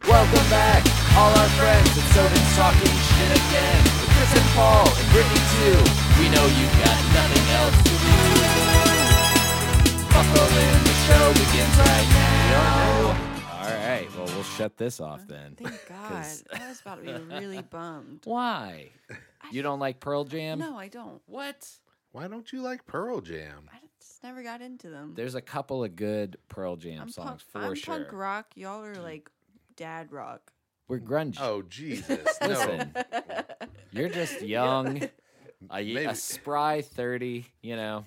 come back. All our friends, and so did talking shit again. With Chris and Paul, and Brittany too. We know you've got nothing else to do. Buckle in, the show begins right now. All right. Well, we'll shut this off then. Thank God. 'Cause- I was about to be really bummed. Why? You don't like Pearl Jam? No, I don't. What? Why don't you like Pearl Jam? I just never got into them. There's a couple of good Pearl Jam I'm punk, songs for I'm sure. punk rock. Y'all are like dad rock. We're grunge. Oh Jesus! No, Listen, you're just young, a, y- a Maybe. spry 30, you know.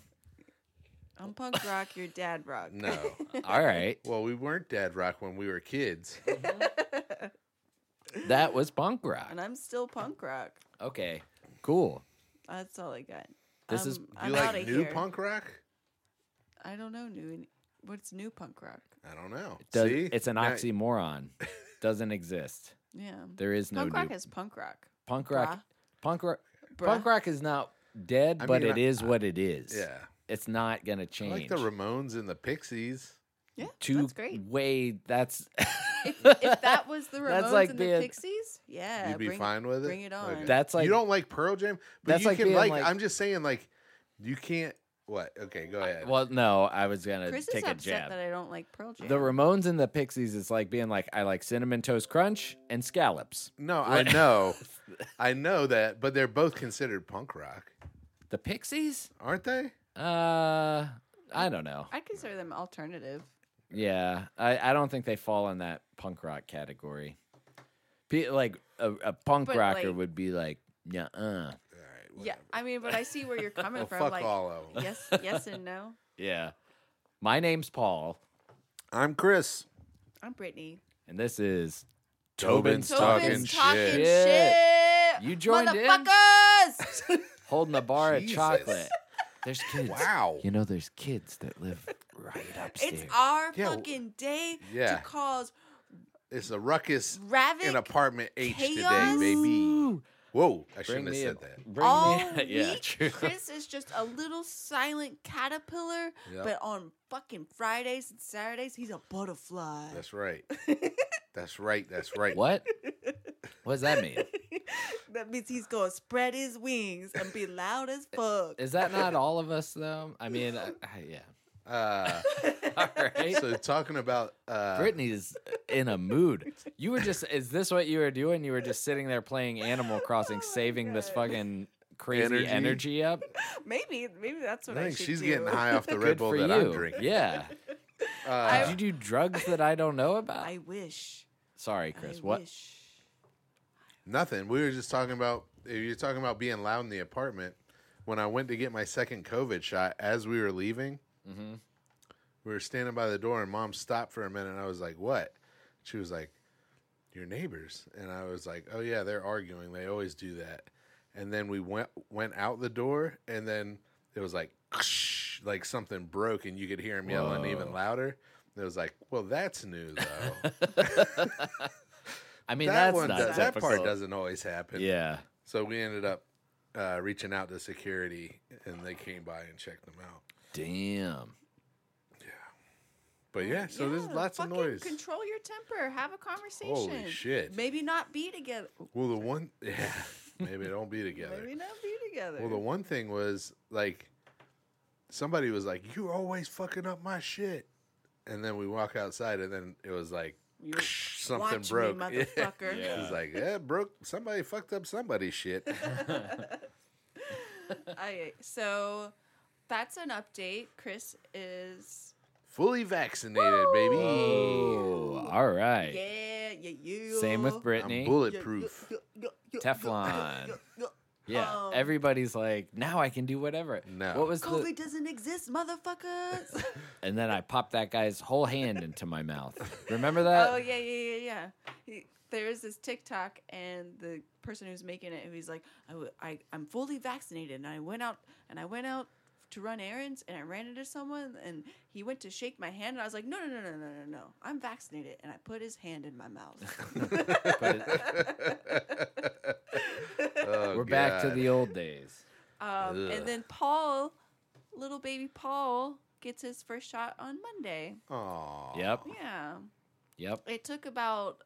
I'm punk rock. You're dad rock. no. All right. Well, we weren't Dad Rock when we were kids. That was punk and rock. I'm still punk rock. Okay. Cool. That's all I got. This is- I'm- You I'm outta like new here. punk rock? I don't know new. any- What's new punk rock? I don't know. Does, See, it's an Now- oxymoron. Doesn't exist. Yeah. There is no punk rock new is punk rock. punk rock. Bruh. Punk rock. Bruh. Punk rock is not dead, I but mean, it I- is what it is. Yeah, It's not gonna I change. like the Ramones and the Pixies. Yeah, Two that's great. way. That's If, if that was the That's Ramones like and being- the Pixies, yeah, You'd be bring, fine with it. bring it on. Okay. that's like you don't like Pearl Jam, but that's you like can being like, like- I'm just saying, like, you can't. What? Okay, go ahead. Well, no, I was gonna Chris is take a upset jab. that I don't like Pearl Jam. The Ramones and the Pixies is like being like, I like cinnamon toast crunch and scallops. no, I what- know, I know that, but they're both considered punk rock, The Pixies? aren't they? Uh, I don't know. I consider them alternative. Yeah, I, I don't think they fall in that punk rock category. Pe- like a, a punk But, rocker like- would be like, yeah, uh, All right. Yeah, I mean, but I see where you're coming Well, from. Oh, fuck like, all of them. yes, yes, and no. yeah. My name's Paul, I'm Chris. I'm Brittany. and this is Tobin's Tobin's talking shit. Uh, You joined in? motherfuckers. holding the bar of Jesus. chocolate. There's kids. Wow. You know, there's kids that live right upstairs. It's our Yeah, w- fucking day yeah. to cause It's a ruckus ravic in apartment H chaos. today, baby. Whoa, I Bring shouldn't have me said a- that. Bring all me, week. yeah, true. Chris is just a little silent caterpillar, Yep. but on fucking Fridays and Saturdays, he's a butterfly. That's right. That's right. That's right. What? What does that mean? that means he's gonna spread his wings and be loud as fuck. Is that not all of us though? I mean, I, I, yeah. Uh, All right. so talking about uh, Brittany's in a mood. You were just is this what you were doing? You were just sitting there playing Animal Crossing, saving this Oh God. fucking crazy energy, Energy. up. Maybe, maybe that's I what I, think should she's do. getting high off the Red Good Bull for that you. I'm drinking. Yeah. Uh, Did you do drugs that I don't know about? I wish. Sorry, Chris. I what? Wish. nothing. We were just talking about if you're talking about being loud in the apartment. When I went to get my second COVID shot, as we were leaving, Mm-hmm. we were standing by the door, and Mom stopped for a minute. And I was like, "What?" She was like, "Your neighbors," and I was like, "Oh yeah, they're arguing. They always do that." And then we went went out the door, and then it was like, like something broke, and you could hear him yelling even louder. And it was like, "Well, that's new though." I mean, that that's one, not does, that part difficult. doesn't always happen. Yeah. So we ended up uh, reaching out to security, and they came by and checked them out. Damn. But yeah, so there's Yeah, lots of fucking noise. Control your temper. Have a conversation. Holy shit. Maybe not be together. well, the one, yeah, maybe it don't be together. Maybe not be together. Well, the one thing was like, somebody was like, "You're always fucking up my shit," and then we walk outside, and then it was like You- something Watch broke. me, Yeah. motherfucker. Yeah. It's like, yeah, broke. Somebody fucked up somebody's shit. I, so that's an update. Chris is Fully vaccinated, baby. Oh, all right. yeah, yeah, you. Same with Brittany. I'm bulletproof. Teflon. Yeah, Um, everybody's like, now I can do whatever. No. What was the? COVID doesn't exist, motherfuckers. And then I popped that guy's whole hand into my mouth. Remember that? oh yeah, yeah, yeah, yeah. He, there is this TikTok, and the person who's making it, who's like, I, w- I, am fully vaccinated, and I went out, and I went out to run errands, and I ran into someone, and he went to shake my hand, and I was like, No, no, no, no, no, no, no, I'm vaccinated, and I put his hand in my mouth. But it- Oh, we're back to God. the old days. um, and then Paul, little baby Paul, gets his first shot on Monday. Aw. Yep. Yeah, Yep. it took about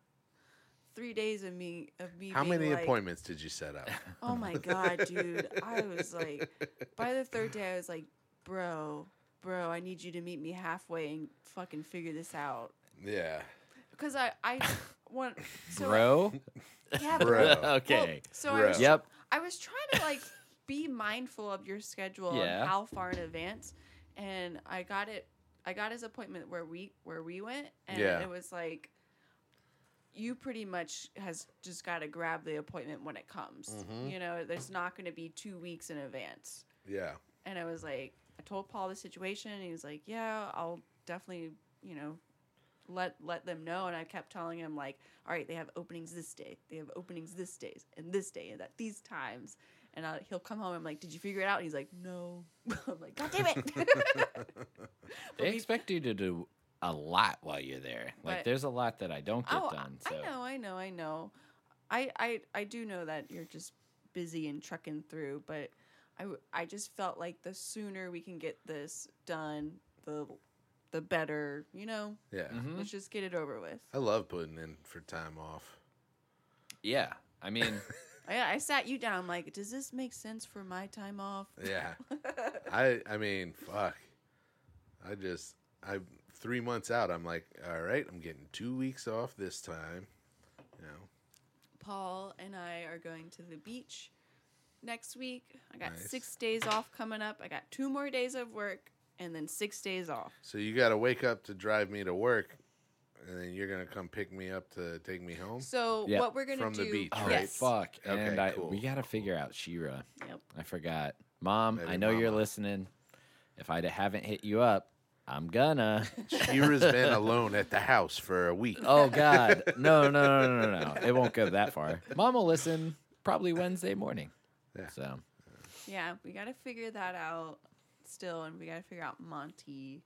three days of me of me. How being many like, appointments did you set up? Oh my god, dude! I was like, by the third day, I was like, bro, bro, I need you to meet me halfway and fucking figure this out. Yeah. Because I I want so bro. yeah, Bro. well, okay. so I Bro. was, Yep. I was trying to like be mindful of your schedule Yeah. and how far in advance, and I got it. I got his appointment where we where we went, and Yeah. it was like you pretty much has just got to grab the appointment when it comes. Mhm. You know, there's not going to be two weeks in advance. Yeah. And I was like, I told Paul the situation, and he was like, Yeah, I'll definitely, you know, let let them know. And I kept telling him like, All right, they have openings this day, they have openings this days, and this day, and at these times. And I, he'll come home. I'm like, Did you figure it out? And he's like, No. I'm like, God damn it. They expect you to do a lot while you're there. Like But- there's a lot that I don't get Oh, I- done. So I know, I know, I know. I, I I do know that you're just busy and trucking through, but I, w- I just felt like the sooner we can get this done, the the better, you know. Yeah. Mhm. Let's just get it over with. I love putting in for time off. Yeah. I mean, I, I sat you down like, does this make sense for my time off? Yeah. I I mean, fuck. I just I three months out, I'm like, all right, I'm getting two weeks off this time. You know. Paul and I are going to the beach next week. I got Nice. six days off coming up. I got two more days of work and then six days off. So you gotta wake up to drive me to work and then you're gonna come pick me up to take me home. So Yep. what we're gonna From do? the beach, oh right? yes. fuck. Okay, and I, cool, we got to figure out Shira. Yep. I forgot. Mom, I Maybe know you're Mama. listening. If I d- haven't hit you up, I'm gonna. Shira's been alone at the house for a week. Oh God, no, no, no, no, no, no! It won't go that far. Mom will listen probably Wednesday morning. Yeah. So Yeah, we gotta figure that out still, and we gotta figure out Monty.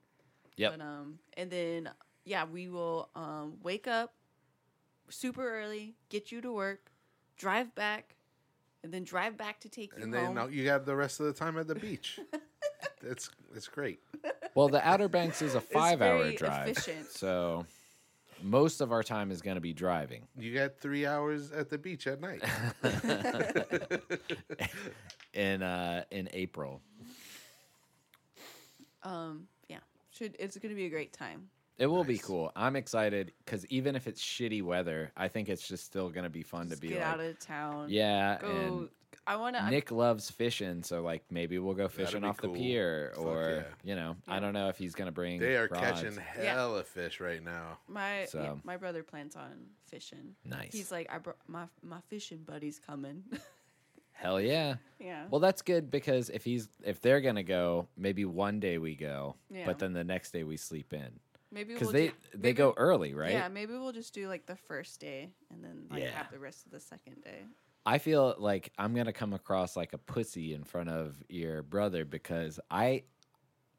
Yep. But, um, and then yeah, we will um wake up super early, get you to work, drive back, and then drive back to take you and home. then now you got the rest of the time at the beach. That's it's great. Well, the Outer Banks is a five-hour uh, very drive, efficient. so most of our time is going to be driving. You got three hours at the beach at night. in uh, in April, um, yeah, should it's gonna be a great time. it will be Nice. cool. I'm excited because even if it's shitty weather, I think it's just still going to be fun Just to be get like, out of town. yeah. Go. I wanna. And I'm- Nick loves fishing, so like maybe we'll go That'd fishing be off cool. the pier, Fuck or yeah. you know, I don't know if he's going to bring. They are rods. catching hella fish right now. my yeah, so. my brother plans on fishing. Nice. He's like, I br- my my fishing buddy's coming. Hell yeah. yeah. Well, that's good because if he's if they're gonna go, maybe one day we go, Yeah. but then the next day we sleep in maybe because we'll they do- Mm-hmm. they go early, right? Yeah, maybe we'll just do like the first day and then like Yeah. have the rest of the second day. I feel like I'm gonna come across like a pussy in front of your brother because I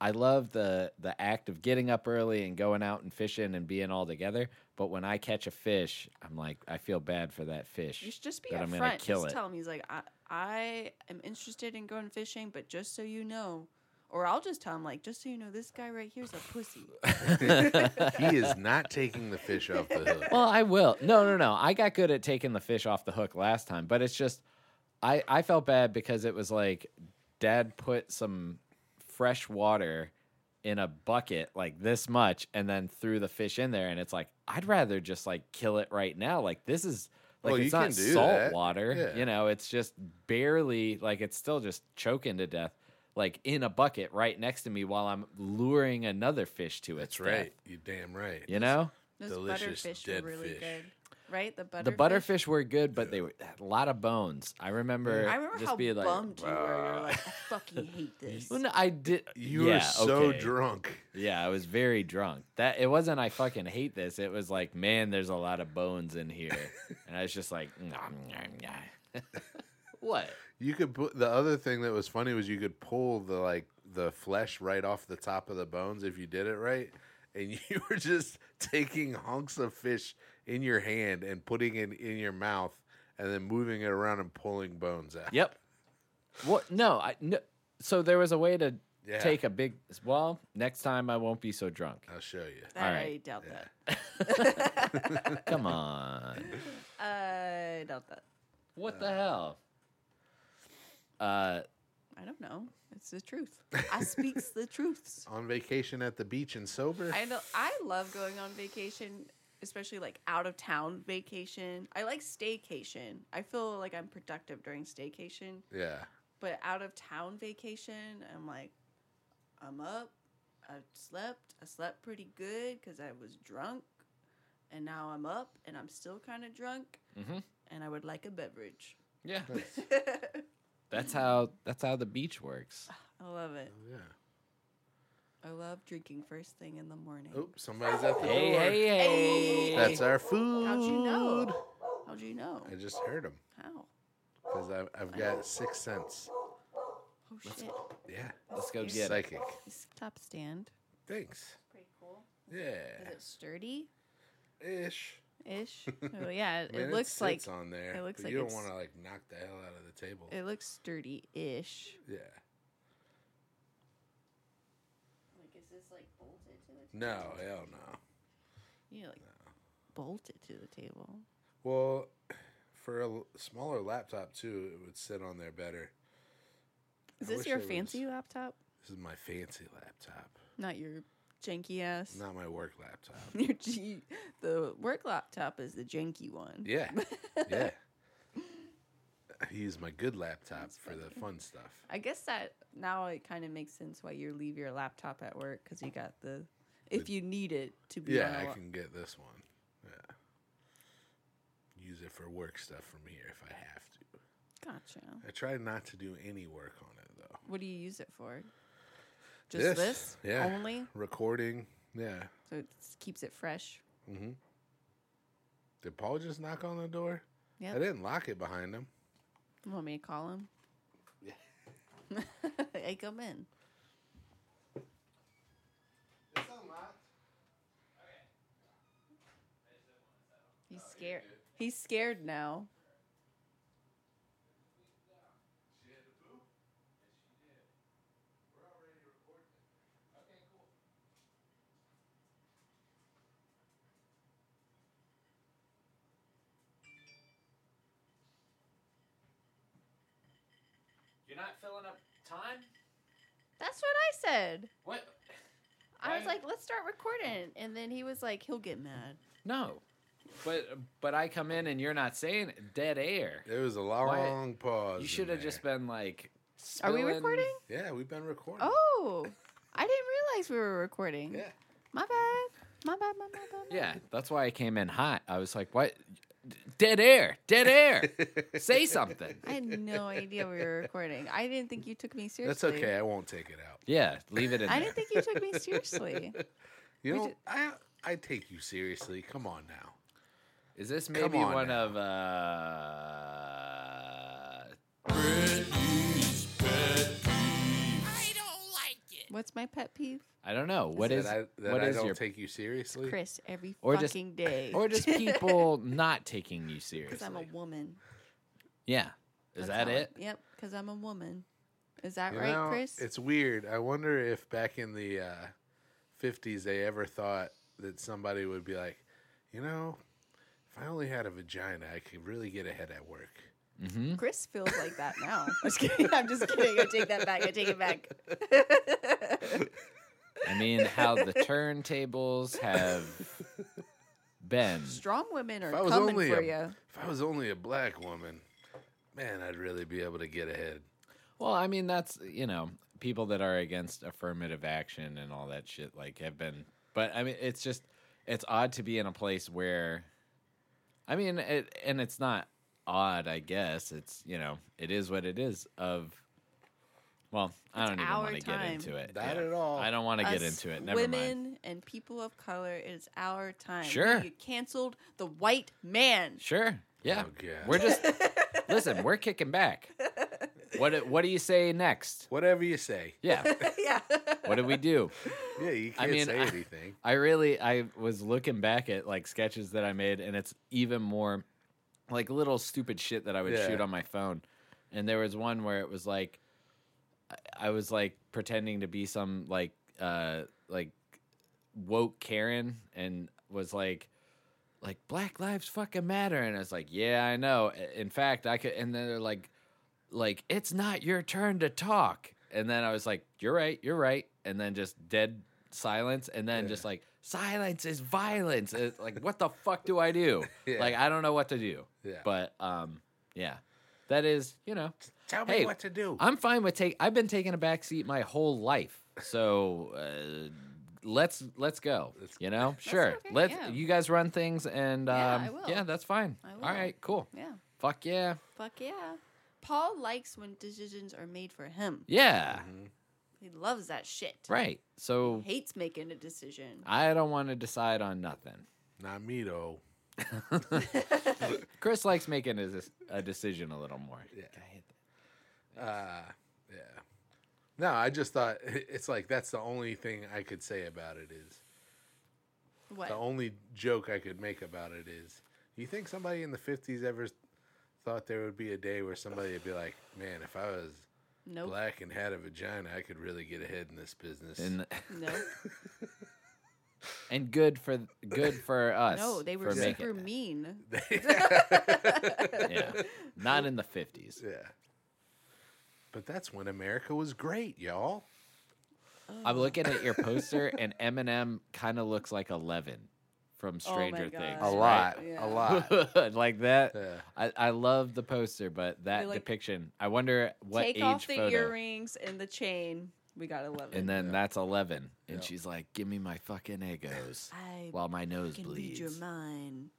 I love the the act of getting up early and going out and fishing and being all together. But when I catch a fish, I'm like I feel bad for that fish. You should just be That upfront. I'm gonna kill just it. tell him he's like, I, I am interested in going fishing, but just so you know, or I'll just tell him like, just so you know, this guy right here's a pussy. He is not taking the fish off the hook. Well, I will. No, no, no. I got good at taking the fish off the hook last time, but it's just I I felt bad because it was like dad put some fresh water in a bucket like this much and then threw the fish in there and it's like I'd rather just like kill it right now. Like this is like Well, you it's not can do salt that. water. Yeah. You know, it's just barely like it's still just choking to death. Like in a bucket right next to me while I'm luring another fish to its That's right. death, You damn right. You know? Those Delicious butterfish dead were really fish. good, right? The butterfish. The butterfish were good, but they were a lot of bones. I remember. Mm, I remember just how being like, bummed you were. You're like, I fucking hate this. Well, no, I did. You yeah, were so okay. drunk. Yeah, I was very drunk. That it wasn't. I fucking hate this. It was like, man, there's a lot of bones in here, and I was just like, nom, nom, nom. what? You could put the other thing that was funny was you could pull the like the flesh right off the top of the bones if you did it right, and you were just taking hunks of fish in your hand and putting it in your mouth, and then moving it around and pulling bones out. Yep. What? No, I no. So there was a way to Yeah. take a big. Well, next time I won't be so drunk. I'll show you. that, I alright. doubt that. Come on. I doubt that. What the hell? Uh, I don't know. It's the truth. I speaks the truths. On vacation at the beach and sober. I know. I love going on vacation, especially like out of town vacation. I like staycation. I feel like I'm productive during staycation, yeah. but out of town vacation, I'm like, I'm up. I slept. I slept pretty good because I was drunk, and now I'm up and I'm still kind of drunk, Mhm. and I would like a beverage. yeah, I that's how that's how the beach works. love it. Oh, Yeah. I love drinking first thing in the morning. Oh, somebody's at the Hey, door. hey, hey! Hey. That's our food. How'd you know? How'd you know? I just heard them How? because I've, I've got six cents. Oh shit! Yeah. Let's go get it. Psychic. This top stand. Thanks. Pretty cool. Is Yeah. it sturdy Ish. ish? oh yeah, it, Man, looks like sits on there. it looks but like you don't it's- want to like knock the hell out of the table. it looks sturdy ish. yeah. Like is this like bolted to the No, hell no. You like bolted to the table. Well, for a l- smaller laptop too, it would sit on there better. Is I this wish your it was- fancy laptop? This is my fancy laptop, Not your janky ass. not my work laptop. Your G. The work laptop is the janky one. Yeah, yeah. I use my good laptop for the fun stuff. I guess that now it kind of makes sense why you leave your laptop at work because you got the, if you need it to be. Yeah, on a I la- can get this one. Yeah. Use it for work stuff from here if I have to. Gotcha. I try not to do any work on it though. What do you use it for? Just this, Yeah. only, Recording. Yeah. so it s- keeps it fresh. Mm-hmm. Did Paul just knock on the door? Yep. I didn't lock it behind him. You want me to call him? hey, come in. He's scared. He's scared now. You're not filling up time. That's what I said. What? I was Why- like, let's start recording. And then he was like, he'll get mad. No, but but I come in and you're not saying it. dead air. There was a long pause. You in should have just there. been like. Are we spilling- recording? Yeah, we've been recording. Oh, I didn't realize we were recording. Yeah. My bad. My bad. My bad. My bad. Yeah, that's why I came in hot. I was like, "What? Dead air! Dead air! Say something!" I had no idea we were recording. I didn't think you took me That's seriously. okay. I won't take it out. Yeah, leave it in I there. didn't think you took me seriously. You We know, did- I I take you seriously. Come on now. Is this Come maybe on one now. of uh? What's my pet peeve? I don't know. What That is I, that what I is don't your take you seriously? Chris, every Or just- fucking day. or just people not taking you seriously? because I'm a woman. yeah, is That's that all. it? Yep, because I'm a woman. Is that You right, know, Chris? It's weird. I wonder if back in the uh, 50s they ever thought that somebody would be like, you know, if I only had a vagina, I could really get ahead at work. Mm-hmm. Chris feels like that now. I'm just kidding. I'm just kidding. I take that back. I take it back. I mean, how the turntables have been. Strong women I are was coming only for a- you. If I was only a black woman, man, I'd really be able to get ahead. Well, I mean, that's you know, people that are against affirmative action and all that shit, like, have been. But I mean, it's just it's odd to be in a place where, I mean, it, and it's not odd, I guess. It's you know, it is what it is. Of well, I It's don't even our want to get time. into it. Not at all. I don't want to get Us into it. Never women mind. and people of color, it's our time. Sure. You canceled the white man. Sure. Yeah. Oh, God. We're just listen. We're kicking back. What What do you say next? Whatever you say. Yeah. yeah. What do we do? Yeah, you I can't mean, say I- anything. I really I was looking back at like sketches that I made and it's even more like little stupid shit that I would Yeah. shoot on my phone. And there was one where it was like I- I was like pretending to be some like uh like woke Karen and was like like Black Lives fucking matter, and it's like, yeah, I know. In fact, I could. And then they're like, like it's not your turn to talk. And then I was like, you're right, you're right. And then just dead silence, and then just like silence is violence. It's like, what the fuck do I do? Yeah. Like I don't know what to do. Yeah. But um, yeah, that is you know. Tell Hey, me what to do. I'm fine with take. I've been taking a back seat my whole life, so uh, let's let's go. You know, sure. okay, Let yeah. us you guys run things, and um, Yeah, yeah, I will. that's fine. I All will. right, cool. Yeah. Fuck yeah, Fuck yeah. Paul likes when decisions are made for him. yeah. Mm-hmm. Mm-hmm. He loves that shit. Right. So Hates making a decision. I don't want to decide on nothing. Not me though. Chris likes making a, a decision a little more. Yeah. Uh, Yeah. No, I just thought it's like that's the only thing I could say about it is What? the only joke I could make about it is you think somebody in the 50s ever thought there would be a day where somebody would be like, man, if I was Nope. black and had a vagina, I could really get ahead in this business. And Nope. and good for good for us. No, they were for super making, mean. yeah. Not in the fifties. yeah. But that's when America was great, y'all. I'm looking at your poster, and Eminem kind of looks like Eleven from Stranger God. Things. Oh A right? Yeah. A lot. like that. Yeah. I, I love the poster, but that You're like, depiction. I wonder what Take age off the photo. earrings and the chain. We got eleven. And then that's Eleven, and Yeah. she's like, "Give me my fucking egos I while my nose can read bleeds." your mind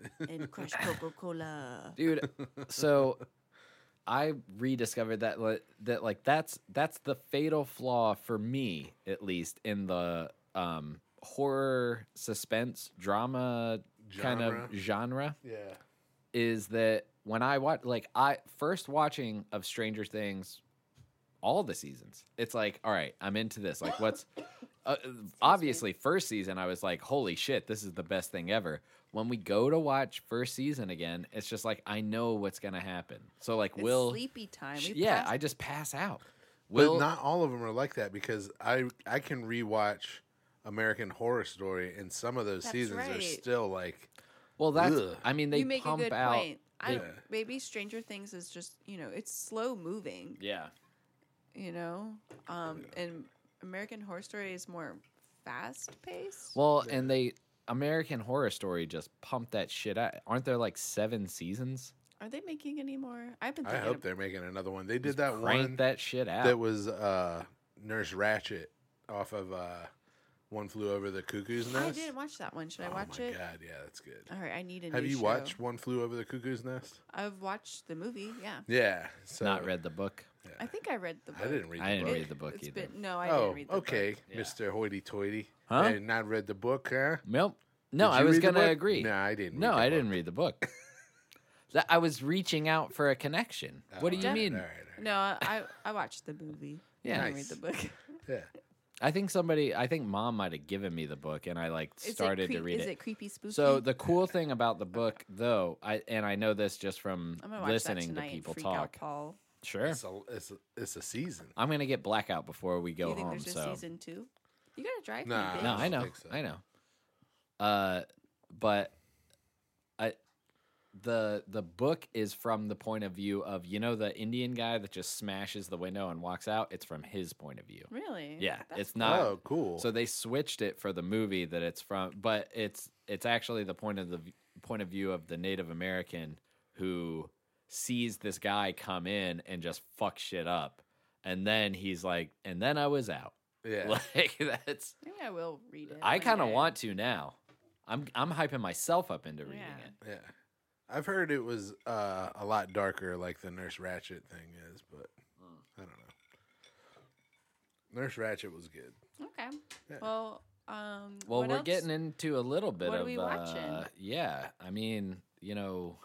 and crush Coca Cola. dude so i rediscovered that li- that like that's that's the fatal flaw for me at least in the um horror suspense drama kind of Genre. genre Yeah. is that when i watch like i first watching of stranger things all the seasons it's like all right i'm into this like what's uh, obviously first season i was like holy shit this is the best thing ever when we go to watch first season again it's just like i know what's gonna happen so like It's will sleepy time. sh- We yeah passed- i just pass out But will not all of them are like that because I I can rewatch American Horror Story and some of those That's seasons are right. still like well that's Ugh. i mean they you make pump a good out point. I they- don't, maybe Stranger Things is just you know it's slow moving. yeah You know, um, and American Horror Story is more fast paced. well and they american horror story just pumped that shit out aren't there like seven seasons Are they making any more? I've been. I Thinking hope ab- they're making another one. They did that crank one that shit out that was uh, Nurse Ratchet off of uh, One Flew Over the Cuckoo's Nest. I didn't watch that one. Should I oh watch my it? god, yeah, that's good. All right, I need a Have new you show. watched One Flew Over the Cuckoo's Nest? I've watched the movie. Yeah, Yeah. So not read the book I think I read the. Book. I didn't uh, read. I the didn't book. read the book It's either. been- no, I oh, didn't read the book. okay, Yeah. Mister Hoity Toity. Huh? I did not read the book, huh? Nope. No, Did I you was read the gonna book? agree. No, I didn't. No, read the I book. didn't read the book. That- I was reaching out for a connection. what do you All right, mean? Oh, all right, all right. No, I I watched the movie. Yeah. I didn't read the book. Yeah. I think somebody. I think mom might have given me the book, and I like Is it started to creep- read Is it. it creepy spooky? So the cool thing about the book, though, I and I know this just from I'm gonna watch that listening to tonight people and freak out, talk. Paul. Sure, It's a, it's a, it's a season. I'm gonna get blackout before we go you think home. there's so a season two? You gotta drive Nah. me. bitch. no, I I don't know, think so. I know. Uh, but I the the book is from the point of view of you know the Indian guy that just smashes the window and walks out. It's from his point of view. Really? Yeah, That's it's not. oh, cool. So they switched it for the movie that it's from, but it's it's actually the point of the v- point of view of the Native American who sees this guy come in and just fuck shit up, and then he's like, and then I was out. yeah. Like that's Maybe I will read it. I one kind of day. want to now. I'm I'm hyping myself up into reading Yeah. it. Yeah. I've heard it was uh, a lot darker, like the Nurse Ratchet thing is, but I don't know. Nurse Ratchet was good. Okay. Well, um. Well, what we're else? getting into a little bit What are of we watching? uh, yeah. I mean, you know,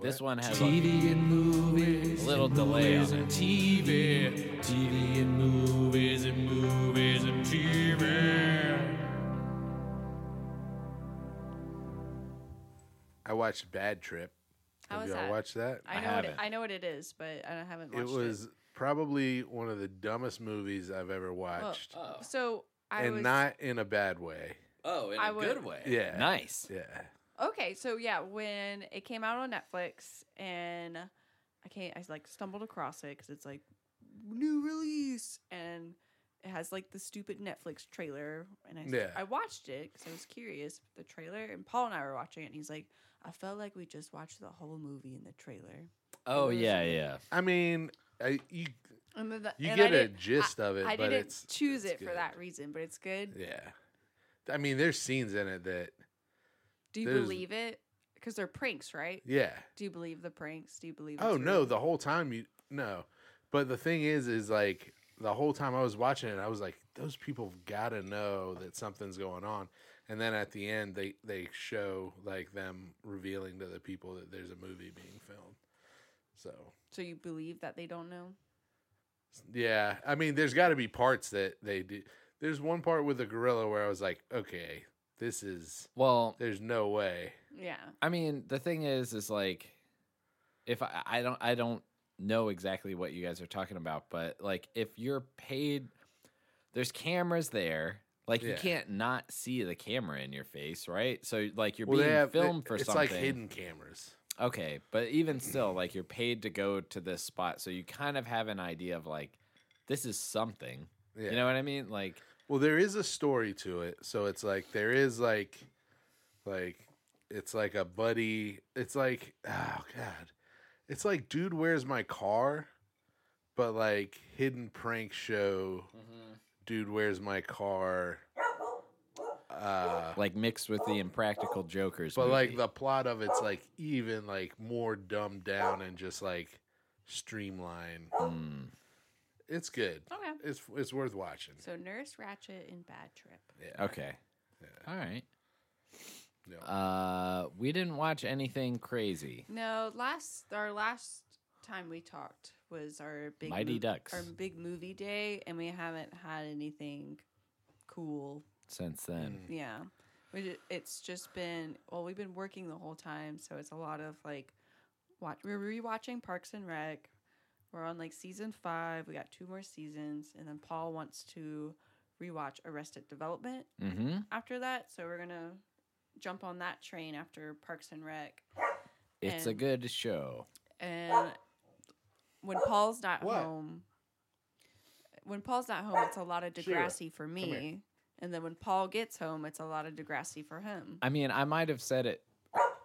this one What? has a TV and movies. little delay on Movies it. and TV. TV and movies and movies and TV. I watched Bad Trip. How Have was y'all that? watched that? I I know. What it, haven't. I know what it is, but I haven't watched it was probably one of the dumbest movies I've ever watched, Oh, So uh, I and was not in a bad way. oh, in I a would- good way. Yeah. nice. Yeah. Okay, so yeah, when it came out on Netflix, and I can't, I like stumbled across it because it's like new release, and it has like the stupid Netflix trailer, and I Yeah. I watched it because I was curious. The trailer, and Paul and I were watching it, and he's like, I felt like we just watched the whole movie in the trailer, Oh yeah, yeah. I mean, I, you, and then the, You and get I a didn't- gist I- of it, I but didn't it's- choose it's it for good. that reason, but it's good. yeah. I mean, there's scenes in it that, Do you There's- believe it? Because they're pranks, right? yeah. Do you believe the pranks? Do you believe? Oh it's no, real? the whole time you no. But the thing is, is like the whole time I was watching it, I was like, those people have got to know that something's going on. And then at the end, they they show like them revealing to the people that there's a movie being filmed. So So you believe that they don't know? yeah, I mean, there's got to be parts that they do. There's one part with the gorilla where I was like, okay, this is Well, there's no way. Yeah. I mean, the thing is, is like, if I, I don't, I don't know exactly what you guys are talking about, but like, if you're paid, there's cameras there. Like you Yeah. can't not see the camera in your face, right? So like you're Well, being they have filmed for it's something. like hidden cameras. Okay, but even still, like you're paid to go to this spot, so you kind of have an idea of like, this is something. Yeah. You know what I mean? Like, Well, there is a story to it, so it's like there is like, like it's like a buddy. It's like oh god, it's like dude, where's my car? But like hidden prank show, Mm-hmm. dude, where's my car? Uh, like mixed with the Impractical Jokers. but like movie. the plot of it's like even like more dumbed down and just like streamlined. Mm. It's good. Okay. It's it's worth watching. So Nurse Ratchet and Bad Trip. Yeah. Okay. All right. Yeah. Uh, we didn't watch anything crazy. No, last our last time we talked was our big Mighty Ducks. our big movie day, and we haven't had anything cool. Since then, Mm. Yeah, we ju- it's just been well, we've been working the whole time, so it's a lot of like watch. We're rewatching Parks and Rec. We're on like season five. We got two more seasons, and then Paul wants to rewatch Arrested Development. Mm. mm-hmm. after that. So we're gonna jump on that train after Parks and Rec. it's a And- good show. And when Paul's not What? home, when Paul's not home, it's a lot of Sheila, Degrassi for me. And then when Paul gets home, it's a lot of Degrassi for him. I mean, I might have said it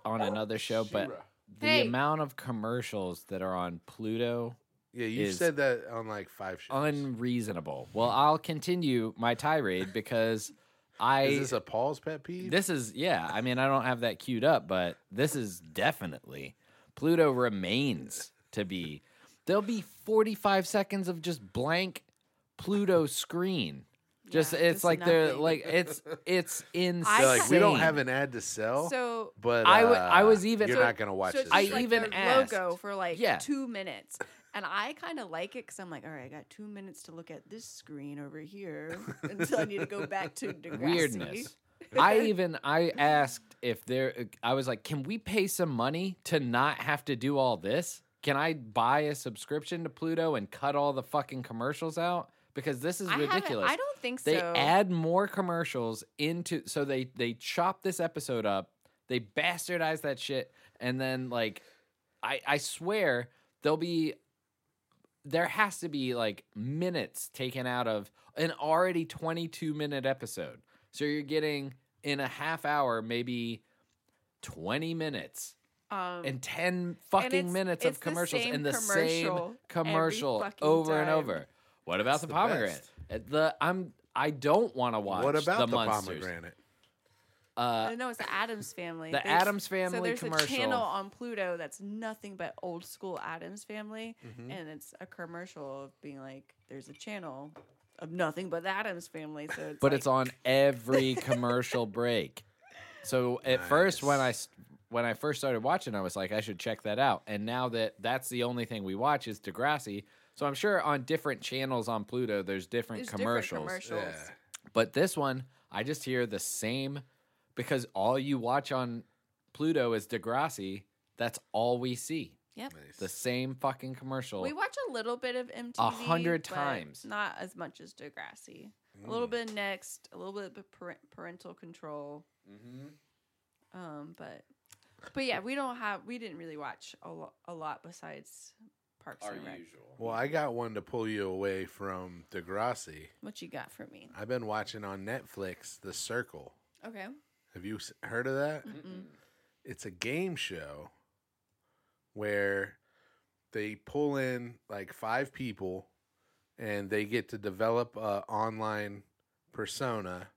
on another show, but Shira. the Hey. amount of commercials that are on Pluto Yeah, you is said that on like five shows. unreasonable. Well, I'll continue my tirade because I Is this a Paul's pet peeve? this is yeah, I mean I don't have that queued up, but this is definitely Pluto remains to be there'll be 45 seconds of just blank Pluto screen. Just Yeah, it's just like they're nothing. like it's it's insane. I They're like, we don't Insane. have an ad to sell, So but I wa- uh, I was even- You're so- not gonna watch so this. it's oh. I just, like, even their asked- logo for like Yeah. two minutes. And I kind of like it because I'm like, all right, I got two minutes to look at this screen over here until I need to go back to Degrassi. weirdness. I even I asked if there I was like, "Can we pay some money to not have to do all this? Can I buy a subscription to Pluto and cut all the fucking commercials out? Because this is I haven't- ridiculous." I don't think they so. add more commercials into so they they chop this episode up. They bastardize that shit and then like I I swear there'll be there has to be like minutes taken out of an already 22 minute episode. So you're getting in a half hour maybe 20 minutes um, and 10 fucking it's- minutes it's of the commercials same and the commercial same every commercial fucking over and time. over. What about That's the the pomegranate? Uh, The I'm I don't want to watch what about the, Munsters. pomegranate? Uh, no, it's the Adams Family. The There's- Addams Family So there's a commercial. channel on Pluto that's nothing but old school Adams Family, Mm-hmm. and it's a commercial of being like, "There's a channel of nothing but the Adams Family." So, it's But like- it's on every commercial break. So at first when I s- when I first started watching I was like I should check that out. And now that that's the only thing we watch is Degrassi. So I'm sure on different channels on Pluto there's different there's different commercials. commercials. Yeah. But this one, I just hear the same because all you watch on Pluto is Degrassi. That's all we see. Yep. The same fucking commercial. We watch a little bit of MTV, hundred but times. Mm. not as much as Mm-hmm. Degrassi. A little bit of next, a little bit of par- parental control. Um, but but yeah, we don't have we didn't really watch a, lo- a lot besides Parks Our and Rec. usual. Well, I got one to pull you away from Degrassi. What you got for me? I've been watching on Netflix The Circle. Okay. Have you s- heard of that? It's a game show where they pull in like five people and they get to develop a online persona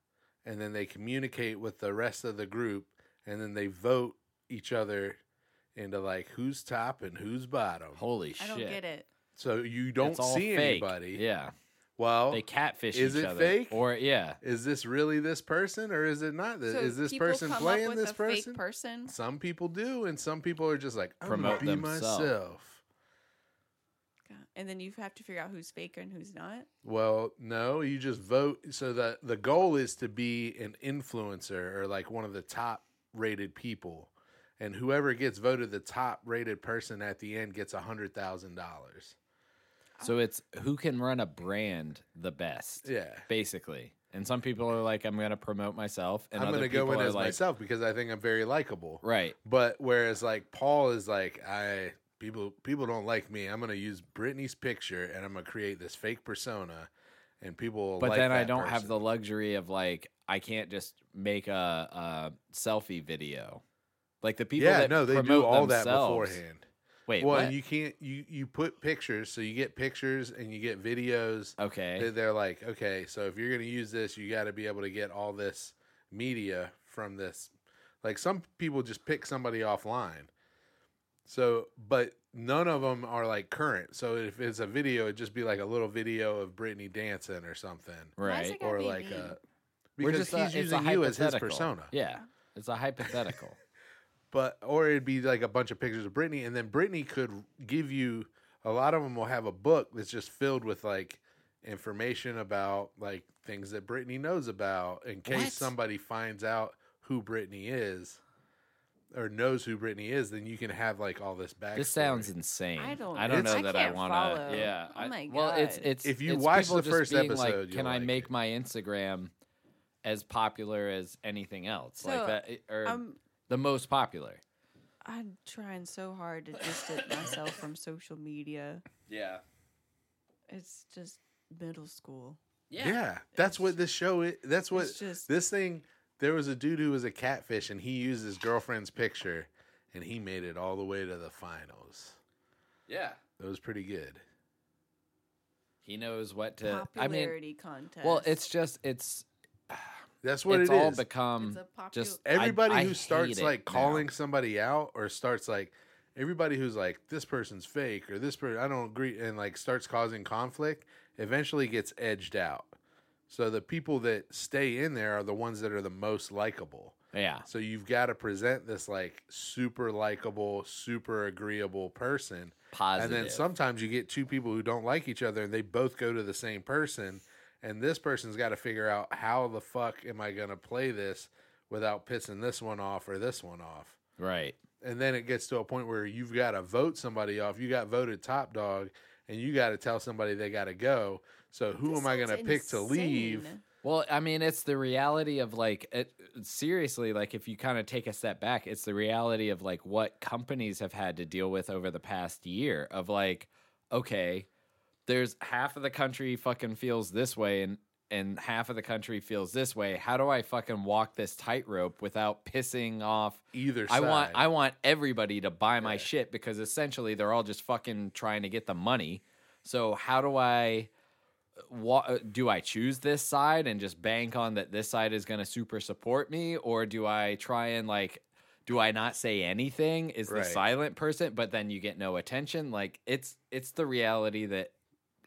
and then they communicate with the rest of the group and then they vote each other into like who's top and who's bottom. Holy I shit! don't get it. So you It's don't all see fake. anybody. Yeah, Well, they catfish Is each it other. fake? Or yeah, is this really this person or is it not? This? So is this people person come up playing with this a person? Fake person. Some people do, and some people are just like I'm Promote gonna be themselves. myself. God. And then you have to figure out who's fake and who's not. Well, no, you just vote. So the the goal is to be an influencer or like one of the top rated people, and whoever gets voted the top rated person at the end gets a hundred thousand dollars. so it's who can run a brand the best, Yeah, basically. And some people are like, "I'm going to promote myself," and I'm other gonna go people in are as like, myself because I think I'm very likable. "Right, But whereas like Paul is like I people people don't like me. I'm gonna use Britney's picture and I'm gonna create this fake persona, and people. Will but like then I that don't have person. the luxury of like I can't just make a, a selfie video. Like the people yeah. that no, they do promote all that themselves- beforehand. Wait, well, what? and you can't you you put pictures, so you get pictures and you get videos. okay, They- They're like, okay, so if you're gonna use this, you got to be able to get all this media from this. Like some people just pick somebody offline. So, but none of them are like current. So if it's a video, it'd just be like a little video of Britney dancing or something, Why is right? it gotta or be like me? a We're because uh, he's it's a using you as his hypothetical. persona. Yeah, it's a hypothetical. but or it'd be like a bunch of pictures of Britney, and then Britney could give you a lot of them will have a book that's just filled with like information about like things that Britney knows about in case What? somebody finds out who Britney is or knows who Britney is, then you can have like all this back. This sounds insane. I don't I don't know. know I that I can't want follow. to. Yeah. Oh I- my Well, it's God. it's If you it's watch people the just first being episode, like, you'll can I like make it." my Instagram as popular as anything else, So, um, like that, eh, or I'm the most popular? I'm trying so hard to distance myself from social media. Yeah. It's just middle school. yeah. that's what this show is. That's what It's just- this thing. There was a dude who was a catfish, and he used his girlfriend's picture, and he made it all the way to the finals. Yeah. That was pretty good. He knows what to. I mean, Popularity contest. well, it's just it's That's what it's it all is. become It's a popu- um, just I- everybody I who starts hate it like now. calling somebody out or starts like everybody who's like this person's fake or this person I don't agree and like starts causing conflict eventually gets edged out. So the people that stay in there are the ones that are the most likable. Yeah. So you've got to present this like super likable, super agreeable person. Positive. And then sometimes you get two people who don't like each other and they both go to the same person. And this person's got to figure out how the fuck am I going to play this without pissing this one off or this one off. Right. And then it gets to a point where you've got to vote somebody off. You got voted top dog and you got to tell somebody they got to go. So who This am I sounds going to pick to leave? insane. Well, I mean, it's the reality of like, it, seriously, like if you kind of take a step back, it's the reality of like what companies have had to deal with over the past year of like, okay, there's half of the country fucking feels this way and and half of the country feels this way. How do I fucking walk this tightrope without pissing off Either I side. want I want everybody to buy my shit because essentially they're all just fucking trying to get the money. So how do I wa- uh, do I choose this side and just bank on that this side is going to super support me or do I try and like do I not say anything is Right. the silent person but then you get no attention like it's it's the reality that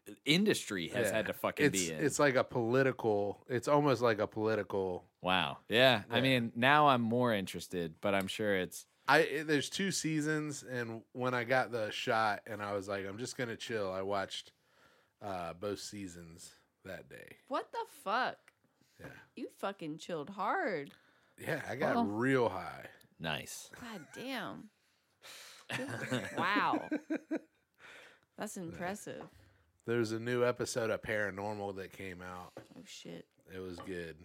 uh, industry has Yeah. had to fucking it's, be in. It's like a political, it's almost like a political wow. Yeah. I Yeah. mean, now I'm more interested, but I'm sure it's I it- there's two seasons, and when I got the shot, and I was like, I'm just gonna chill. I watched uh, both seasons that day. What the fuck? Yeah. You fucking chilled hard. Yeah, I got Oh. Well. real high. nice. God damn. wow. That's impressive. There's a new episode of Paranormal that came out. Oh shit. It was good.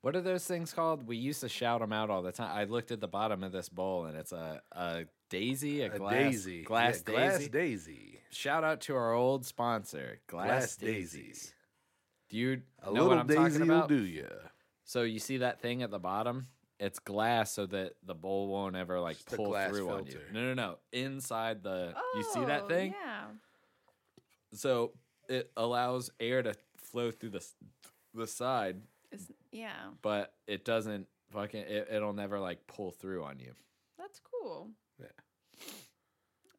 What are those things called? We used to shout them out all the time. I looked at the bottom of this bowl, and it's a a daisy, a, A glass daisy. glass daisy. Yeah, Glass daisy. Shout out to our old sponsor, Glass, Glass Daisies. daisies. Do you A know what little I'm talking daisy will about? do you. So you see that thing at the bottom? It's glass so that the bowl won't ever like Just a pull glass through on you. filter. No, no, no. Inside the Oh, you see that thing? Yeah. So it allows air to flow through the s- the side, It's, yeah. but it doesn't fucking it, it'll never like pull through on you. That's cool.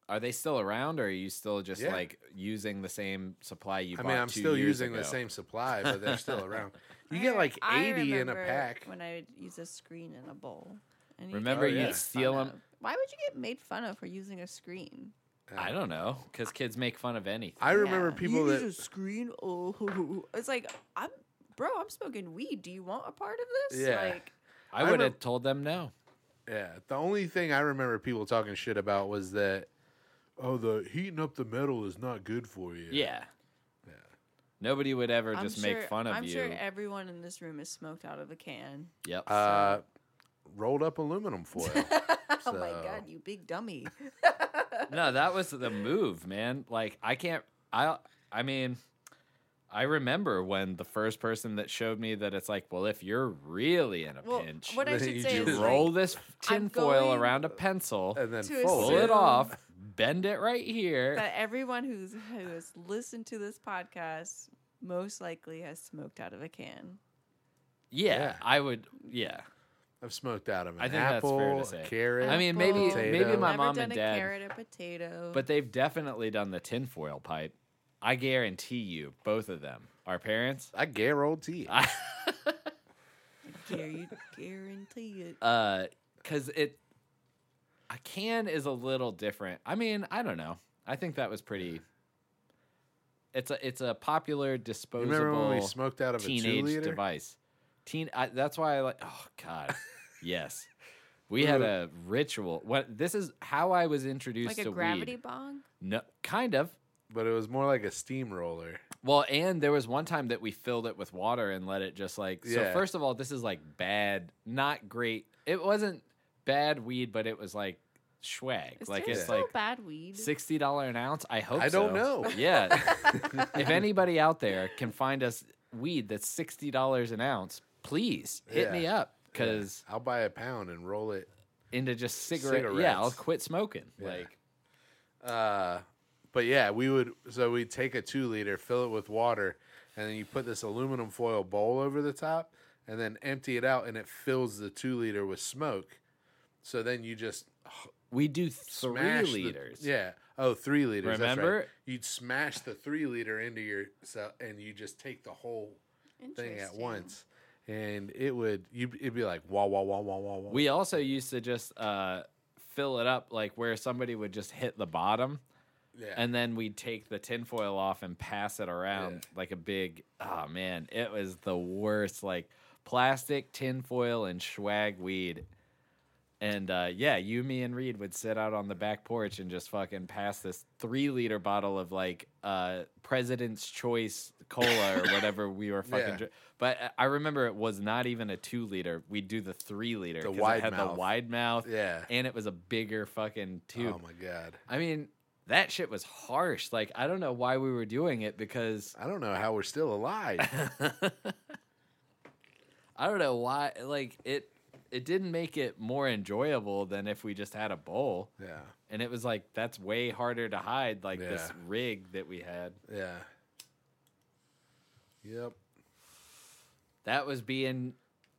Are they still around or are you still just Yeah. like using the same supply you I bought mean, I'm two still years using the ago? same supply, but they're still around. You get I- like I 80 in a remember pack. When I would use a screen in a bowl. And Remember you'd steal 'em? Why would you get made fun of for using a screen? I don't know cuz kids make fun of anything. I remember Yeah. people you that use a screen. Oh, it's like I'm, bro. I'm smoking weed. Do you want a part of this? Yeah. Like, I I would rem- have told them no. Yeah, the only thing I remember people talking shit about was that, oh, the heating up the metal is not good for you. Yeah. Nobody would ever I'm just sure, make fun of I'm you. sure everyone in this room is smoked out of a can. yep. Uh, rolled up aluminum foil. Oh my So- god, you big dummy! no, that was the move, man. Like I can't. I I mean, I remember when the first person that showed me that it's like, well, if you're really in a Well, pinch, what I Then should you say just is I- roll like, this I'm tinfoil going- around a pencil, and then To fold pull it. it assume- off, bend it right here. that everyone who's who has listened to this podcast most likely has smoked out of a can. yeah, yeah. I would. Yeah, I've smoked out of an I think that's apple, fair to a say. carrot. I mean, maybe- maybe my Never mom done and a dad- Carrot, a potato. but they've definitely done the tinfoil pipe. I guarantee you, both of them, our parents. I guarantee. it. I, guarantee, guarantee it. uh because it a can is a little different i mean i don't know i think that was pretty it's a it's a popular You disposable remember when we smoked out of a two teenage liter? device teen I, that's why i like oh god yes we had a ritual what this is how i was introduced like a to gravity weed bong. no kind of But it was more like a steamroller. well, and there was one time that we filled it with water and let it just like. So Yeah. first of all, this is like bad, not great. It wasn't bad weed, but it was like swag. Is like there it's still like bad weed. sixty dollar an ounce. I hope. I so. don't know. Yeah. if anybody out there can find us weed that's sixty dollars an ounce, please hit Yeah. me up because I'll buy a pound and roll it. into just cigarette. Yeah, I'll Cigarettes. quit smoking. Yeah. Like Uh, but yeah, we would. So we'd take a two liter, fill it with water, and then you put this aluminum foil bowl over the top, and then empty it out, and it fills the two liter with smoke. So then you just we do three smash the- liters. yeah. Oh, three liters. That's Remember? right. You'd smash the three liter into your cell, and you just take the whole thing at Interesting. once, and it would. You it'd be like wah wah wah wah wah wah. We also used to just uh, fill it up like where somebody would just hit the bottom, yeah. and then we'd take the tinfoil off and pass it around like a big. Oh man, it was the worst. Like plastic, tinfoil, and swag weed. And uh, yeah, you, me, and Reed would sit out on the back porch and just fucking pass this three liter bottle of like uh, President's Choice cola or whatever we were fucking. Yeah. dri- But I- I remember it was not even a two liter. We'd do the three liter. The 'cause wide it had the mouth. wide mouth. Yeah. And it was a bigger fucking tube. oh my god. I mean, that shit was harsh. Like, I don't know why we were doing it because I don't know how we're still alive. I don't know why. Like, it it didn't make it more enjoyable than if we just had a bowl. yeah. And it was like that's way harder to hide. Like this Yeah. rig that we had. Yeah. Yep. That was being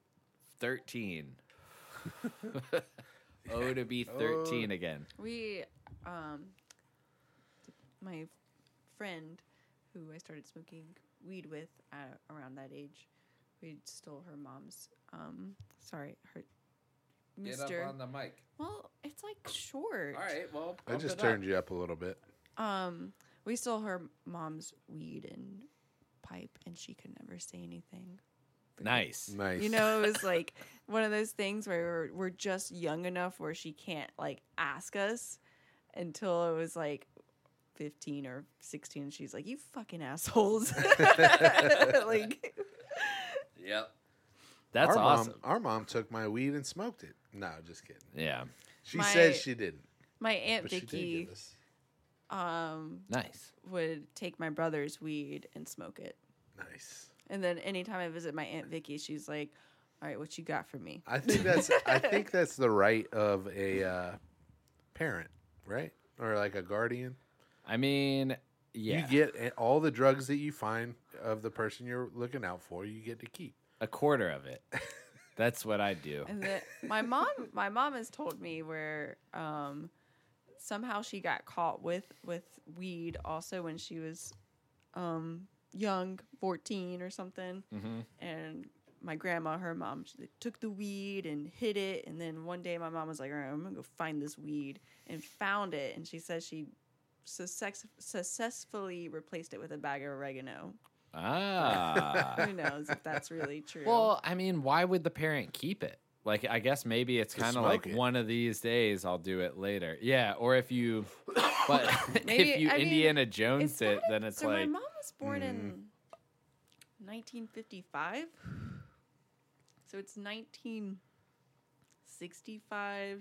thirteen. oh, to be thirteen again. We, um, my friend who I started smoking weed with uh, around that age, we stole her mom's. Um, sorry, her. Mister. the mic. well, it's like short. Well, I just turned you up a little bit. Um, we stole her mom's weed and pipe, and she could never say anything. Nice. Nice. You know, it was like one of those things where we're, we're just young enough where she can't like ask us until it was like 15 or 16. And she's like, you fucking assholes. like, Yep. That's our awesome. Mom, our mom took my weed and smoked it. No, just kidding. Yeah. She My- says she didn't, My aunt but she did Vicky give us. um, Nice. would take my brother's weed and smoke it, Nice. and then anytime I visit my aunt Vicky, she's like, "All right, what you got for me?" I think that's I think that's the right of a uh, parent, right? Or like a guardian. I mean, yeah. You get a- all the drugs that you find of the person you're looking out for, you get to keep. a quarter of it. That's what I do. And the, my mom, my mom has told me where um, somehow she got caught with with weed also when she was um, young, fourteen or something. Mhm. And my grandma, her mom, she like, took the weed and hid it. And then one day, my mom was like, "All right, I'm gonna go find this weed," and found it. And she says she success- successfully replaced it with a bag of oregano. Ah. Who knows if that's really true? well, I mean, why would the parent keep it? Like, I guess maybe it's To kind of like smoke it. one of these days I'll do it later. Yeah. Or if you, but if Maybe- you I mean, Indiana Jones it's not it, a- then it's so my like, hmm. mom was born in 1955 so it's 1965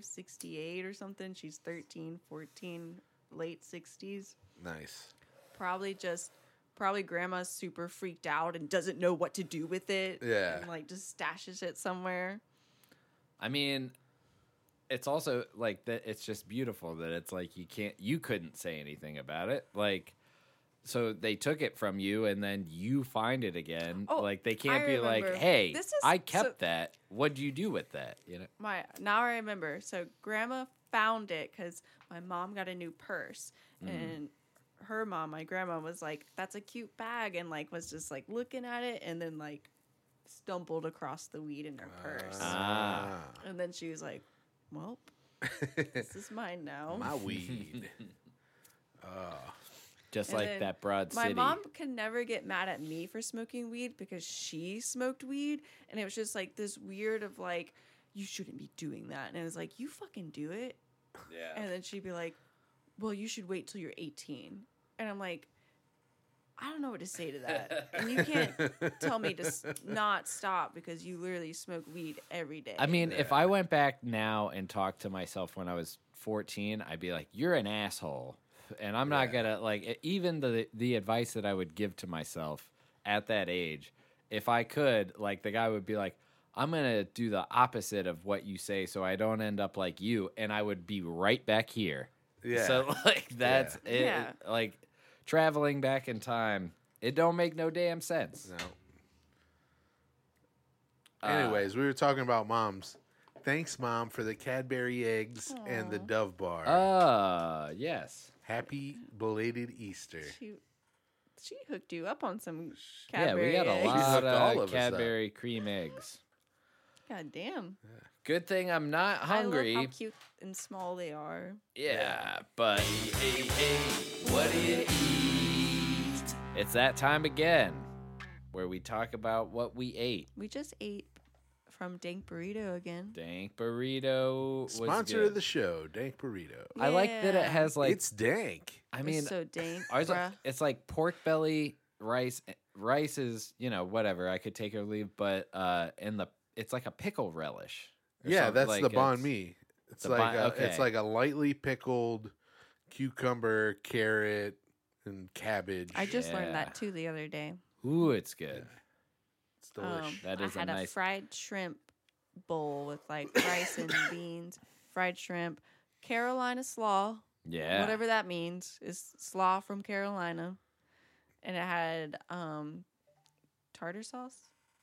68 or something she's 13 14 late 60s Nice. probably just probably grandma's super freaked out and doesn't know what to do with it Yeah. and like just stashes it somewhere I mean, it's also like that. It's just beautiful that it's like you can't, you couldn't say anything about it. Like, so they took it from you, and then you find it again. Oh, like they I can't be like, remember. "Hey, This is- I kept so- that. What do you do with that?" You know? my now I remember. So grandma found it because my mom got a new purse, Mm-hmm. and her mom, my grandma, was like, "That's a cute bag," and like was just like looking at it, and then like stumbled across the weed in her purse, Ah. and then she was like, "Well, this is mine Ah. now." My weed. Ah. Just And like then that broad My city. mom can never get mad at me for smoking weed because she smoked weed, and it was just like this weird of like, you shouldn't be doing that, and I was like, you fucking do it, yeah. and then she'd be like, "Well, you should wait till you're 18." And I'm like, "I don't know what to say to that." And you can't tell me to s- not stop because you literally smoke weed every day. I mean, if I went back now and talked to myself when I was 14, I'd be like, "You're an asshole," and I'm not gonna like e- even the the advice that I would give to myself at that age. If I could, like, the guy would be like, "I'm gonna do the opposite of what you say, so I don't end up like you," and I would be right back here. Yeah. So like that's It, Yeah. like traveling back in time. It don't make no damn sense. no. Uh, Anyways, we were talking about moms. Thanks, mom, for the Cadbury eggs and the Dove bar. Uh yes. Happy belated Easter. she she hooked you up on some Yeah, we Cadbury got a eggs. lot hooked all of of us up. Cadbury cream eggs. God damn! Good thing I'm not hungry. I love how cute and small they are. yeah, but hey, hey, what do you eat? It's that time again where we talk about what we ate. We just ate from Dank Burrito again. Dank burrito was Sponsor good. of the show, Dank Burrito. I like that it Yeah. has like it's dank. I It mean was so dank, Ours, are- bruh. it's like pork belly rice. eh, Rice is you know whatever I could take or leave, but uh, and the it's like a pickle relish. or Yeah, something, that's like the banh it's- mi. It's the like bon- a, okay. it's like a lightly pickled cucumber, carrot, and cabbage. I just learned Yeah. that too the other day. Ooh, it's good. it's delish. Um, That is a I had nice- fried shrimp bowl with like rice and beans, fried shrimp, Carolina slaw, Yeah. whatever that means, is slaw from Carolina, and it had um, tartar sauce.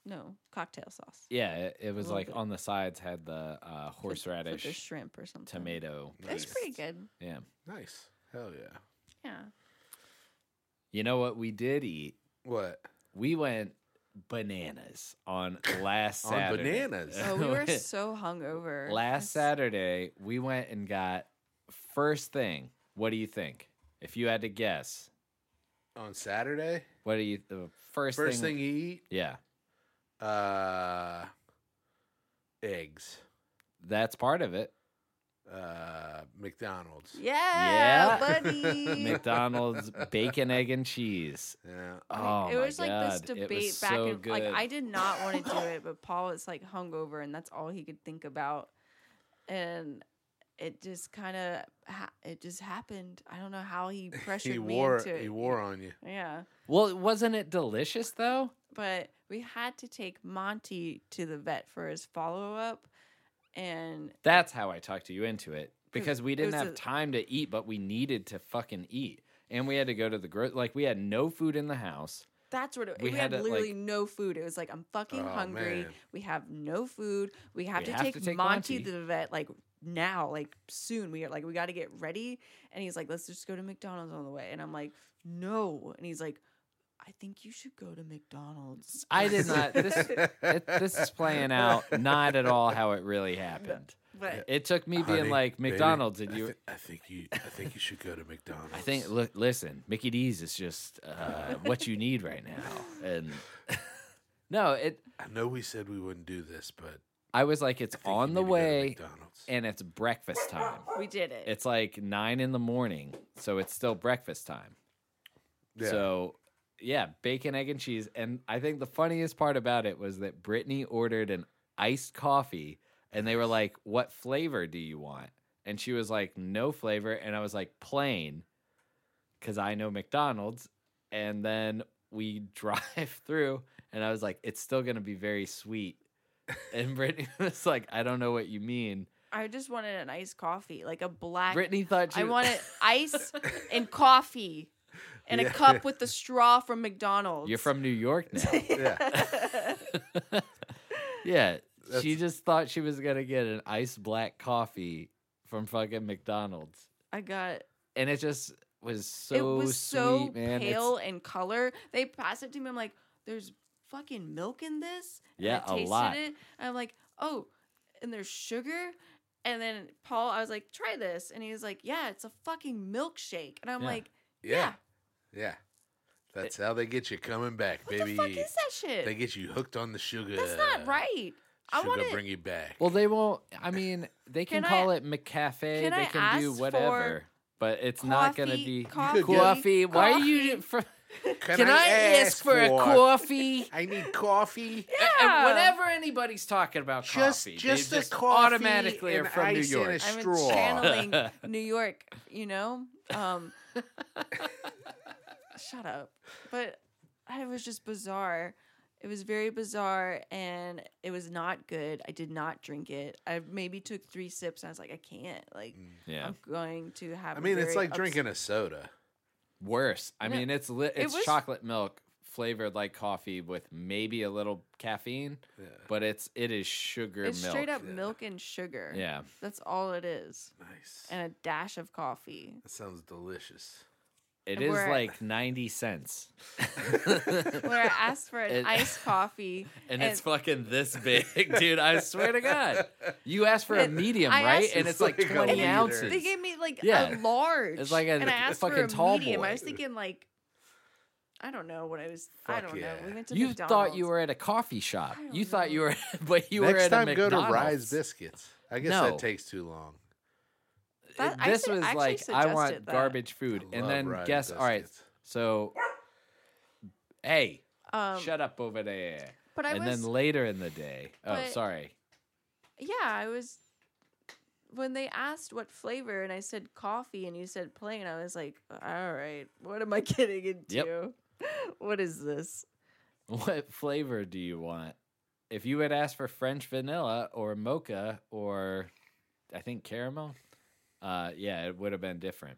No, cocktail sauce. Yeah, it, it was little like bit. on the sides had the uh, for- horseradish, for the shrimp or something. tomato. It was paste. pretty good. Yeah. nice. Hell yeah. Yeah. You know what we did eat? What? We went bananas on last On Saturday. bananas. Oh, we were so hungover. last Saturday, we went and got first thing. What do you think? If you had to guess, On Saturday? what do you the first, First thing? thing you Yeah, eat? Uh eggs. that's part of it. uh, McDonald's. Yeah, Yeah. buddy. McDonald's bacon, egg, and cheese. Yeah. Oh, it was my like God. It this was debate back so and like good. I did not want to do it, but Paul was like hungover and that's all he could think about, and it just kind of ha- it just happened. I don't know how he pressured He me wore into it. he wore on you. yeah, Well, wasn't it delicious though? but we had to take Monty to the vet for his follow up, and That's how I talked you into it because we it didn't was have a- time to eat, but we needed to fucking eat, and we had to go to the gro- like we had no food in the house. That's what it, We we, had had, to, literally like- no food. It was like I'm fucking Oh, hungry. man. We have no food. We have, We to, have take to take Monty, Monty. to the vet like now, like soon. We are like we got to get ready. And he's like, let's just go to McDonald's on the way. And I'm like, no. And he's like, I think you should go to McDonald's. I did not. This it, this is playing out not at all how it really happened. But It took me Honey, being like baby, McDonald's, I and you. thi- I think you. I think you should go to McDonald's. I think. Li- listen, Mickey D's is just uh, what you need right now, and no, it. I know we said we wouldn't do this, but I was like, it's I think you on the need to go to way, McDonald's. and it's breakfast time. we did it. It's like nine in the morning, so it's still breakfast time. Yeah. So, yeah, bacon, egg, and cheese. And I think the funniest part about it was that Brittany ordered an iced coffee, and they were like, "What flavor do you want?" And she was like, "No flavor." And I was like, "Plain," because I know McDonald's. And then we drive through, and I was like, "It's still gonna be very sweet." And Brittany was like, "I don't know what you mean." I just wanted an iced coffee, like a black. Brittany thought she I wanted ice and coffee, and a Yeah. cup with the straw from McDonald's. You're from New York now. yeah, yeah. She That's- just thought she was going to get an iced black coffee from fucking McDonald's. I got And it just was so it was so sweet, man. It's- pale in color. They passed it to me. I'm like, there's fucking milk in this. And Yeah, I a tasted lot. It. And I'm like, oh, and there's sugar. And then Paul, I was like, try this, and he was like, yeah, it's a fucking milkshake. And I'm Yeah. like, yeah, yeah. That's how they get you coming back, what baby. the fuck is that shit? They get you hooked on the sugar. That's not right. I Sugar want to. bring you back. well, they won't. I mean, they can, Can I- call it McCafe. they can I can do ask whatever. But it's not going to coffee- be coffee, coffee. Why are you. coffee. For, can, I ask, for a coffee? I need coffee. A- Yeah. And whenever anybody's talking about Just, coffee, they just a just coffee. automatically are and from New ice and a York. I'm straw. channeling New York, you know? Um, shut up. But it was just bizarre. It was very bizarre and it was not good. I did not drink it. I maybe took three sips and I was like, I can't. Like, Yeah. I'm going to have. Mm, I a mean, it's very like ups- drinking a soda. worse. I No, mean, it's li- it's was- chocolate milk flavored like coffee with maybe a little caffeine, Yeah. but it's it is sugar It's milk. straight up milk and sugar. Yeah. That's all it is. Nice. And a dash of coffee. that sounds delicious. It and is we're- like 90 cents. Where I asked for an It- iced coffee. And, it's fucking this big, dude. I swear to God. You asked for a It- medium, I right? asked- and it's like It's like a 20 liter. ounces. They gave me like Yeah. a large. It's like a and I asked for fucking a tall medium. boy. I was thinking like, I don't know what I was. I Fuck don't yeah. know. We went to you McDonald's. thought you were at a coffee shop. I don't You thought you were, but you were Next at time, a go to McDonald's. Rise Biscuits. I guess No. that takes too long. That- I this said- was I actually like I want suggested that. garbage food, I and love then Rise guess. All right, Biscuits. so hey, Um, shut up over there. but I and was. then later in the day. Oh, but- sorry. yeah, I was. When they asked what flavor, and I said coffee, and you said plain, I was like, all right, what am I getting into? what is this? What flavor do you want? If you had asked for French vanilla or mocha or I think caramel, uh, yeah, it would have been different.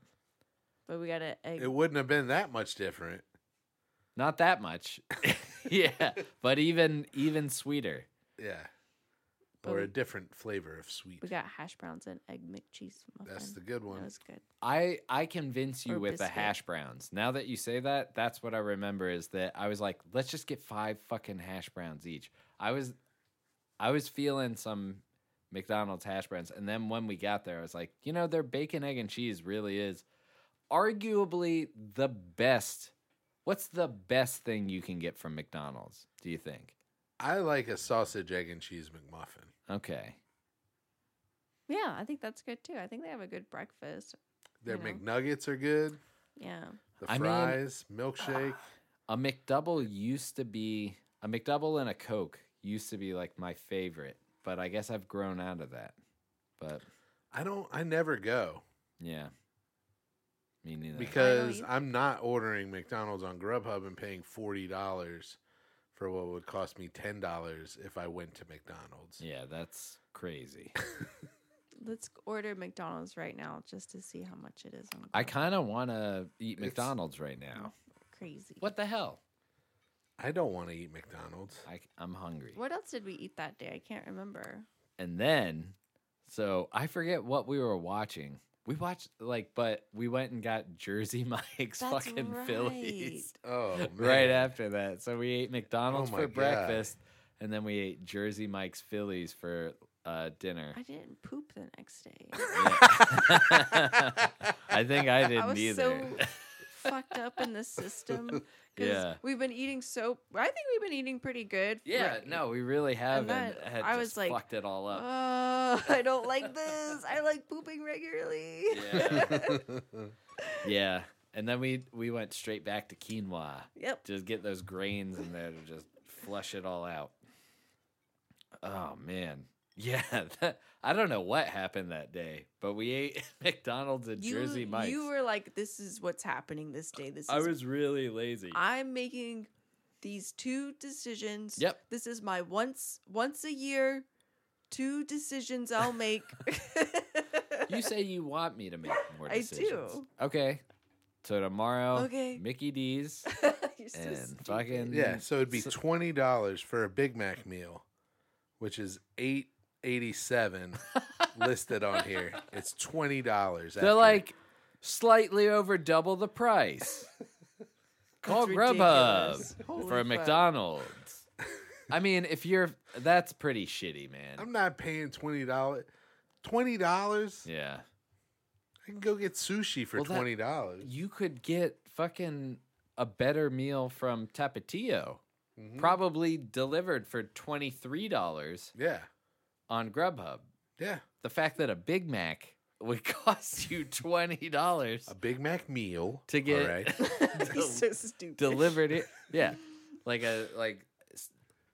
But we got an egg. It wouldn't have been that much different. Not that much. yeah, but even even sweeter. Yeah. But Or we- a different flavor of sweet. we got hash browns and egg McCheese muffin. That's the good That one. was good. I I convince you Or with the biscuit. hash browns. Now that you say that, that's what I remember is that I was like, let's just get five fucking hash browns each. I was I was feeling some McDonald's hash browns and then when we got there I was like, you know, their bacon egg and cheese really is arguably the best. What's the best thing you can get from McDonald's, do you think? I like a sausage, egg, and cheese McMuffin. Okay. Yeah, I think that's good too. I think they have a good breakfast. Their You know. McNuggets are good. Yeah. The I mean- fries, milkshake. A McDouble used to be a McDouble and a Coke used to be like my favorite, but I guess I've grown out of that. But I don't. I never go yeah, me neither. because either. I'm not ordering McDonald's on Grubhub and paying forty dollars for what would cost me ten dollars if I went to McDonald's. yeah, that's crazy. Let's order McDonald's right now just to see how much it is. On I kind of want to eat It's- McDonald's right now. crazy. What the hell? I don't want to eat McDonald's. I, am hungry. What else did we eat that day? I can't remember. And then, so I forget what we were watching. We watched like, but we went and got Jersey Mike's That's fucking right. Phillies Oh, man. right after that. So we ate McDonald's Oh my for God. breakfast, and then we ate Jersey Mike's Phillies for uh, dinner. I didn't poop the next day. Yeah. I think I didn't I was either. so fucked up in the system because Yeah. we've been eating so. I think we've been eating pretty good. for- yeah, no, we really have, and, that- had I just was like, fucked it all up. Oh, I don't like this. I like pooping regularly. yeah. yeah, and then we we went straight back to quinoa. Yep. just get those grains in there to just flush it all out. Oh man, yeah. That, I don't know what happened that day, but we ate McDonald's and You, Jersey Mike's. you were like, this is what's happening this day. This I is was really lazy. I'm making these two decisions. Yep. This is my once once a year two decisions I'll make. you say you want me to make more I decisions. do. Okay, so tomorrow, Okay. Mickey D's You're so and stupid. fucking Yeah, so it'd be So- twenty dollars for a Big Mac meal, which is eight eighty seven listed on here. It's twenty dollars. They're like slightly over double the price. Call That's Grubhub ridiculous. Holy for a fuck. McDonald's. I mean, if you're, that's pretty shitty, man. I'm not paying twenty dollars. Twenty dollars? yeah, I can go get sushi for Well, that- twenty dollars. you could get fucking a better meal from Tapatio, Hmm? Mm-hmm. probably delivered for twenty three dollars Yeah, on Grubhub. yeah. The fact that a Big Mac would cost you twenty dollars A Big Mac meal to get All right. You're so stupid. delivered it. Yeah, like a like s-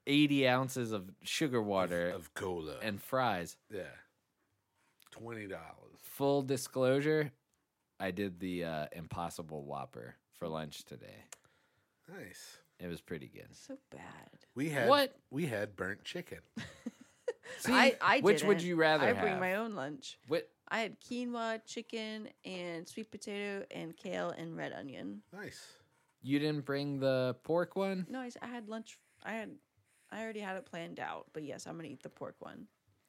eighty ounces of sugar water of cola. and fries. yeah, twenty dollars. Full disclosure, I did the uh, Impossible Whopper for lunch today. Nice. It was pretty good. so bad. We had What? we had burnt chicken. I, I which would didn't. you rather I have? bring my own lunch. What? I had quinoa, chicken, and sweet potato, and kale, and red onion. Nice. You didn't bring the pork one? No, I, s- I had lunch. I had, I already had it planned out. But yes, I'm gonna eat the pork one.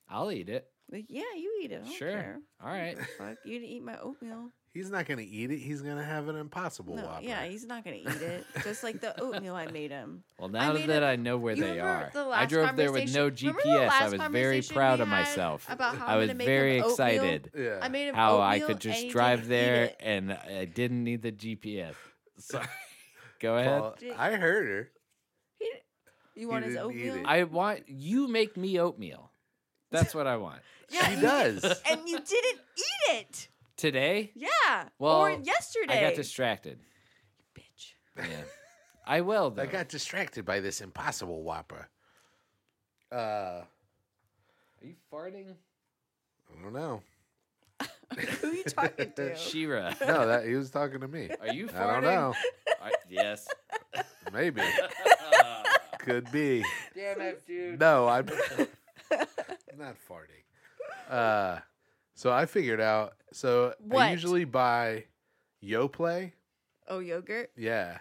I'll eat it. Like, yeah, you eat it. I don't Sure. care. All right. Fuck, you didn't eat my oatmeal. He's not gonna eat it. He's gonna have an impossible No, whopper. yeah, he's not gonna eat it. Just like the oatmeal I made him. Well, now made that a- I know where You they remember are, the I last drove there with no conversation- remember the GPS. I last was very conversation proud we of had myself. about how I I'm was gonna make very him oatmeal? excited Yeah. I made him how I oatmeal could and just he drive didn't eat there it. and I didn't need the GPS. Sorry. Go ahead. Paul, Did- I heard her. He didn't- you want his didn't eat oatmeal? it. I want you make me oatmeal. That's what I want. Yeah, she you- does. and you didn't eat it. Today, Yeah. Well, or I got yesterday. I got distracted. Bitch. Yeah. I will though. I got distracted by this impossible whopper. Uh, I Are you farting? don't know. Who are you talking to? Shira. No, that he was talking to me. Are you farting? I don't know. Are- yes. Maybe could be. Damn it, dude. No, I'm not farting. Uh, so I figured out. So I What? usually buy YoPlay. oh, yogurt. Yeah,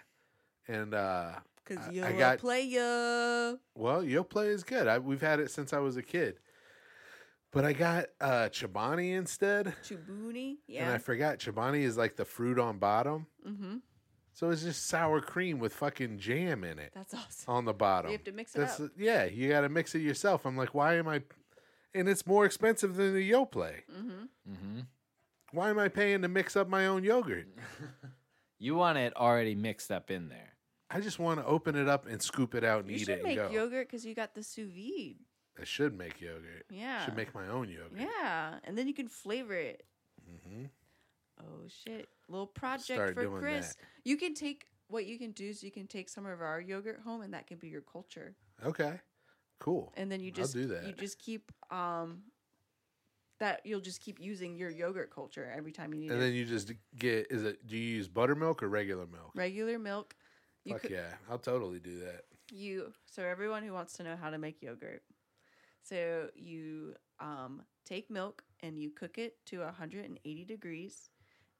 and uh, Because I- you I a got- player. well, YoPlay is good. I, we've had it since I was a kid. But I got uh, Chobani instead, Chibuni. and I Yeah. forgot Chobani is like the fruit on bottom. mm-hmm. So it's just sour cream with fucking jam in it That's awesome. on the bottom. You have to mix it That's up. yeah, you got to mix it yourself. I'm like, why am I? And it's more expensive than the YoPlay. Mm-hmm. Mm-hmm. Why am I paying to mix up my own yogurt? You want it already mixed up in there. I just want to open it up and scoop it out and You eat should it and make go. yogurt because you got the sous vide. I should make yogurt. Yeah. Should make my own yogurt. Yeah, and then you can flavor it. Mhm. Oh shit! Little project Start for doing Chris. that. You can take what you can do is you can take some of our yogurt home, and that can be your culture. Okay. Cool. And then you I'll just do that. you just keep um that you'll just keep using your yogurt culture every time you need And it. then you just get is it do you use buttermilk or regular milk? Regular milk. You Fuck could yeah. I'll totally do that. you so everyone who wants to know how to make yogurt. So you um take milk and you cook it to 180 degrees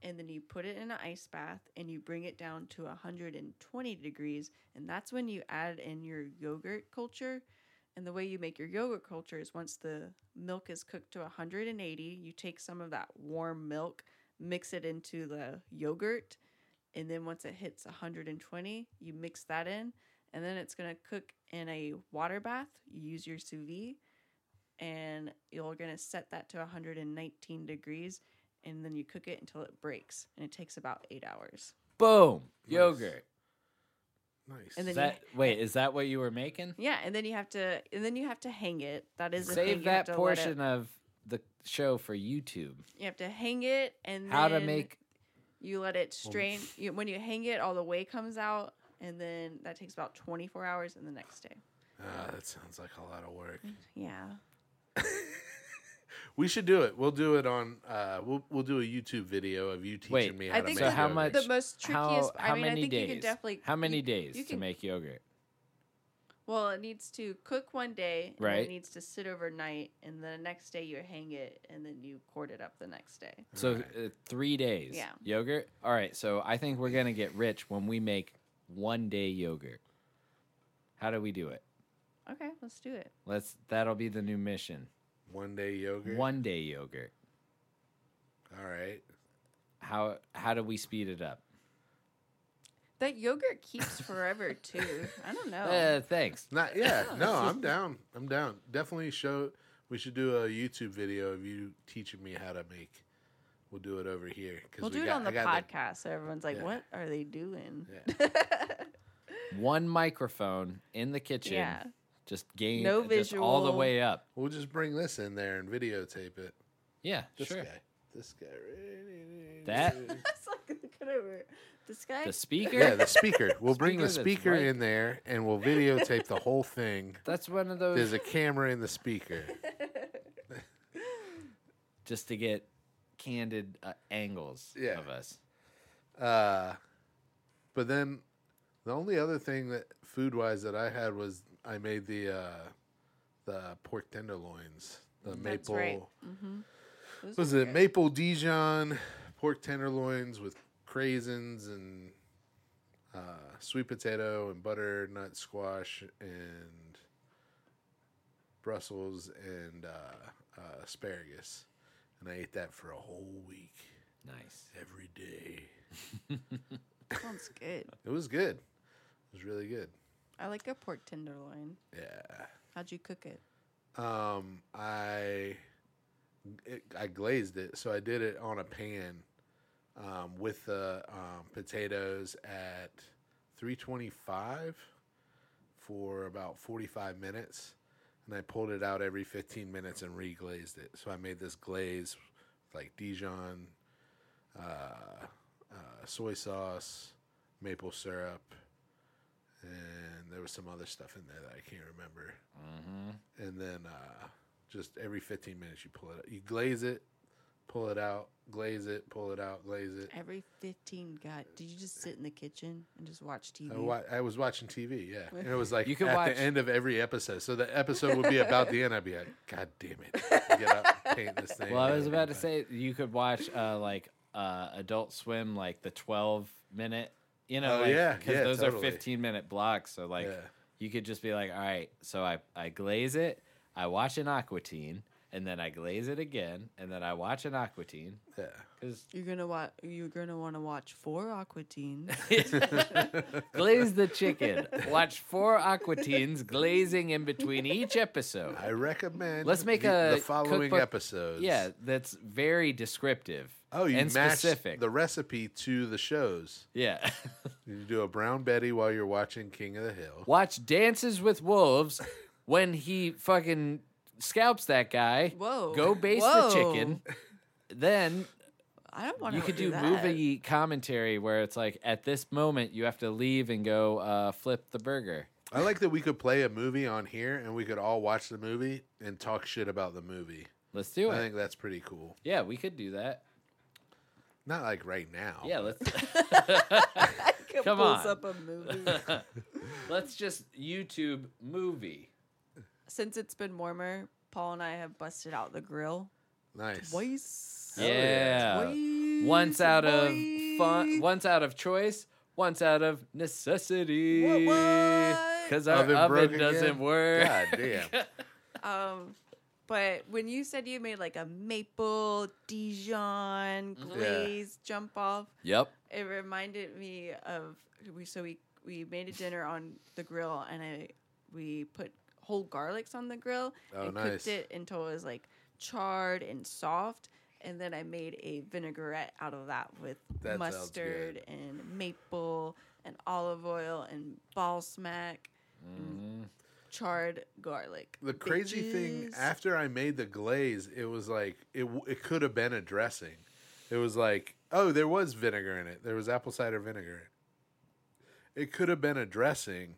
and then you put it in an ice bath and you bring it down to 120 degrees and that's when you add in your yogurt culture and the way you make your yogurt culture is once the milk is cooked to 180 you take some of that warm milk mix it into the yogurt and then once it hits 120 you mix that in and then it's going to cook in a water bath you use your sous vide and you're going to set that to 119 degrees and then you cook it until it breaks and it takes about eight hours Boom. Yogurt. Nice. and then Is that you, wait, is that what you were making? yeah and then you have to and then you have to hang it that is a thing. Save You that have to let portion it, of the show for YouTube. you have to hang it and How to then make you let it strain you, when you hang it all the whey comes out and then that takes about 24 hours and the next day Ah, that sounds like a lot of work. yeah We should do it. We'll do it on uh we'll we'll do a YouTube video of you teaching Wait, me I how to think make so how yogurt. much the most trickiest how, how i mean many i think days? you can definitely how many you- days you to can- make yogurt? Well, it needs to cook one day, and then Right. It needs to sit overnight, and then the next day you hang it, and then you cord it up the next day. So Alright. uh, three days. Yeah. Yogurt. All right. So I think we're gonna get rich when we make one day yogurt. How do we do it? Okay, let's do it. Let's. That'll be the new mission. one day yogurt. One day yogurt. All right. How how do we speed it up? That yogurt keeps forever too. I don't know. Uh, thanks. Not yeah. No, I'm down. I'm down. Definitely show. We should do a YouTube video of you teaching me how to make. We'll do it over here. 'cause we'll we do it got- on I the got podcast, so everyone's like, Yeah. "What are they doing?" One microphone in the kitchen. Yeah. Just gain No just all the visual. way up. We'll just bring this in there and videotape it. Yeah. This sure. guy. This guy. right- That That's like look at over this guy. the speaker. Yeah, the speaker. We'll bring the Speaker that's speaker right- in there and we'll videotape the whole thing. That's one of those There's a camera in the speaker. just to get candid uh, angles Yeah. of us. Uh, but then the only other thing that food wise that I had was I made the uh, the pork tenderloins, the Mm, That's maple. right. Mm-hmm. Was it maple Dijon pork tenderloins with craisins and uh, sweet potato and butternut squash and Brussels and uh, uh, asparagus, and I ate that for a whole week Nice. every day. Sounds good. It was good. It was really good. I like a pork tenderloin. Yeah. How'd you cook it? Um, I it, I glazed it, so I did it on a pan um, with the um, potatoes at 325 for about 45 minutes, and I pulled it out every 15 minutes and reglazed it. So I made this glaze with like Dijon, uh, uh, soy sauce, maple syrup, and there was some other stuff in there that I can't remember hmm and then uh, just every 15 minutes you pull it out. You glaze it, pull it out, glaze it, pull it out, glaze it. Every fifteen. God, did you just sit in the kitchen and just watch TV? I, wa- I was watching TV, yeah. And it was like You could at watch- the end of every episode. So the episode would be about the end. I'd be like, God damn it. Get up, paint this thing. Well, I was about to say you could watch uh, like uh, Adult Swim, like the twelve minute, you know, Oh, like, yeah, 'cause yeah, those totally. are fifteen minute blocks. So like Yeah. you could just be like, all right, so I I glaze it, I watch an Aquatine, and then I glaze it again, and then I watch an Aquatine Yeah. because You're gonna watch. You're gonna want to watch four Aquatine. glaze the chicken, watch four Aquatines glazing in between each episode. I recommend Let's make the, a the following cookbook- episodes. Yeah, that's very descriptive. Oh, you and match specific. the recipe to the shows. yeah. You do a Brown Betty while you're watching King of the Hill. Watch Dances with Wolves when he fucking scalps that guy. Whoa. Go baste Whoa. the chicken. Then I don't want you to could do do that. movie commentary where it's like at this moment you have to leave and go uh, flip the burger. I like that we could play a movie on here and we could all watch the movie and talk shit about the movie. Let's do I it. think that's pretty cool. yeah, we could do that. Not like right now. Yeah, let's I could Come pull on. up a movie. let's just YouTube movie. Since it's been warmer, Paul and I have busted out the grill Nice. twice. Hell yeah. yeah. Once out of fun, once out of choice, once out of necessity. what? Because our Oven oven, broke again? doesn't work. God damn. Um, but when you said you made like a maple Dijon Mm-hmm. glaze jump off, Yep. it reminded me of we. So we we made a dinner on the grill, and I we put whole garlics on the grill Oh, and nice. cooked it until it was like charred and soft. And then I made a vinaigrette out of that with That sounds mustard good. and maple and olive oil and balsamic Mm-hmm. and charred garlic. The crazy thing Bitches. after I made the glaze, it was like it w- it could have been a dressing. It was like, oh, there was vinegar in it. There was apple cider vinegar. in it. It could have been a dressing,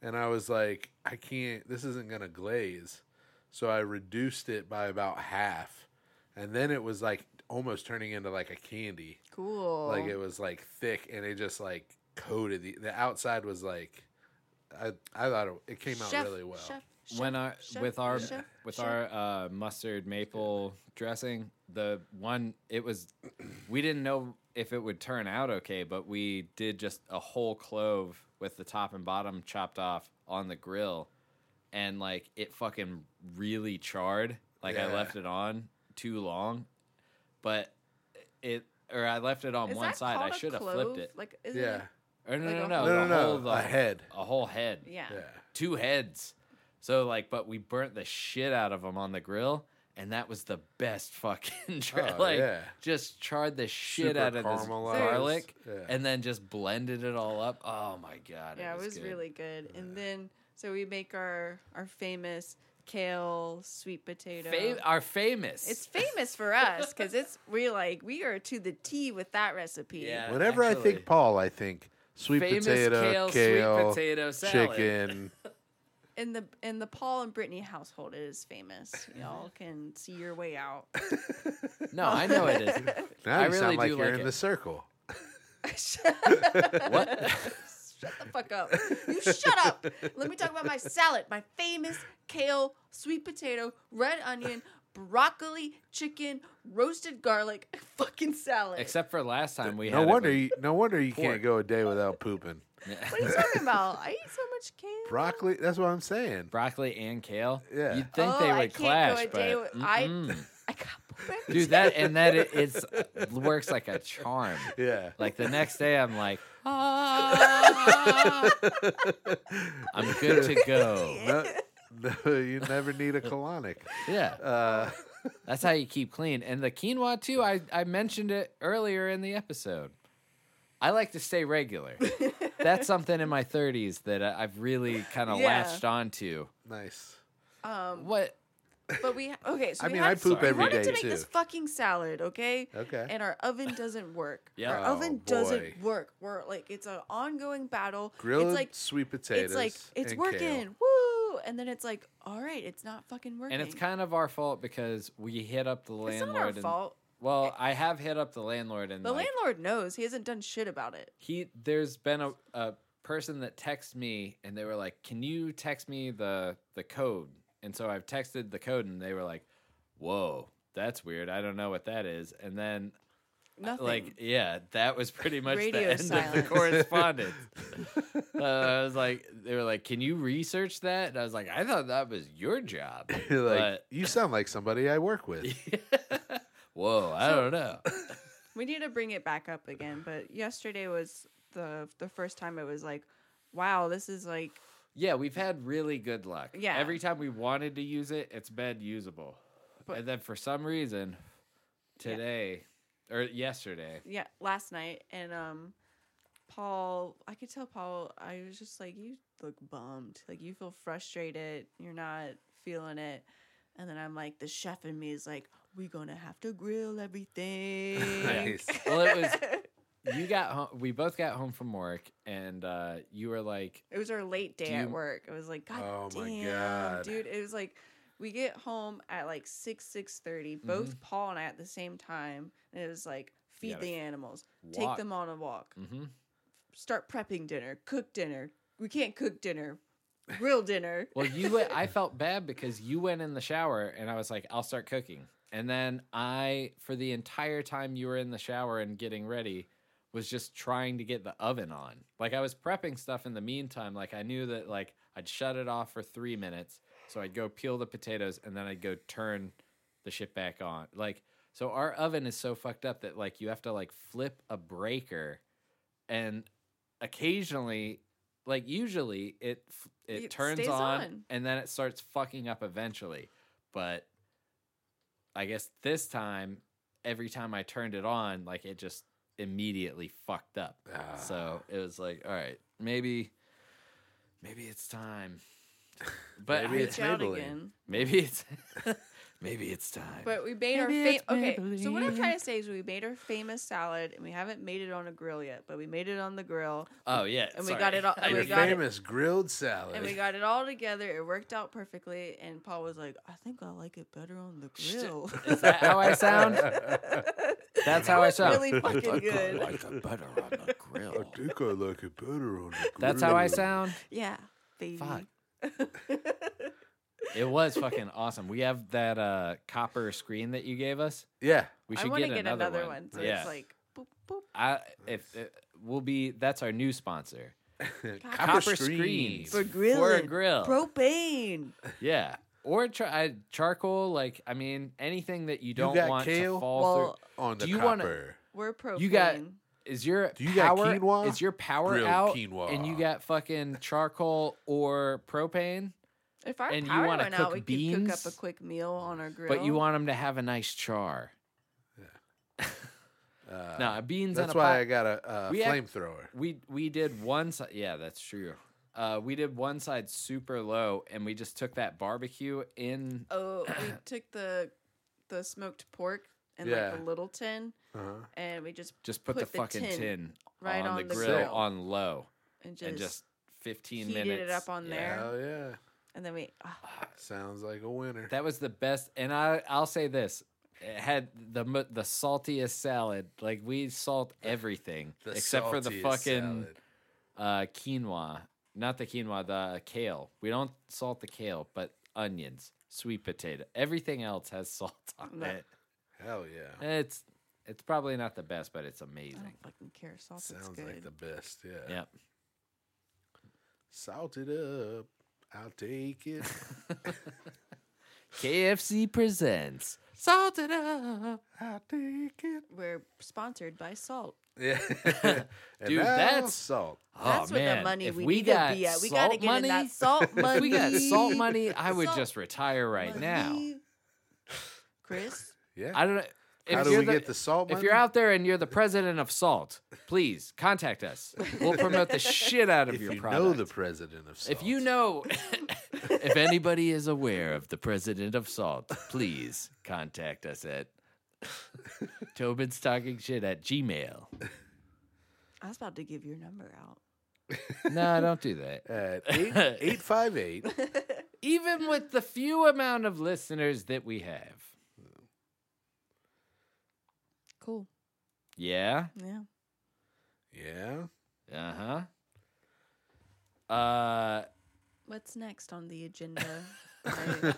and I was like, I can't. This isn't gonna glaze, so I reduced it by about half, and then it was like almost turning into like a candy. cool. Like it was like thick, and it just like coated the the outside was like. I, I thought it, it came out Chef, really well. chef, chef, when our chef, with our chef, with chef. our uh, mustard maple dressing, the one it was, we didn't know if it would turn out okay, but we did just a whole clove with the top and bottom chopped off on the grill, and like it fucking really charred. Like I Yeah. left it on too long, but it or I left it on Is um, one that side. I called a should have clove? flipped it. Like, isn't Yeah. Or no, like no, a no, No, Oh, the no, whole- no. the- a head. a whole head it? Yeah. Yeah. two heads. So like, but we burnt the shit out of them on the grill, and that was the best fucking. Tra- Oh, like, yeah. just charred the shit Super out of this caramelized. garlic, Yeah. and then just blended it all up. Oh my god! Yeah, it was, good. really good. And then, so we make our our famous kale sweet potato. Fa- our famous. it's famous for us because it's we like we are to the T with that recipe. Yeah. Whenever I Actually. think Paul, I think sweet Famous potato, kale, kale, sweet potato salad. chicken. In the in the Paul and Brittany household, it is famous. Y'all can see your way out. no, I know it is. Now I you really sound like do you're like in it. the circle. what? Shut the fuck up. You shut up. Let me talk about my salad. My famous kale, sweet potato, red onion, broccoli, chicken, roasted garlic, fucking salad. Except for last time we No had. it wonder with- you. No wonder you pork. can't go a day without pooping. what are you talking about? I eat so much kale. Broccoli. That's what I'm saying. broccoli and kale. Yeah. You'd think Oh, they would I clash, can't go a but day with- I- mm-mm. I got dude, that and that it, it's works like a charm. Yeah. Like the next day, I'm like, ah, I'm good to go. No, no, you never need a colonic. Yeah, Uh, that's how you keep clean. And the quinoa too. I I mentioned it earlier in the episode. I like to stay regular. That's something in my 30s that I- I've really kind of Yeah. latched onto. nice. um, What? but we okay. So I we mean, had I poop we every wanted day, to make this too. fucking salad, okay? Okay. And our oven doesn't work. Yeah. our Oh, oven doesn't boy. work. We're like, it's an ongoing battle. Grilled it's like sweet potatoes. it's like it's and working, kale. woo! And then it's like, all right, it's not fucking working. And it's kind of our fault because we hit up the it's landlord. not our and- fault. Well, I have hit up the landlord and The like, landlord knows he hasn't done shit about it. he there's been a, a person that texted me and they were like can you text me the the code and so i've texted the code and they were like whoa that's weird i don't know what that is and then Nothing. like yeah that was pretty much Radio the end of the silence. correspondence uh, i was like they were like can you research that and i was like i thought that was your job You're like but you sound like somebody I work with. whoa i don't know we need to bring it back up again. But yesterday was the the first time it was like, wow, this is like Yeah, we've had really good luck. Yeah. Every time we wanted to use it, it's been usable. and then for some reason, today or yesterday, yeah last night and um Paul, I could tell Paul, I was just like, you look bummed. Like, you feel frustrated. You're not feeling it. And then I'm like, the chef in me is like, we're going to have to grill everything. Nice. Well, it was you got home. We both got home from work, and uh, you were like, It was our late day Do at you- work. It was like, God Oh my damn, God. dude. It was like we get home at like six, six thirty, Mm-hmm. both Paul and I at the same time. And it was like feed gotta the animals, walk. take them on a walk, mm-hmm. start prepping dinner, cook dinner. We can't cook dinner, grill dinner. "Well, you." Went, I felt bad because you went in the shower, and I was like, "I'll start cooking." And then I, for the entire time you were in the shower and getting ready, was just trying to get the oven on. Like I was prepping stuff in the meantime. Like I knew that like I'd shut it off for three minutes, so I'd go peel the potatoes, and then I'd go turn the shit back on. Like so, our oven is so fucked up that like you have to like flip a breaker, and occasionally, like usually, it f- it, It turns stays on, on. and then it starts fucking up eventually. But I guess this time, every time I turned it on, like it just immediately fucked up. Ah, So it was like, all right, maybe, maybe it's time. But Maybe I- it's Reach out Maybelline. again. Maybe it's maybe it's time. But we made our Maybe famous. it's Okay, so what I'm Maybelline. trying to say is we made our famous salad, and we haven't made it on a grill yet, but we made it on the grill, oh yeah, and we got it all. and Your we got it famous grilled salad. And we got it all together. It worked out perfectly. And Paul was like, I think I like it better on the grill. Is that how I sound? That's how I sound. really fucking good. it better on the grill. think I like it better on the That's how I grill. sound. Yeah, baby. Fuck. It was fucking awesome. We have that uh, copper screen that you gave us. Yeah. We I should want to get, get another, one. So yeah, it's like, boop, boop. I, if it, we'll be that's our new sponsor, Copper screens. For grilling. grill. for a grill. Propane. yeah, or char- I, charcoal. Like I mean, anything that you don't got want kale? to fall through. Well, On the Do you wanna- copper. we're propane. You got- Is your Do you got power quinoa? is your power Grilled out quinoa. and you got fucking charcoal or propane, if our and you power wanna went out, cook we could cook beans? up a quick meal on our grill. but you want them to have a nice char. Uh, no, beans That's in a why pot. I got a, a We act- flamethrower. we we did one side. Yeah, that's true. Uh, we did one side super low, and we just took that barbecue in. Oh, we took the the smoked pork and Yeah. like a little tin, Uh-huh. and we just Just put, Put the the fucking tin, tin right on, on, the, the grill, grill. on low, and just, and just fifteen heated minutes. it up on Yeah. there. Hell yeah. and then we. ah, Sounds like a winner. That was the best, and I I'll say this: it had the mo- the saltiest salad. Like we salt everything The except for the saltiest fucking salad. uh, quinoa, not the quinoa, the kale. We don't salt the kale, but onions, sweet potato, everything else has salt on No. it. Hell yeah. It's it's probably not the best, but it's I amazing. don't fucking care. Salt is Sounds good. like the best. Yeah. Yep. Salt it up. I'll take it. KFC presents salted Oh, up. I'll take it. We're sponsored by Salt. Yeah. And Dude, now that's- salt. That's oh, where man. the money if we, we need got to be at. We salt gotta get money, in that salt money. if we got salt money, I would Salt just retire right now. money. Chris, Yeah. I don't know. If How do you're we get the salt If you're money? out there and you're the president of Salt, please contact us. We'll promote the shit out of if your you product. know the president of salt. If you know, if anybody is aware of the president of salt, please contact us at Tobin's talking shit at Gmail. I was about to give your number out. No, don't do that. at 8858 Even with the few amount of listeners that we have. Cool. Yeah. Yeah. yeah Uh huh. Uh, What's next on the agenda? My,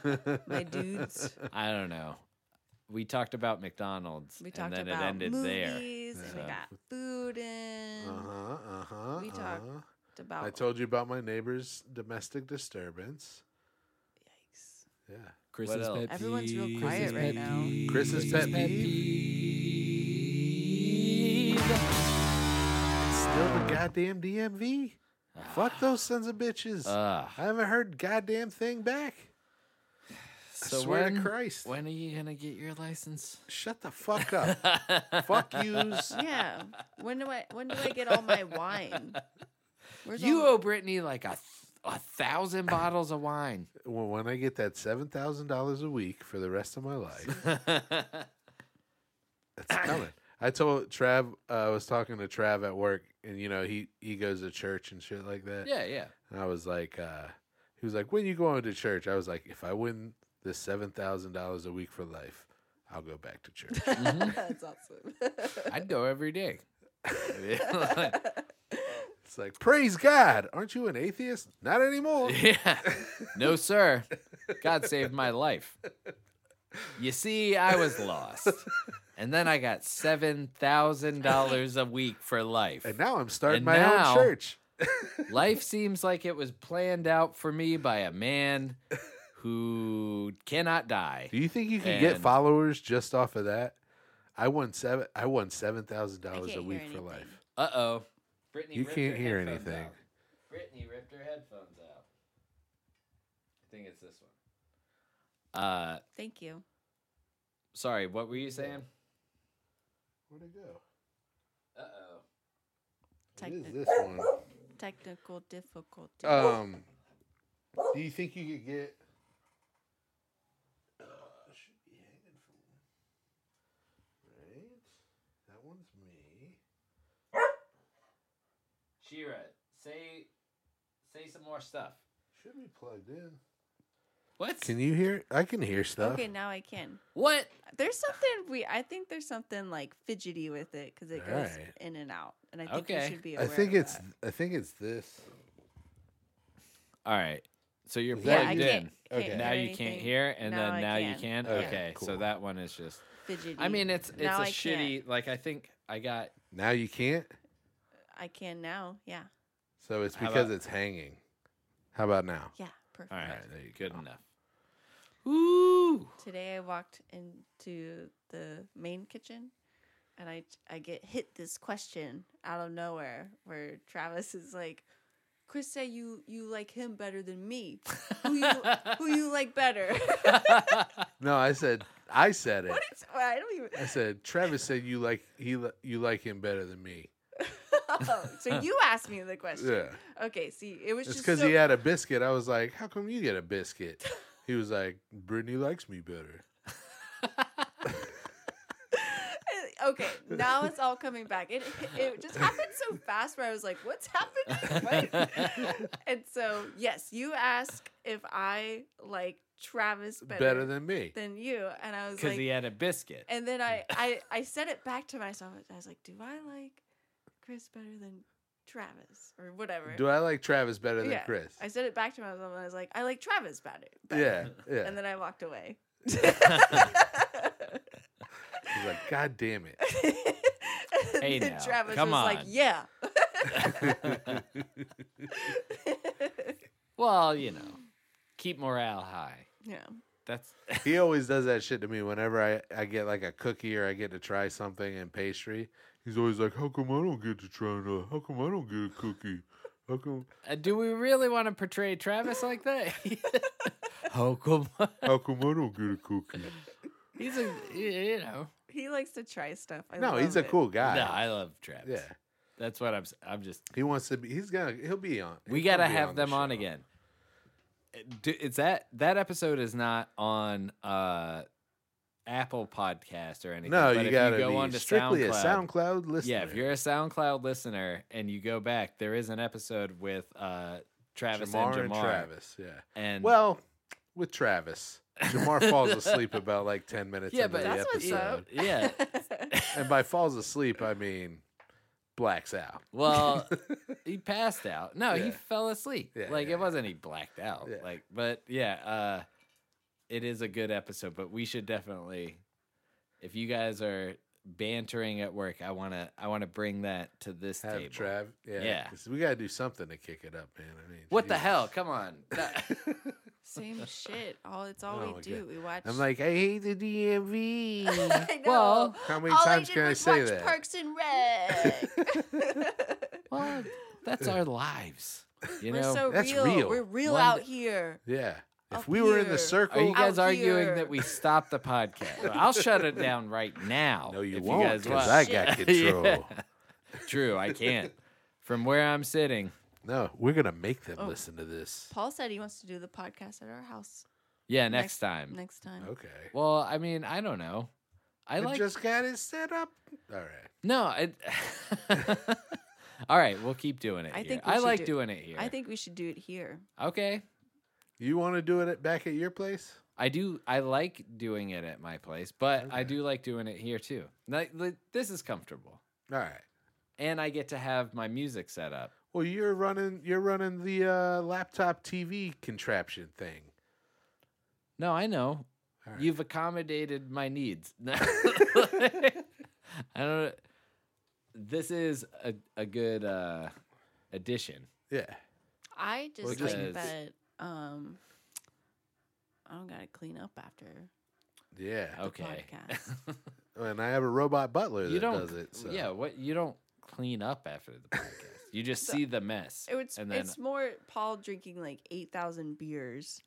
my dudes. I don't know. We talked about McDonald's, We talked and then about it ended there. movies, and So- we got food in. uh-huh uh-huh We uh-huh. talked About i told you about my neighbor's domestic disturbance Yikes. yeah Chris's else? pet Everyone's real Peeves. quiet right now. chris's pet peeve still the goddamn dmv Ah. Uh, fuck those sons of bitches Ugh. i haven't heard goddamn thing back So swear to when, Christ. when are you gonna get your license? Shut the fuck up. fuck yous. Yeah. When do I when do I get all my wine? Where's You all- owe Brittany like a th- a thousand bottles of wine. Well, when I get that seven thousand dollars a week for the rest of my life, it's coming. I told Trav, uh, I was talking to Trav at work, and you know he he goes to church and shit like that. Yeah, yeah. And I was like, uh, he was like, when you going to church? I was like, if I win this seven thousand dollars a week for life, I'll go back to church. Mm-hmm. That's awesome. I'd go every day. it's like, praise God! Aren't you an atheist? Not anymore. yeah. No, sir. God saved my life. You see, I was lost. And then I got $7,000 a week for life. And now I'm starting And my now- own church. Life seems like it was planned out for me by a man who cannot die. Do you think you can get And- followers just off of that? I won seven. I won seven thousand I dollars can't a hear week for anything. life. Uh oh. Brittany You ripped can't her hear headphones anything. out. Brittany ripped her headphones out. I think it's this one. Uh, Thank you. sorry, what were you saying? Where'd it go? Uh oh. Tec- What is this one? technical difficulty. Um, do you think you could get? Uh, should be hanging from right. That one's me. Shira, say say some more stuff. Should be plugged in. What? Can you hear? I can hear stuff. Okay, now I can. what? There's something we. I think there's something like fidgety with it because it All goes right. in and out, and I think we Okay. should be. I Aware think of it's. that. I think it's this. All right. So you're Is Yeah, that plugged I in. you? can't. can't Okay. hear Now you anything. can't hear, and Now then I now you can. can. Okay, Okay, so cool. that one is just. Fidgety. I mean, it's it's a Now I can't. shitty. Like I think I got. Now you can't. I can now. Yeah. So it's How because about- it's hanging. How about now? Yeah. Perfect. All right, right, there you good enough. Ooh. Today I walked into the main kitchen and I I get hit this question out of nowhere where Travis is like, Krista, you you like him better than me. Who you who you like better? No, I said. I said it. It's- I don't even I said Travis said you like he li- you like him better than me. Oh, so you asked me the question. Yeah, Okay, see it was it's just because so- he had a biscuit. I was like, how come you get a biscuit? He was like, Brittany likes me better. Uh, okay, now it's all coming back. It it just happened so fast where I was like, "What's happening?" What? and so, yes, you ask if I like Travis better, Better, than me. than you, and I was Because like, he had a biscuit. and then I, I I said it back to myself. I was like, "Do I like Chris better than Travis or whatever?" Do I like Travis better than yeah, Chris? I said it back to myself, and I was like, "I like Travis better." better. yeah, yeah. And then I walked away. He's like, God damn it. And Hey then now, Travis come was like, on. "Yeah." Well, you know, keep morale high. Yeah. That's He always does that shit to me whenever I, I get like a cookie or I get to try something in pastry. He's always like, How come I don't get to try that? How come I don't get a cookie? How come Uh, do we really want to portray Travis like that? How come? how come I don't get a cookie? He's a you know. He likes to try stuff. I No, love he's a it. cool guy. No, I love Travis. yeah. that's what I'm. s- I'm just. He wants to be. He's gonna. He'll be on. We he'll gotta be have the them on show. again. Uh, do- It's that that episode is not on uh Apple Podcast or anything. No, but if you gotta go be on to strictly SoundCloud. a SoundCloud listener. Yeah, if you're a SoundCloud listener and you go back, there is an episode with uh Travis Jamar and and Jamar. Travis, yeah. and- Well, with Travis, Jamar falls asleep about like ten minutes yeah, into but the That's what's episode, up. yeah. and by falls asleep, I mean blacks out. Well, he passed out. No, he Yeah. fell asleep. Yeah, like yeah, it wasn't he blacked out. Yeah. Like, but yeah, uh, it is a good episode. But we should definitely, if you guys are bantering at work, I wanna, I wanna bring that to this Have table. Trav, yeah, Yeah. 'cause we gotta do something to kick it up, man. I mean, What the Jesus. hell? Come on. Same shit. All it's all Oh my we do. God. We watch. I'm like, I hate the DMV. I know. well, How many all times I did can I was say watch that? Parks and Rec. well, that's our lives. You We're know. so that's real. real. We're real One out d- here. yeah, If Up we were in the here. circle, Are you guys Out arguing here. that we stop the podcast? I'll shut it down right now. no, you if won't guys because want. I got control. True, I can't. From where I'm sitting. No, we're gonna make Oh. them listen to this. Paul said he wants to do the podcast at our house Yeah, next time. Next time. Okay, Well, I mean, I don't know. I I like just got it set up. All right, no. It... All right, we'll keep doing it. I here. think we I should like do- doing it here. I think we should do it here. okay. you want to do it at, back at your place? I do. I like doing it at my place, but I do like doing it here too. Like, li- this is comfortable, All right. and I get to have my music set up. Well, you're running. You're running the uh, laptop TV contraption thing. No, I know. All right. You've accommodated my needs. No. I don't. This is a a good uh, addition. Yeah. I just Well, like just- that. Um, I don't gotta clean up after Yeah. the Okay. podcast. And I have a robot butler that Oh. you don't. does it. So. Yeah. What you don't clean up after the podcast. You just see the mess. It was, and then it's more Paul drinking like eight thousand beers.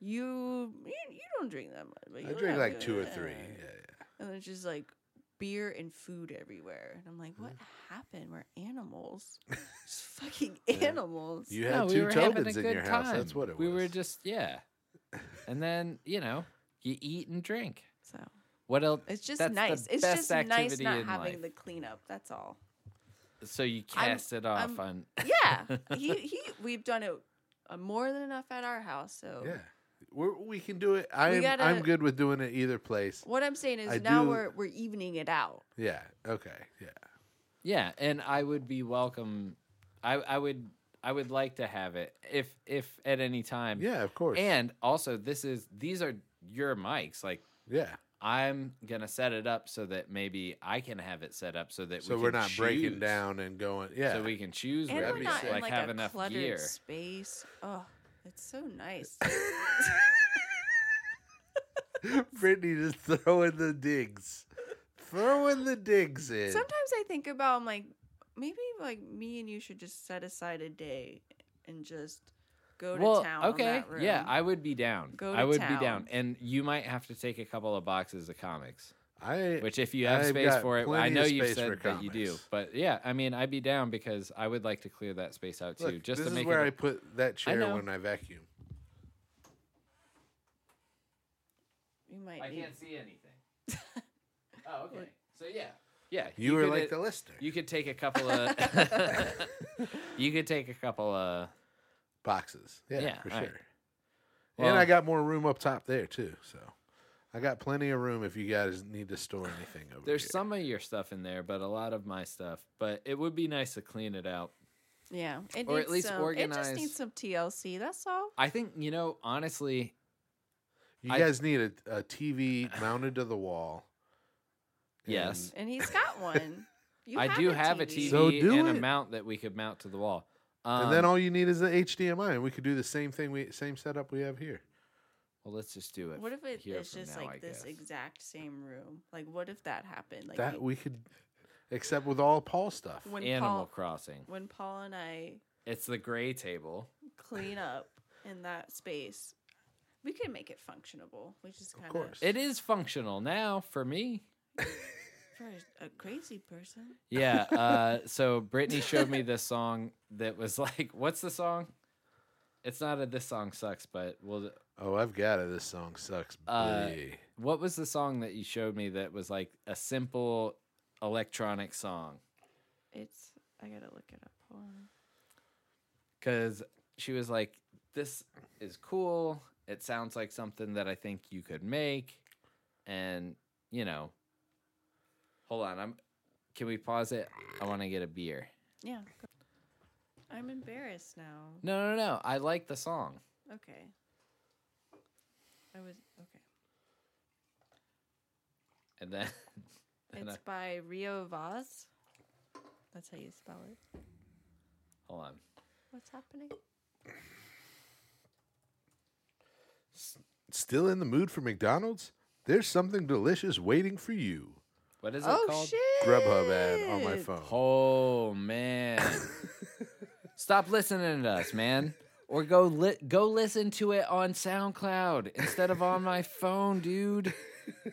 You, you you don't drink that much. but I you drink have- like two or three. yeah. Yeah, And there's just like beer and food everywhere. And I'm like, what Mm-hmm. happened? We're animals. just fucking animals. You no, had we two were having tokens a in good your time. house. That's what it We was. were just yeah. And then you know you eat and drink. So What else? it's just That's the nice. It's best just nice activity not in having life. the cleanup. That's all. So you I'm- cast it off I'm- on. Yeah. he he. We've done it uh, more than enough at our house. So yeah. We're, we can do it. I'm I'm gotta- good with doing it either place. what I'm saying is I now do- we're we're evening it out. Yeah. Okay. Yeah. Yeah, and I would be welcome. I I would I would like to have it if if at any time. Yeah. Of course. And also, this is these are your mics. Like yeah. I'm gonna set it up so that maybe I can have it set up so that So we we are can not breaking choose. down and going. Yeah. So we can choose And where we're we not sit, in like, like have a enough cluttered gear. space. Oh, it's so nice. Brittany just throwing the digs, throwing the digs in. Sometimes I think about I'm like maybe like me and you should just set aside a day and just go to well, town. on okay, that room. yeah, I would be down. Go I to would be town. down, and you might have to take a couple of boxes of comics. I Which, if you have I've space got for it, I plenty know of you've space said for that you do. comics. But yeah, I mean, I'd be down because I would like to clear that space out too, look, just this to is make where it. I put that chair know. when I vacuum. you might. need- see anything. oh, okay. So yeah, yeah. You, were could like at- the listener. You could take a couple of. you could take a couple of. boxes. Yeah, Yeah, for sure. all right. Well- and I got more room up top there too, so I got plenty of room if you guys need to store anything over There's here. some of your stuff in there, but a lot of my stuff. But it would be nice to clean it out. Yeah, it Or at needs least some, It just organize- needs some TLC. That's all. I think you know, honestly, You I- guys need a, a TV mounted to the wall. yes. And he's got one. You I have do a have a TV. TV So do and a it. mount that we could mount to the wall. Um, And, and then all you need is the HDMI, and we could do the same thing. We same setup we have here. well, let's just do it. What if it here is from just now, like I this guess. exact same room? Like, what if that happened? Like that we- we could, except with all Paul stuff. when Animal Paul, Crossing? when Paul and I It's the gray table. clean up in that space, we can make it functionable. We just kind course. It is functional now for me. for a crazy person. Yeah. Uh, so Brittany showed me this song that was like, what's the song? It's not a this song sucks, but well, oh, I've got it. This song sucks. Uh, Blee. what was the song that you showed me that was like a simple electronic song? It's I gotta look it up. Hold on. Because she was like, this is cool. It sounds like something that I think you could make. And, you know, hold on. I'm. Can we pause it? I want to get a beer. Yeah. go- I'm embarrassed now. No, no, no. I like the song. Okay. I was okay. And then And It's I- by Rio Vaz. That's how you spell it. hold on. What's happening? Still in the mood for McDonald's? There's something delicious waiting for you. What is it Oh called? shit! Grubhub ad on my phone. Oh man. Stop listening to us, man. Or go li- go listen to it on SoundCloud instead of on my phone, dude.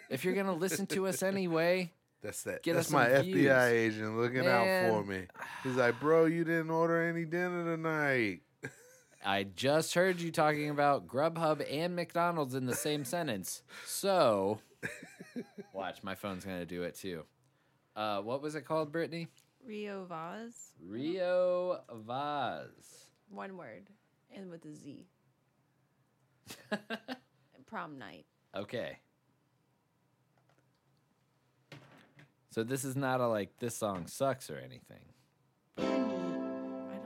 If you're gonna listen to us anyway, That's that. Get that's us my some views. FBI agent looking out for Man. me. He's like, bro, you didn't order any dinner tonight. I just heard you talking about Grubhub and McDonald's in the same sentence. So, watch, my phone's gonna do it too. Uh, what was it called, Brittany? Rio Vaz, Rio Vaz. one word, and with a Z. Prom night. Okay. So this is not a like this song sucks or anything. I don't,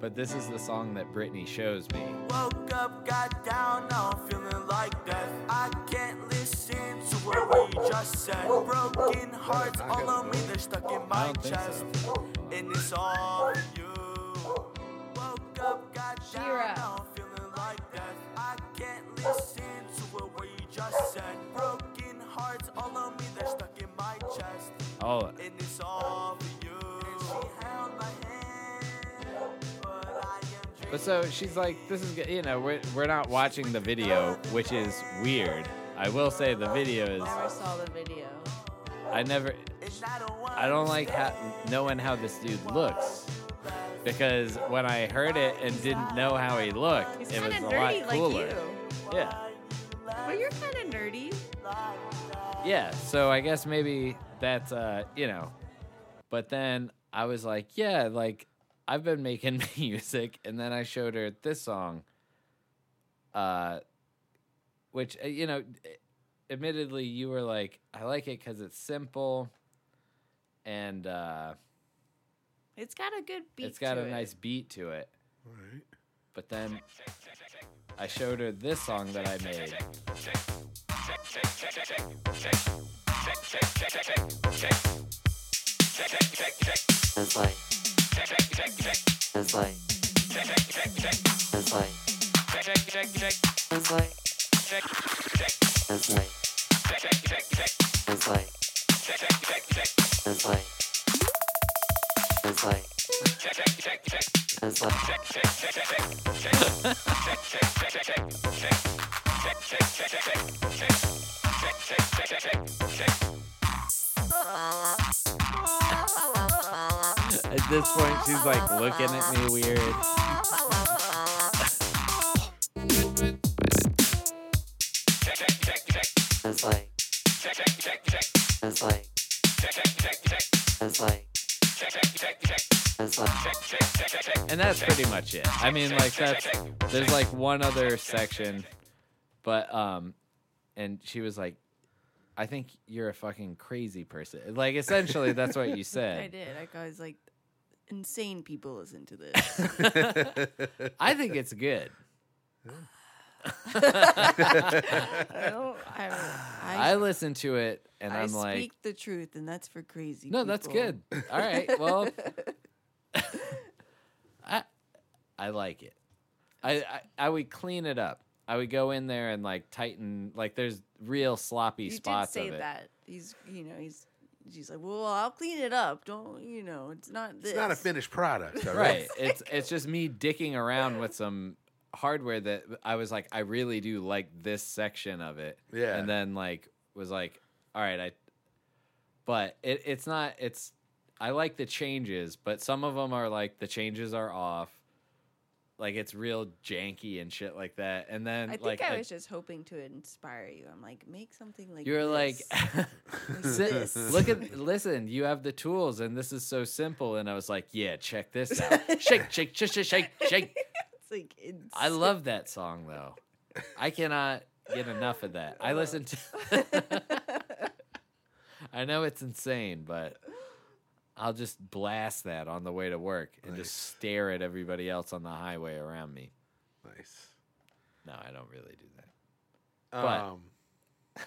But this is the song that Brittany shows me. Woke up, got down, now I'm feeling like death. I can't listen to what we just said. Broken hearts all on me, they're stuck in I my don't think chest. so. And it's all you. Woke up, got down, Shira. now I'm feeling like death. I can't listen to what we just said. Broken hearts all on me, they're stuck in my chest. Oh, And it's all for you. And she held my hand, but I am dreaming. But so she's like, this is, g- you know, we're, we're not watching the video, which is weird. I will say the video is, never saw the video. I never, I don't like ha- knowing how this dude looks. Because when I heard it and didn't know how he looked, He's it was kind a of lot nerdy like cooler. you, Yeah. but you're kind of nerdy. Yeah. So I guess maybe that's, uh, you know, but then I was like, yeah, like I've been making music. And then I showed her this song, uh, which, uh, you know, admittedly, you were like, I like it because it's simple and uh, It's got a good beat. it's got to a it. nice beat to it. All right. But then I showed her this song that I made. It's like, it's like, it's like, it's like, it's like, it's like, it's like, it's like, it's like. At this point, she's like looking at me weird. It's like It's like It's like It's like And that's pretty much it. I mean, like that's there's like one other section, but um, and she was like, "I think you're a fucking crazy person." Like essentially, that's what you I said. did. I was like, insane people listen to this. I think it's good. I don't. I, I I, listened to it and I I'm speak like, the truth, and that's for crazy. "No, that's people. good. All right, well, I I like it. I, I I would clean it up. I would go in there and like tighten. Like there's real sloppy You did spots say of it. that. He's, you know, he's. She's like, well, I'll clean it up. Don't, you know, it's not this. It's not a finished product. all right it's it's just me dicking around with some hardware that i was like i really do like this section of it Yeah. and then like was like all right i but it, it's not it's i like the changes but some of them are like the changes are off like it's real janky and shit like that and then I think like I was just hoping to inspire you. I'm like, make something like you're this. like this. look at listen you have the tools and this is so simple and i was like yeah check this out shake shake shake shake shake shake it's like insane. I love that song though. I cannot get enough of that. I listen to. I know it's insane, but I'll just blast that on the way to work and just stare at everybody else on the highway around me. Nice. No, I don't really do that. But- Um,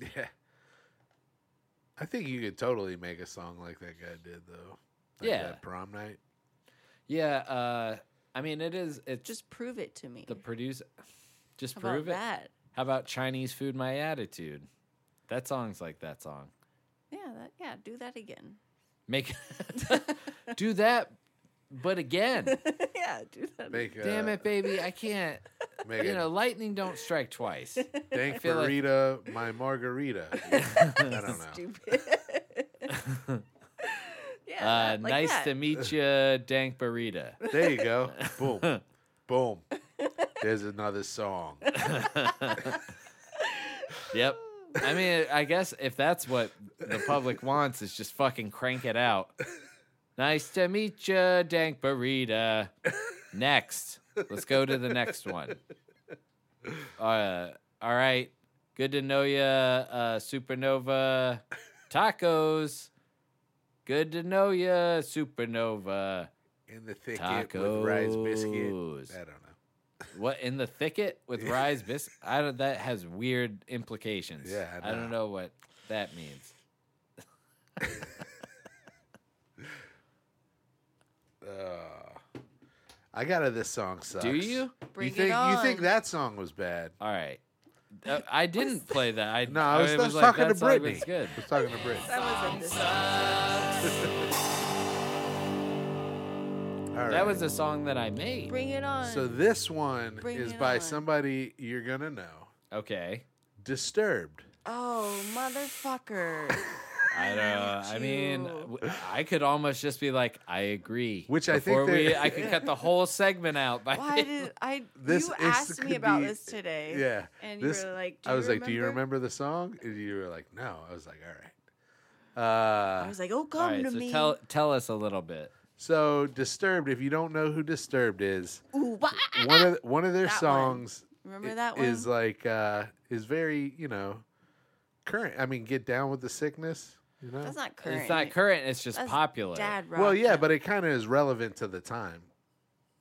yeah. I think you could totally make a song like that guy did, though. Like Yeah. That prom night. Yeah, uh, I mean it is. It's just Just prove it to me. the produce. Just How prove about it. that? How about Chinese food? My attitude. That song's like that song. Yeah, that, yeah, do that again. Make do that, but again. yeah, do that. Make uh, Damn it, baby, I can't. Make You a know, lightning don't strike twice. Uh, dank feel like- burrita, my margarita. I don't know. Stupid. yeah, Uh, that- like nice that. to meet you, Dank Burrito. There you go. Boom. Boom. There's another song. Yep. I mean, I guess if that's what the public wants, is just fucking crank it out. Nice to meet you, Dank Burrito. Next, let's go to the next one. Uh, all right. Good to know you, uh, Supernova Tacos. Good to know you, Supernova. In the thicket with rice biscuit. Tacos. I don't know. What in the thicket with rise bis? I don't. That has weird implications. Yeah, I I, don't know. know what that means. Uh, I got to this song sucks. Do you? Bring you think it you think on. that song was bad? All right. Uh, I didn't play that. I No, I was, I was like, talking that to song Brittany. was good. I was talking to Brittany. That wasn't this song. All right. That was a song that I made. Bring it on. so this one Bring is it by on. somebody you're gonna know. Okay. Disturbed. oh, motherfucker. I don't. I mean, Ew. w- I could almost just be like, I agree. Which I think Before we, that- I could cut the whole segment out. By Why did I? This you is- asked me could about be- this today. Yeah. And this, you were like, Eh? do I you was like, do you remember the song? And you were like, no. I was like, all right. Uh, I was like, oh, All come right. to So me. tell tell us a little bit. So Disturbed. If you don't know who Disturbed is, Ooh, wah, ah, ah. one of one of their That one. songs Remember i- that one? is like uh, is very you know current. I mean, get down with the sickness. You know. That's not current. It's not current. It's just That's popular. Dad rock. well, yeah, but it kind of is relevant to the time.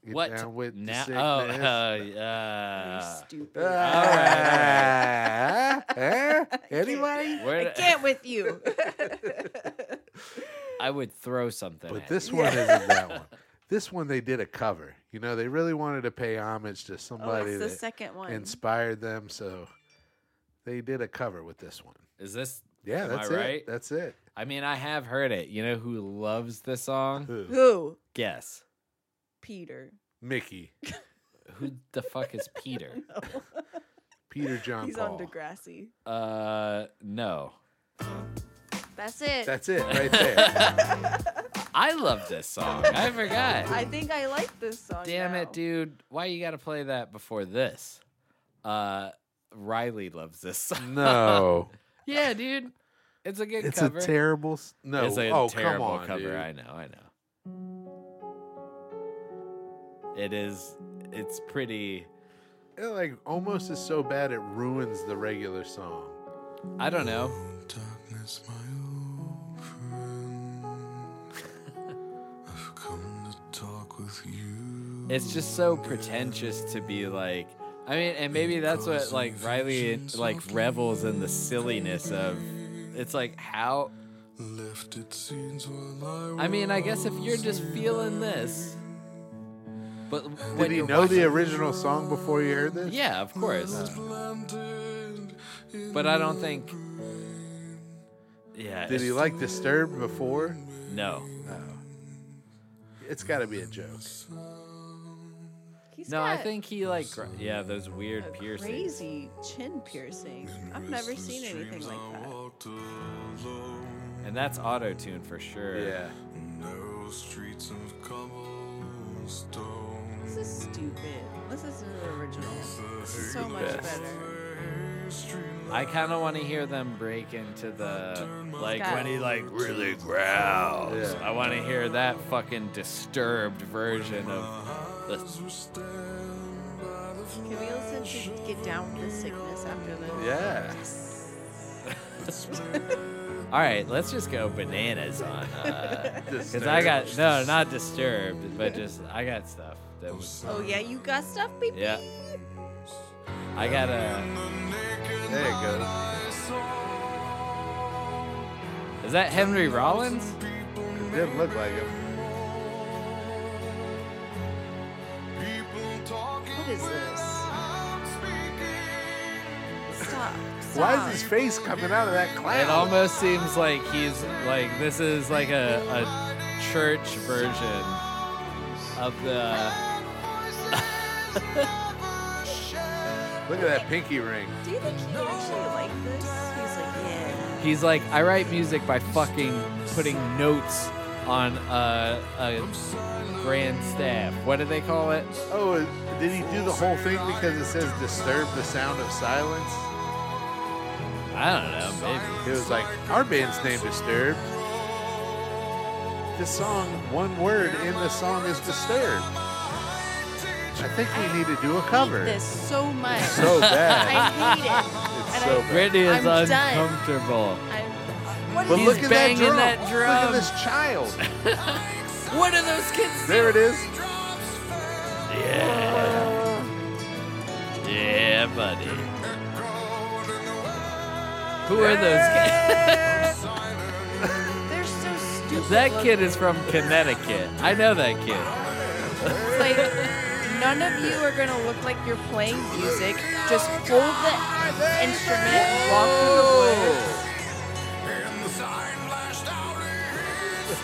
Get What down with now? the Oh, sickness. uh, uh, you stupid. Ah, eh? Anybody? where I did- can't with you. I would throw something. But at this you. one isn't that one. This one they did a cover. You know, they really wanted to pay homage to oh, somebody it's the that second one. inspired them, so they did a cover with this one. is this. Yeah, am that's I it. right? That's it. I mean, I have heard it. You know who loves this song? Who? Who? Guess Peter. Mickey, who the fuck is Peter? Peter John He's Paul. on Degrassi. Uh, no. That's it. That's it right there. I love this song. I forgot. I think I like this song. Damn now. it, dude! Why you gotta play that before this? Uh, Riley loves this song. no, yeah, dude. It's a good it's cover. a terrible. s- No, It's a oh terrible come on, cover. dude. I know, I know. It is. It's pretty. It like almost is so bad it ruins the regular song. I don't know. Darkness, my old friend. I've come to talk with you. It's just so pretentious to be like. I mean, and maybe that's what like Riley like revels in the silliness of. It's like how. Left its scenes while I I mean, I guess if you're just feeling this. But Did when he you're know the watching- original song before you heard this? Yeah, of course. landed in But I don't think. Yeah. Did he it's- like Disturbed before? No. It's got to be a joke. He's No, I got think he like gr- yeah those weird a piercings. crazy chin piercing. I've never seen anything like that. walked alone. And that's auto tune for sure. Yeah. Narrow streets of This cobblestone. is stupid. This is the original. This is so much Best. better. I kind of want to hear them break into the like Sky. when he like really growls. Yeah. I want to hear that fucking disturbed version of the Can we listen to Get Down with the Sickness after this? Yeah. All right, let's just go bananas on uh cuz Disturbed. I got no, not disturbed, but just I got stuff that was Oh yeah, you got stuff, baby. Yeah. I got a There it goes. Is that Henry Rollins? It didn't look like him. What is this? Stop. Why is his face coming out of that It cloud? almost seems like he's like this is like a, a church version of the. Look at that pinky ring. Do you think he actually liked this? He's like, yeah. He's like, I write music by fucking putting notes on a, a grand staff. What do they call it? Oh, did he do the whole thing because it says disturb the sound of silence? I don't know, maybe. It was like, our band's name Disturbed. This song, one word in the song is Disturbed. I think we need to do a cover. This so much. So bad. I hate it. it's so bad. Brittany is I'm done. uncomfortable. I'm, what But is- look He's at banging that drum. that Look at drum. this child. what are those kids? There it is. Yeah, buddy. Who are those They're so stupid. kids? That looking. kid is from Connecticut. I know that kid. It's like none of you are gonna look like you're playing music. Just hold the instrument, walk through the woods.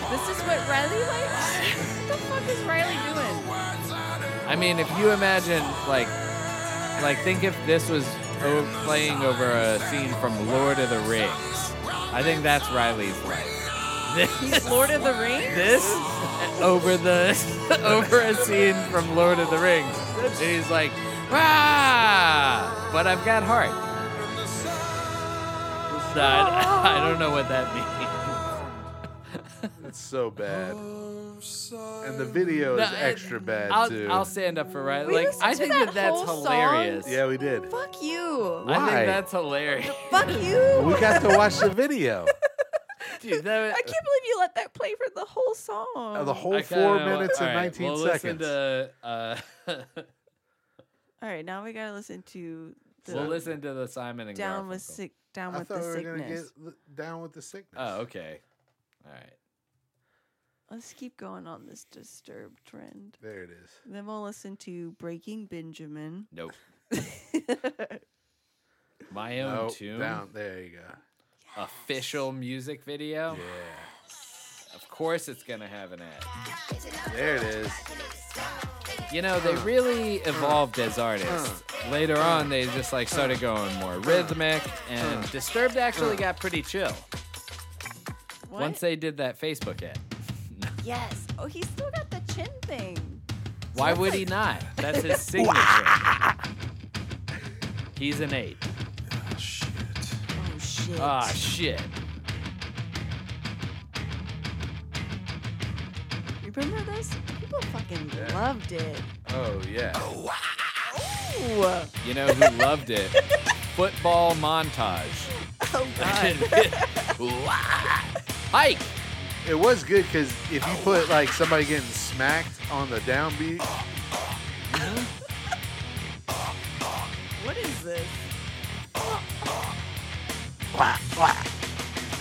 This is what Riley likes. What the fuck is Riley doing? I mean, if you imagine, like, like think if this was o- playing over a scene from Lord of the Rings, I think that's Riley's life. He's Lord of the Rings. this over the over a scene from Lord of the Rings. And he's like, ah, but I've got heart. So I, I don't know what that means. It's so bad. And the video is No, it- extra bad too. I'll, I'll stand up for right. We Like listened I to think that that that's whole hilarious. yeah, we did. Fuck you. I Why? think that's hilarious, Fuck you. We got to watch the video. dude. That, I can't believe you let that play for the whole song. Uh, the whole I kinda four wa- minutes and all right, 19 we'll listen seconds. to, uh, All right, now we gotta listen to the we'll listen to the Simon and down with Garfunkel. sick, down I with thought the we were gonna sickness. get l- down with the sickness. Oh, okay. All right. Let's keep going on this disturbed trend. There it is. Then we'll listen to Breaking Benjamin. Nope. My own Nope, tune. Oh, down. There you go. Official music video. Yeah. Of course, it's gonna have an ad. There it is. You know, they really evolved as artists. Later on, they just like started going more rhythmic, and Disturbed actually got pretty chill What? once they did that Facebook ad. yes. Oh, he's still got the chin thing. Why would he not? That's his signature. He's an eight. Oh shit. Ah, shit. Remember this? People fucking loved it. Oh yeah. Ooh. Oh You know who loved it? Football montage. god. Hike. It was good because if you put like somebody getting smacked on the downbeat, what is this?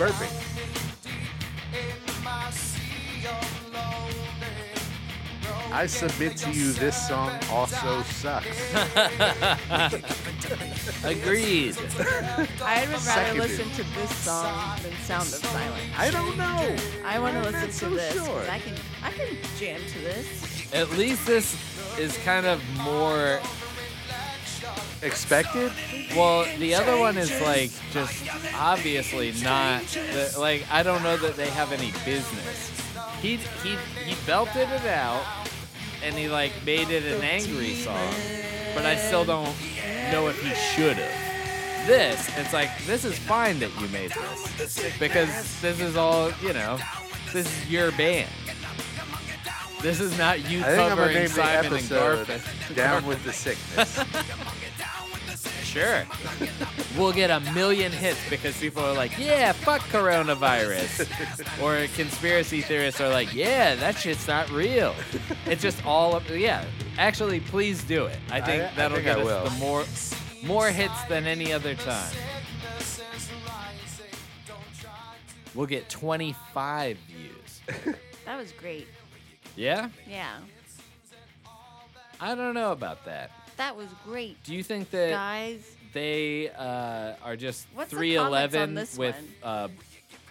burping. I submit to you this song also sucks. Agreed. I would rather Seconded. listen to this song than Sound of Silence. I don't know. I want to listen to so this. 'cause sure. I can I can jam to this. At least this is kind of more. Expected? Well, the other one is like just obviously not. The, like I don't know that they have any business. He he he belted it out, and he like made it an angry song, but I still don't know if he should have. This it's like this is fine that you made this because this is all you know. This is your band. This is not you I think I'm gonna covering name the Simon and episode Garfunkel. "Down with the Sickness." Sure. we'll get a million hits because people are like, yeah, fuck coronavirus. or conspiracy theorists are like, yeah, that shit's not real. It's just all up. Yeah. Actually, please do it. I think I- I that'll think get I us will. the more more hits than any other time. We'll get 25 views. That was great. Yeah? Yeah. I don't know about that. That was great. Do you think that Guys, They uh, are just What's the three eleven comments on with this uh,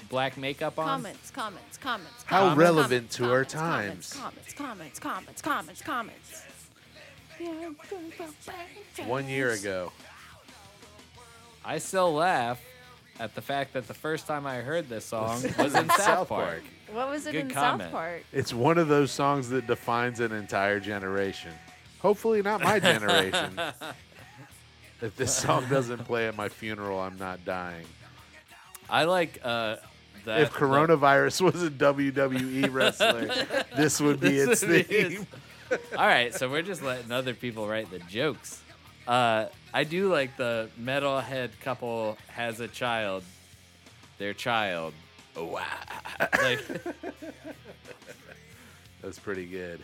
black makeup on. Comments, comments, comments. How comments, relevant comments, to our comments, times. Comments, comments, comments, comments, comments, comments. One year ago. I still laugh at the fact that the first time I heard this song was in South Park. What was it Good in comment. South Park? It's one of those songs that defines an entire generation. Hopefully, not my generation. if this song doesn't play at my funeral, I'm not dying. I like uh, that. If coronavirus was a WWE wrestler, this would be its This would be theme. All right, so we're just letting other people write the jokes. Uh, I do like the metalhead couple has a child. Their child. Wow. Like, That's pretty good.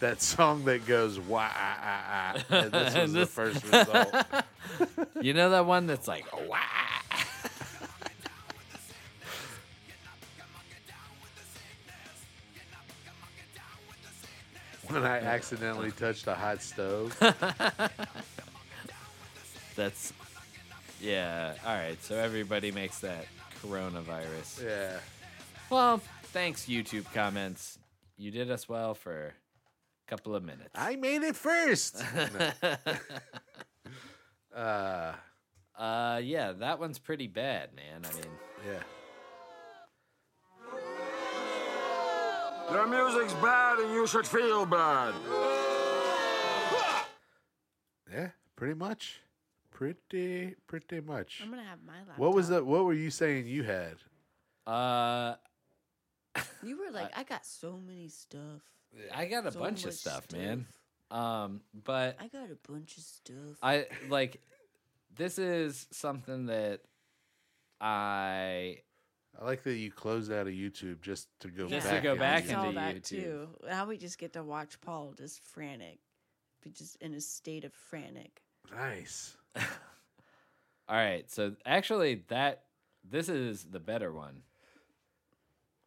That song that goes wah ah ah ah. and This was the This- first result. you know that one that's like, wow. when I accidentally touched a hot stove. That's, yeah. All right, so everybody makes that coronavirus. Yeah. Well, thanks, YouTube comments. You did us well for a couple of minutes. I made it first. No. uh, Uh, yeah, that one's pretty bad, man. I mean, yeah. Your music's bad and you should feel bad. Yeah, pretty much. Pretty pretty much. I'm gonna have my laptop. What was the what were you saying you had? uh, You were like, I got so many stuff. I got a so bunch of much stuff, man. Um, but I got a bunch of stuff. I like this is something that I I like that you closed out of YouTube just to go Just back. to go into back YouTube. and- saw into that YouTube. too. Now we just get to watch Paul just frantic, be just in a state of frantic. nice. all right. So actually, that this is the better one.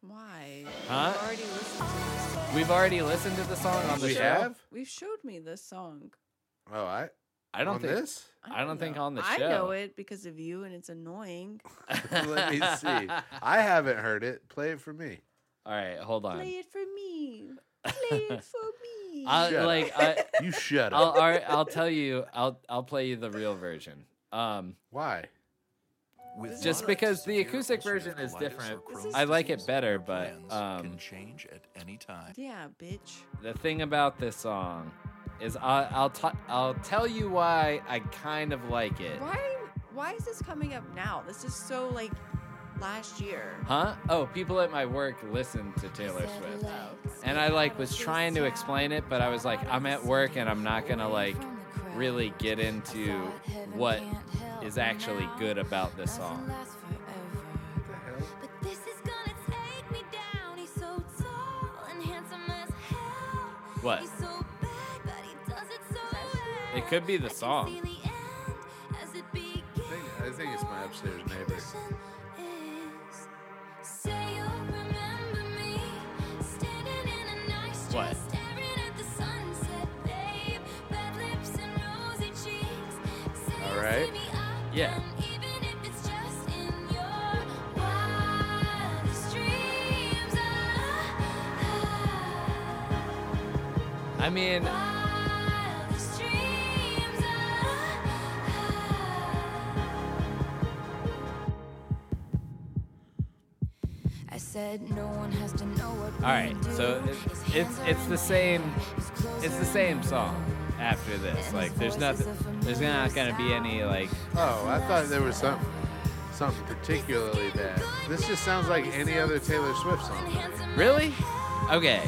Why? Huh? We've already listened to this song. We've already listened to the song on the We show. have? We've showed me this song. Oh, I I don't on think this? I don't think know. on the I know show. it because of you, and it's annoying. Let me see. I haven't heard it. Play it for me. All right, hold on. Play it for me. Play it for me. I Shut up. like I, You shut I'll up. all right, I'll tell you. I'll I'll play you the real version. Um, Why? With Just moderate because to the severe acoustic ulcerative version is colitis or different. Crohn's This is I like disease, it better, but plans um, can change at any time. yeah, bitch. the thing about this song is I, I'll t- I'll tell you why I kind of like it. Why? Why is this coming up now? This is so like last year. Huh? Oh, people at my work listen to Taylor Swift. And I like was trying to explain it, but I was like, I'm at work and I'm not gonna like really get into what is actually good about this song. What? It could be the song. I think, I think it's my upstairs neighbor. What? All right. Yeah. I mean, I said no one has to know what all right. So it's it's, it's the same. It's the same song after this. Like, there's nothing. There's not gonna be any like. Oh, I thought there was something something particularly bad. This just sounds like any other Taylor Swift song. Really? Okay.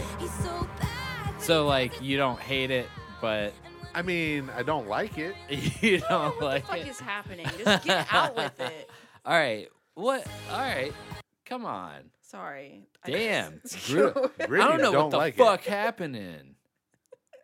So like, you don't hate it, but I mean, I don't like it. you don't What Oh, like the fuck it. is happening? Just get out with it. All right. What? All right. Come on. Sorry. I Damn. just- Brutal. Really I don't know what the like fuck happening.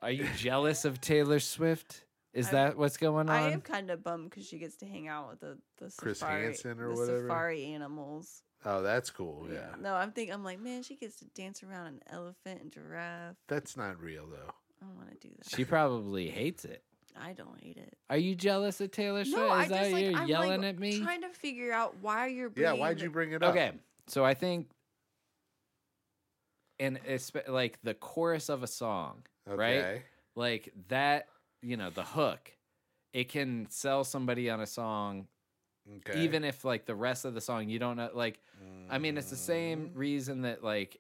Are you jealous of Taylor Swift? Is I'm- that what's going on? I am kind of bummed because she gets to hang out with the the Chris safari, Hansen or the whatever? safari animals. it. Oh, that's cool. Yeah. No, I'm think I'm like, man, she gets to dance around an elephant and giraffe. That's not real though. I don't want to do that. She probably hates it. I I don't hate it. Are you jealous of Taylor Swift? No, I Is that just like you're I'm yelling like at me? trying to figure out why you're. Yeah, Bringing why'd the- you bring it up? Okay, so I think, and it's like the chorus of a song, right? Okay. Like that, you know, the hook. It can sell somebody on a song, Okay. Mm, even if like the rest of the song you don't know. Like, I mean, it's the same reason that like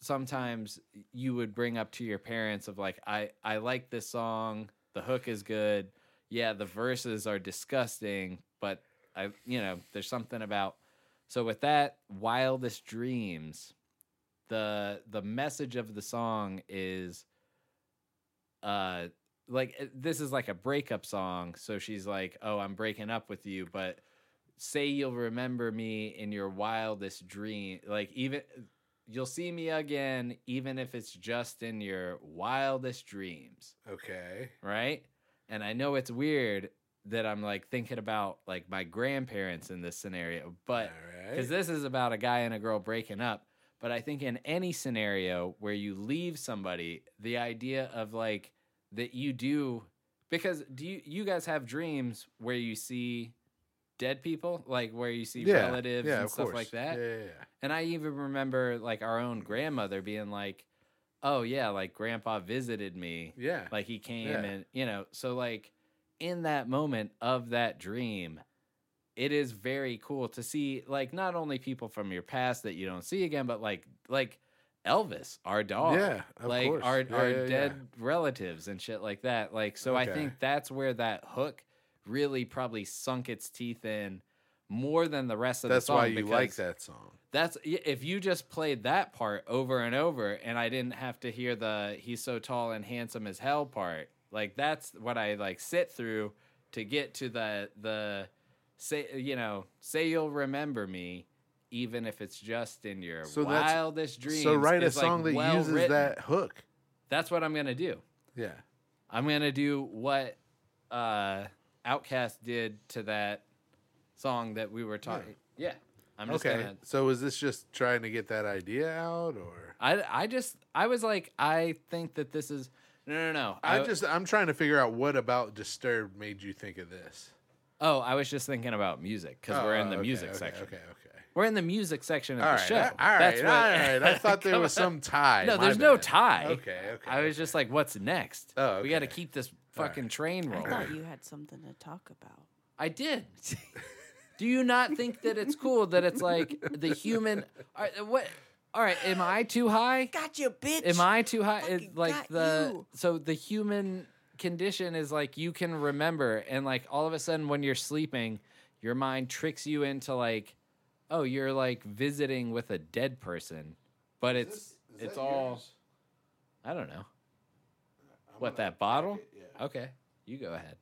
sometimes you would bring up to your parents of like, I I like this song. The hook is good. Yeah, the verses are disgusting, but I you know there's something about so with that, Wildest Dreams, the the message of the song is uh like uh, this is like a breakup song. So she's like, "Oh, I'm breaking up with you, but say you'll remember me in your wildest dream. Like even you'll see me again even if it's just in your wildest dreams." Okay. right? And I know it's weird that I'm like thinking about like my grandparents in this scenario, but All because right. this is about a guy and a girl breaking up. But I think in any scenario where you leave somebody, the idea of like that you do because do you you guys have dreams where you see dead people, like where you see relatives and stuff like that? Yeah, yeah, yeah. And I even remember like our own grandmother being like, "Oh yeah, like grandpa visited me." Yeah. Like he came Yeah. and you know, so like in that moment of that dream, it is very cool to see like not only people from your past that you don't see again, but like like Elvis, our dog. Yeah, of oh, like course. our Yeah, our yeah, yeah. dead relatives and shit like that. Like so I Okay. think that's where that hook really probably sunk its teeth in more than the rest of That's the song. why you like because- that song. that's y- if you just played that part over and over, and I didn't have to hear the "he's so tall and handsome as hell" part. Like that's what I like sit through to get to the the say you know say you'll remember me, even if it's just in your So that's- wildest dreams. So write a is, like, song that well uses written. that hook. That's what I'm gonna do. Yeah. I'm gonna do what uh Outcast did to that song that we were talking. Yeah, I'm just okay. gonna So is this just trying to get that idea out, or I I just I was like I think that this is no no no I just I'm trying to figure out what about Disturbed made you think of this? oh I was just thinking about music because Oh, we're in oh, the okay, music okay, section Okay. Okay. we're in the music section of All the right. show I- all right. That's All what- right. I thought there Come was on. some tie. no my there's no bad. tie Okay. Okay. I was just like what's next Oh, we got to okay. keep this fucking train I rolling thought you had something to talk about. I did. Do you not think that it's cool that it's like the human? All right, what? All right, am I too high? Got you, bitch. Am I too high? It- Fucking like got the you. so the human condition is like you can remember, and like all of a sudden when you're sleeping, your mind tricks you into like, oh, you're like visiting with a dead person, but it's it's all I don't know. what that bottle? Okay, you go ahead.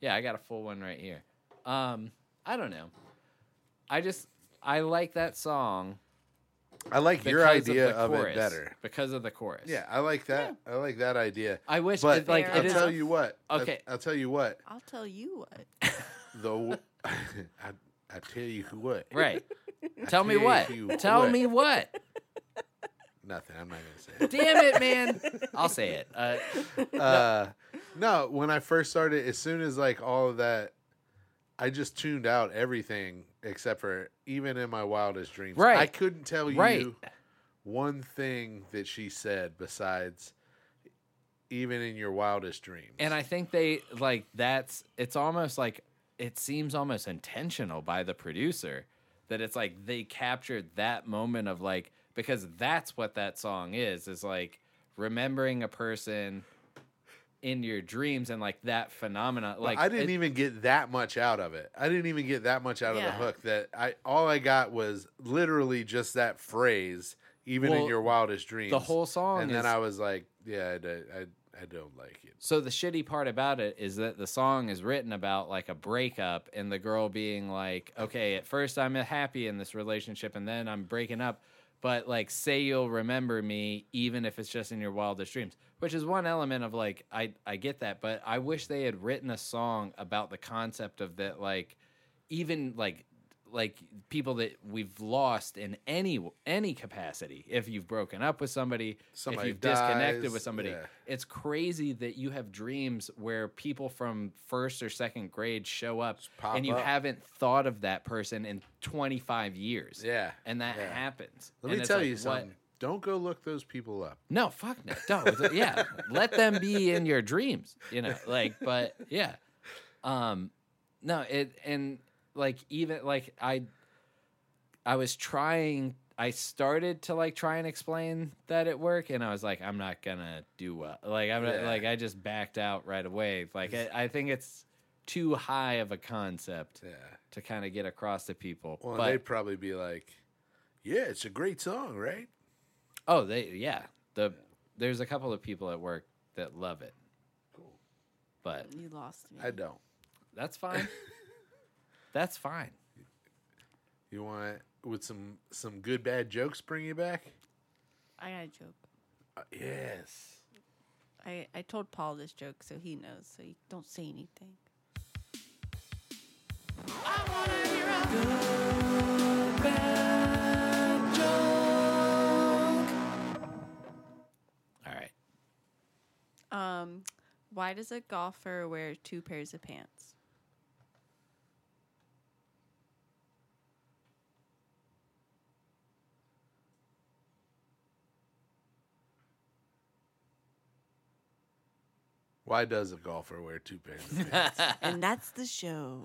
Yeah, I got a full one right here. Um, I don't know. I just I like that song. I like your because idea of, of, the it chorus, better. because of the chorus. Yeah, I like that. I like that idea. I wish But it, like Fair I'll it is. tell you what. I'll- Okay. I'll, tell you what. I'll tell you what. Though I, I tell you what. right. Tell me tell what. you Tell what. me what. Nothing. I'm not gonna say. Damn it, man. I'll say it. Uh, It. Uh, no, when I first started, as soon as like all of that, I just tuned out everything except for even in my wildest dreams. Right. I couldn't tell you Right. one thing that she said besides even in your wildest dreams. And I think they like that's it's almost like it seems almost intentional by the producer that it's like they captured that moment of like because that's what that song is is like remembering a person in your dreams and like that phenomena But like I didn't it- even get that much out of it. I didn't even get that much out of Yeah. the hook that I all I got was literally just that phrase even in Well, your wildest dreams. the whole song And then is- I was like, yeah, I, don't- I, I don't like it. so the shitty part about it is that the song is written about like a breakup and the girl being like okay at first i'm happy in this relationship and then i'm breaking up but like say you'll remember me even if it's just in your wildest dreams which is one element of like i i get that but i wish they had written a song about the concept of that like even like like people that we've lost in any any capacity. If you've broken up with somebody, Somebody if you've disconnected dies, with somebody, yeah. it's crazy that you have dreams where people from first or second grade show up pop and you up. haven't thought of that person in 25 years. Yeah, And that yeah. happens. Let And me it's tell like, you what- something. Don't go look those people up. No, fuck no. Don't. yeah. Let them be in your dreams, you know, like, but yeah. Um, no, it, and like, even like I, I was trying, I started to like try and explain that at work and I was like, I'm not gonna do well. Like, I'm not, Yeah. like, I just backed out right away. Like, I, I think it's too high of a concept Yeah. to kind of get across to people. Well, but, they'd probably be like, "Yeah, it's a great song, right?" oh, they, yeah. The, there's a couple of people at work that love it. Cool. But You lost me. I don't. That's fine. That's fine. You want would some some good bad jokes bring you back? I got a joke. Uh, yes. I, I told Paul this joke, so he knows. So you don't say anything. All right. Um, why does a golfer wear two pairs of pants? Why does a golfer wear two pairs of Uh, pants? and that's the show.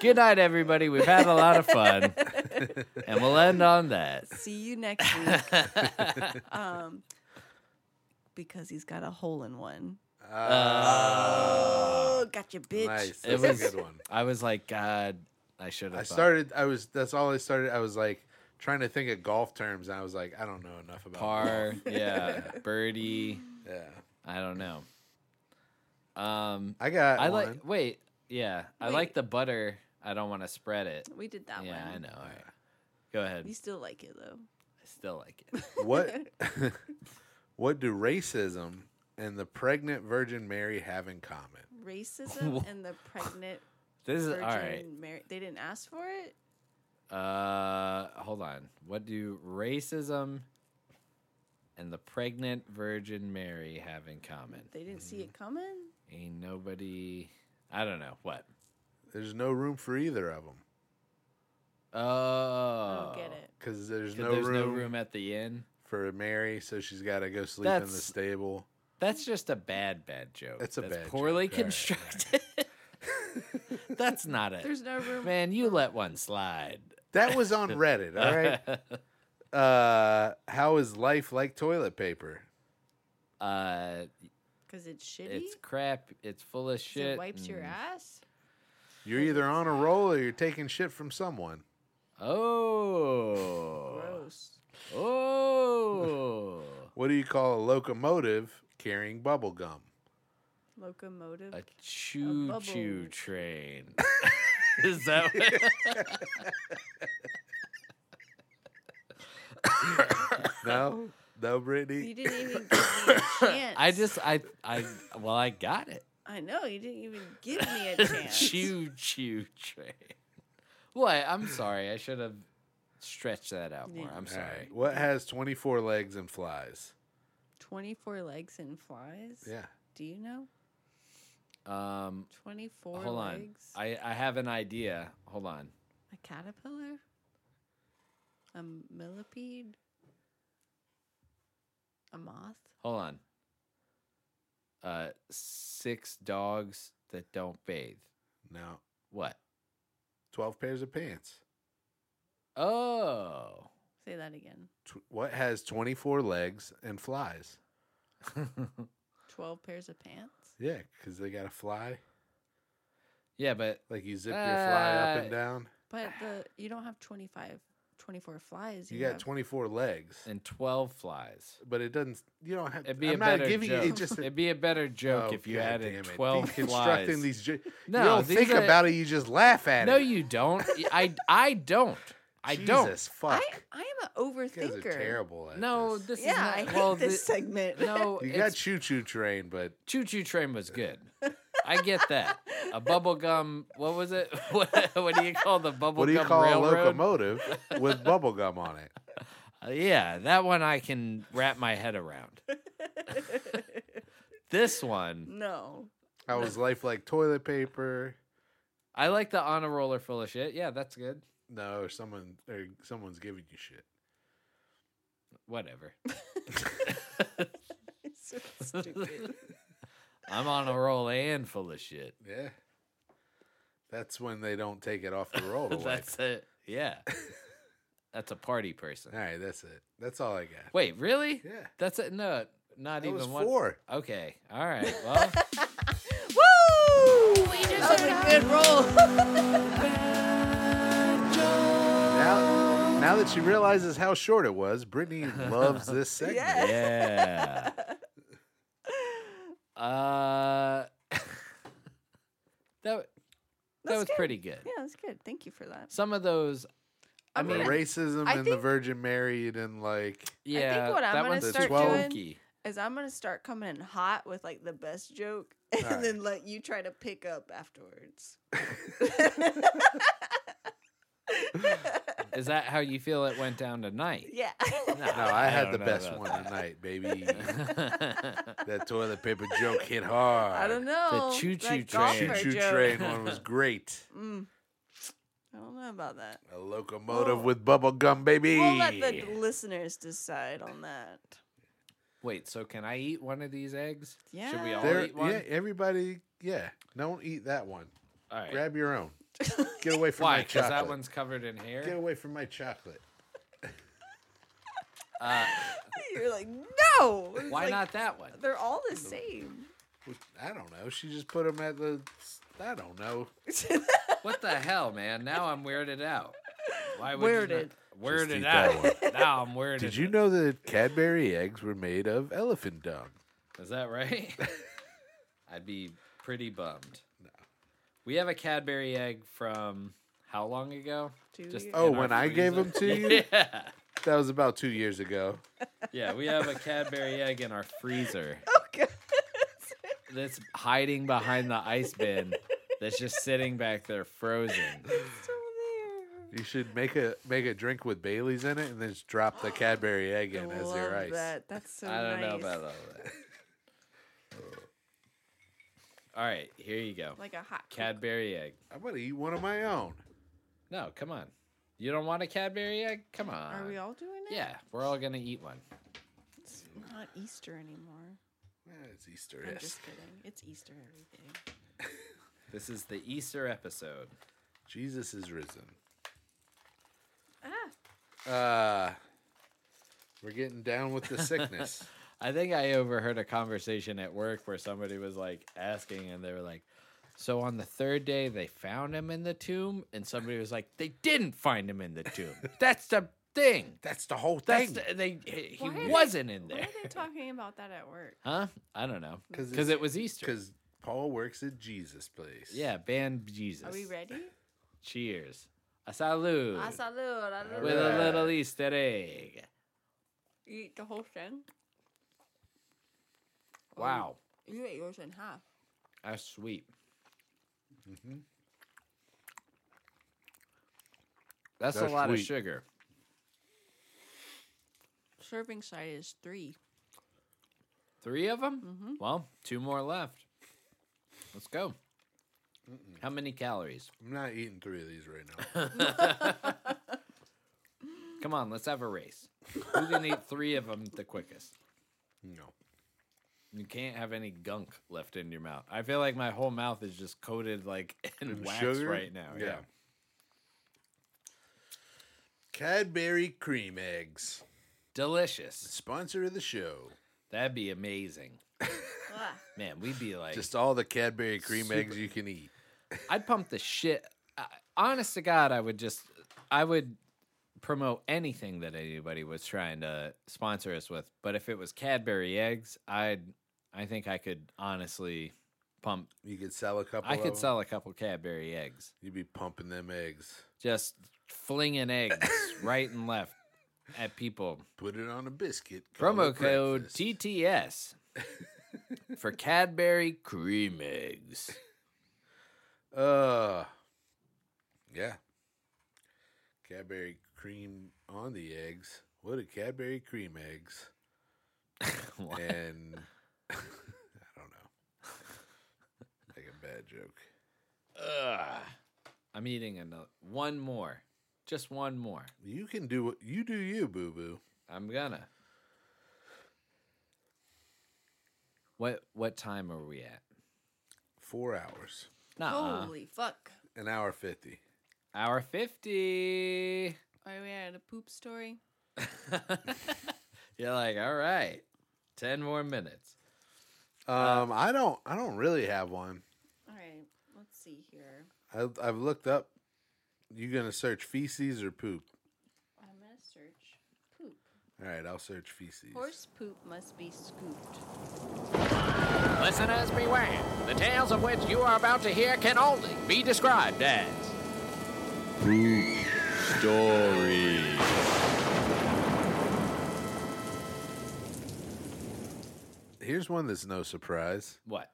Good night, everybody. We've had a lot of fun, and we'll end on that. See you next week. um, because he's got a hole in one. Oh, gotcha, bitch. Ah, nice. It That's a was- good one. Uh, I was like, God, I should have. I thought. started. I was. That's all I started. I was like trying to think of golf terms, and I was like, I don't know enough about golf. par. Yeah, birdie. Yeah. I don't know. Um, I got. I one. like. Wait, yeah, I Wait. like the butter. I don't want to spread it. We did that yeah, one. I know. All right, go ahead. You still like it though. I still like it. what what do racism and the pregnant Virgin Mary have in common? Racism and the pregnant This is all virgin right. Mary. They didn't ask for it. Uh, hold on. What do racism and the pregnant Virgin Mary have in common? They didn't see it Mm-hmm. coming. Ain't nobody. I don't know what. There's no room for either of them I Oh, don't get it. because there's, 'Cause no, there's room no room at the inn. for Mary, so she's got to go sleep in the That's- stable. That's just a bad, bad joke. It's a That's bad poorly joke. All right, all constructed. That's not it. There's no room. Man, you let one slide. That was on Reddit. All right. Uh, how is life like toilet paper? Uh, Because it's shitty. it's crap. It's full of 'Cause it shit. wipes your and- ass. You're either on a roll or you're taking shit from someone. Oh. Gross. Oh. What do you call a locomotive carrying bubble gum? Locomotive. A choo choo bubble. train. Is that what? No, no, you Brittany. didn't even give me a chance. I just, I, I, well, I got it. I know you didn't even give me a chance. Choo choo train. What? I'm sorry. I should have stretched that out more. I'm All right. sorry. What has 24 legs and flies? Twenty-four legs and flies. Yeah. Do you know Um, twenty-four hold on. legs? I, I have an idea. Hold on. A caterpillar. A millipede. A moth. Hold on. Uh, six dogs that don't bathe. No. What? 12 pairs of pants. Oh. Say that again. Tw- what has 24 legs and flies? Twelve pairs of pants. Yeah, because they got to fly. Yeah, but Like you zip your fly up Uh, and down. But the you don't have 25, 24 flies. You got have- 24 legs, and 12 flies. but it doesn't, you don't have It'd be I'm a not better giving joke. you, it just, It'd be a better joke Oh, if you God added damn it. 12 Deconstructing flies. these jo- No, you don't these think are- about it, you just laugh at no, it. you don't. I, I don't. I Jesus, don't. fuck. I, I am an you guys overthinker. are terrible at No, this. this Yeah, I is not. hate well, this thi- segment. No, You got it's- choo choo train, but Choo Choo Train was good. I get that. A bubblegum, what was it? What, what do you call the bubblegum What do you call railroad? a locomotive with bubble gum on it? Uh, yeah, that one I can wrap my head around. this one, No. How was life like toilet paper? I like the on a roller full of shit. Yeah, that's good. No, or someone or someone's giving you shit. Whatever. It's so stupid. I'm on a roll and full of shit. Yeah. That's when they don't take it off the roll. to wipe. That's it. Yeah. That's a party person. All right, that's it. That's all I got. Wait, really? Yeah. That's it. No, not That even was one. four. Okay. All right. Well, Woo! We just had a good roll. Now, now that she realizes how short it was, Brittany loves this segment. Yeah. yeah. Uh, that that That's was good. pretty good. yeah, that's good. Thank you for that. Some of those, I The mean, racism I and the think- Virgin Mary, you didn't like. yeah, what I'm that gonna one's start spooky. Is I'm gonna start coming in hot with like the best joke, and All right. then let you try to pick up afterwards. Is that how you feel it went down tonight? Yeah. No, I had don't the know best about one tonight, baby. that. that toilet paper joke hit hard. I don't know. choo-choo That train. golfer Choo joke. train one was great. Mm. I don't know about that. A locomotive Well- with bubble gum, baby. We'll let the listeners decide on that. Wait, so can I eat one of these eggs? Should we Yeah. all There- eat one? yeah, everybody, yeah. Don't eat that one. All right. Grab your own. Get away from Why? my Because chocolate. that one's covered in Get hair. away from my chocolate. Uh, You're like, no. It's why like, not that one? They're all the same. I don't know. She just put them at the. I don't know. What the hell, man? Now I'm weirded out. Why would Weirded. You not- Just eat weirded that out. now I'm weirded. Did you know that Cadbury eggs were made of elephant dung? Is that right? I'd be pretty bummed. No. We have a Cadbury egg from how long ago? Do you? Oh, in our when I gave them to freezer? you? yeah. That was about two years ago. Yeah, we have a Cadbury egg in our freezer Okay. that's hiding behind the ice bin that's just sitting back there frozen. Still there. You should make a make a drink with Bailey's in it, and then just drop the Cadbury egg in as your Love ice. that. That's so I don't nice. know about all that. All right, here you go. Like a hot Coke. Cadbury egg. I'm gonna eat one of my own. No, come on. You don't want a Cadbury egg? Come on. Are we all doing it? Yeah, we're all gonna eat one. It's not Easter anymore. Eh, it's Easter I'm is. just kidding. It's Easter everything. This is the Easter episode. Jesus is risen. Ah. Uh, we're getting down with the sickness. I think I overheard a conversation at work where somebody was like asking, and they were like, "So on the third day, they found him in the tomb," and somebody was like, "They didn't find him in the tomb. That's the thing. That's the whole That's thing. the, they. He Why are they- wasn't in Why there, are they talking about that at work? huh? I don't know, 'Cause because it's- it was Easter. Because Paul works at Jesus' place. Yeah, band Jesus. Are we ready? Cheers. A salud. Ah, salud. ah, salud. With a little Easter egg. You eat the whole thing? Wow, You ate yours in half. that's sweet. That's, That's a lot sweet. of sugar. Serving size is three. Three of them? Well, two more left. Let's go. How many calories? I'm not eating three of these right now. Come on, let's have a race. Who can eat three of them the quickest? no. You can't have any gunk left in your mouth. I feel like my whole mouth is just coated like in And wax sugar? right now. Yeah. Yeah. Cadbury cream eggs. Delicious. Sponsor of the show. That'd be amazing. Ah. Man, we'd be like, Just all the Cadbury cream eggs you can eat. I'd pump the shit. I, honest to God, I would just, I would promote anything that anybody was trying to sponsor us with. But if it was Cadbury eggs, I'd, I think I could honestly pump. You could sell a couple. I of could them. sell a couple Cadbury eggs, You'd be pumping them eggs. just flinging eggs right and left at people. Put it on a biscuit. call Promo it code breakfast. TTS. for Cadbury cream eggs. Uh, yeah. Cadbury cream on the eggs. What a Cadbury cream eggs. What? And I don't know. Like a bad joke. Ugh. I'm eating another one more, just one more. You can do what you do. You boo boo. I'm gonna. What what time are we at? Four hours, Nah, Holy fuck. an hour fifty. hour fifty. Are we at a poop story? You're like, all right, ten more minutes. Um, I don't. I don't really have one. All right. Let's see here. I, I've looked up. You gonna search feces or poop? I'm going to search poop. All right, I'll search feces. Horse poop must be scooped. Listeners, beware! The tales of which you are about to hear can only be described as Story. Here's one that's no surprise. what?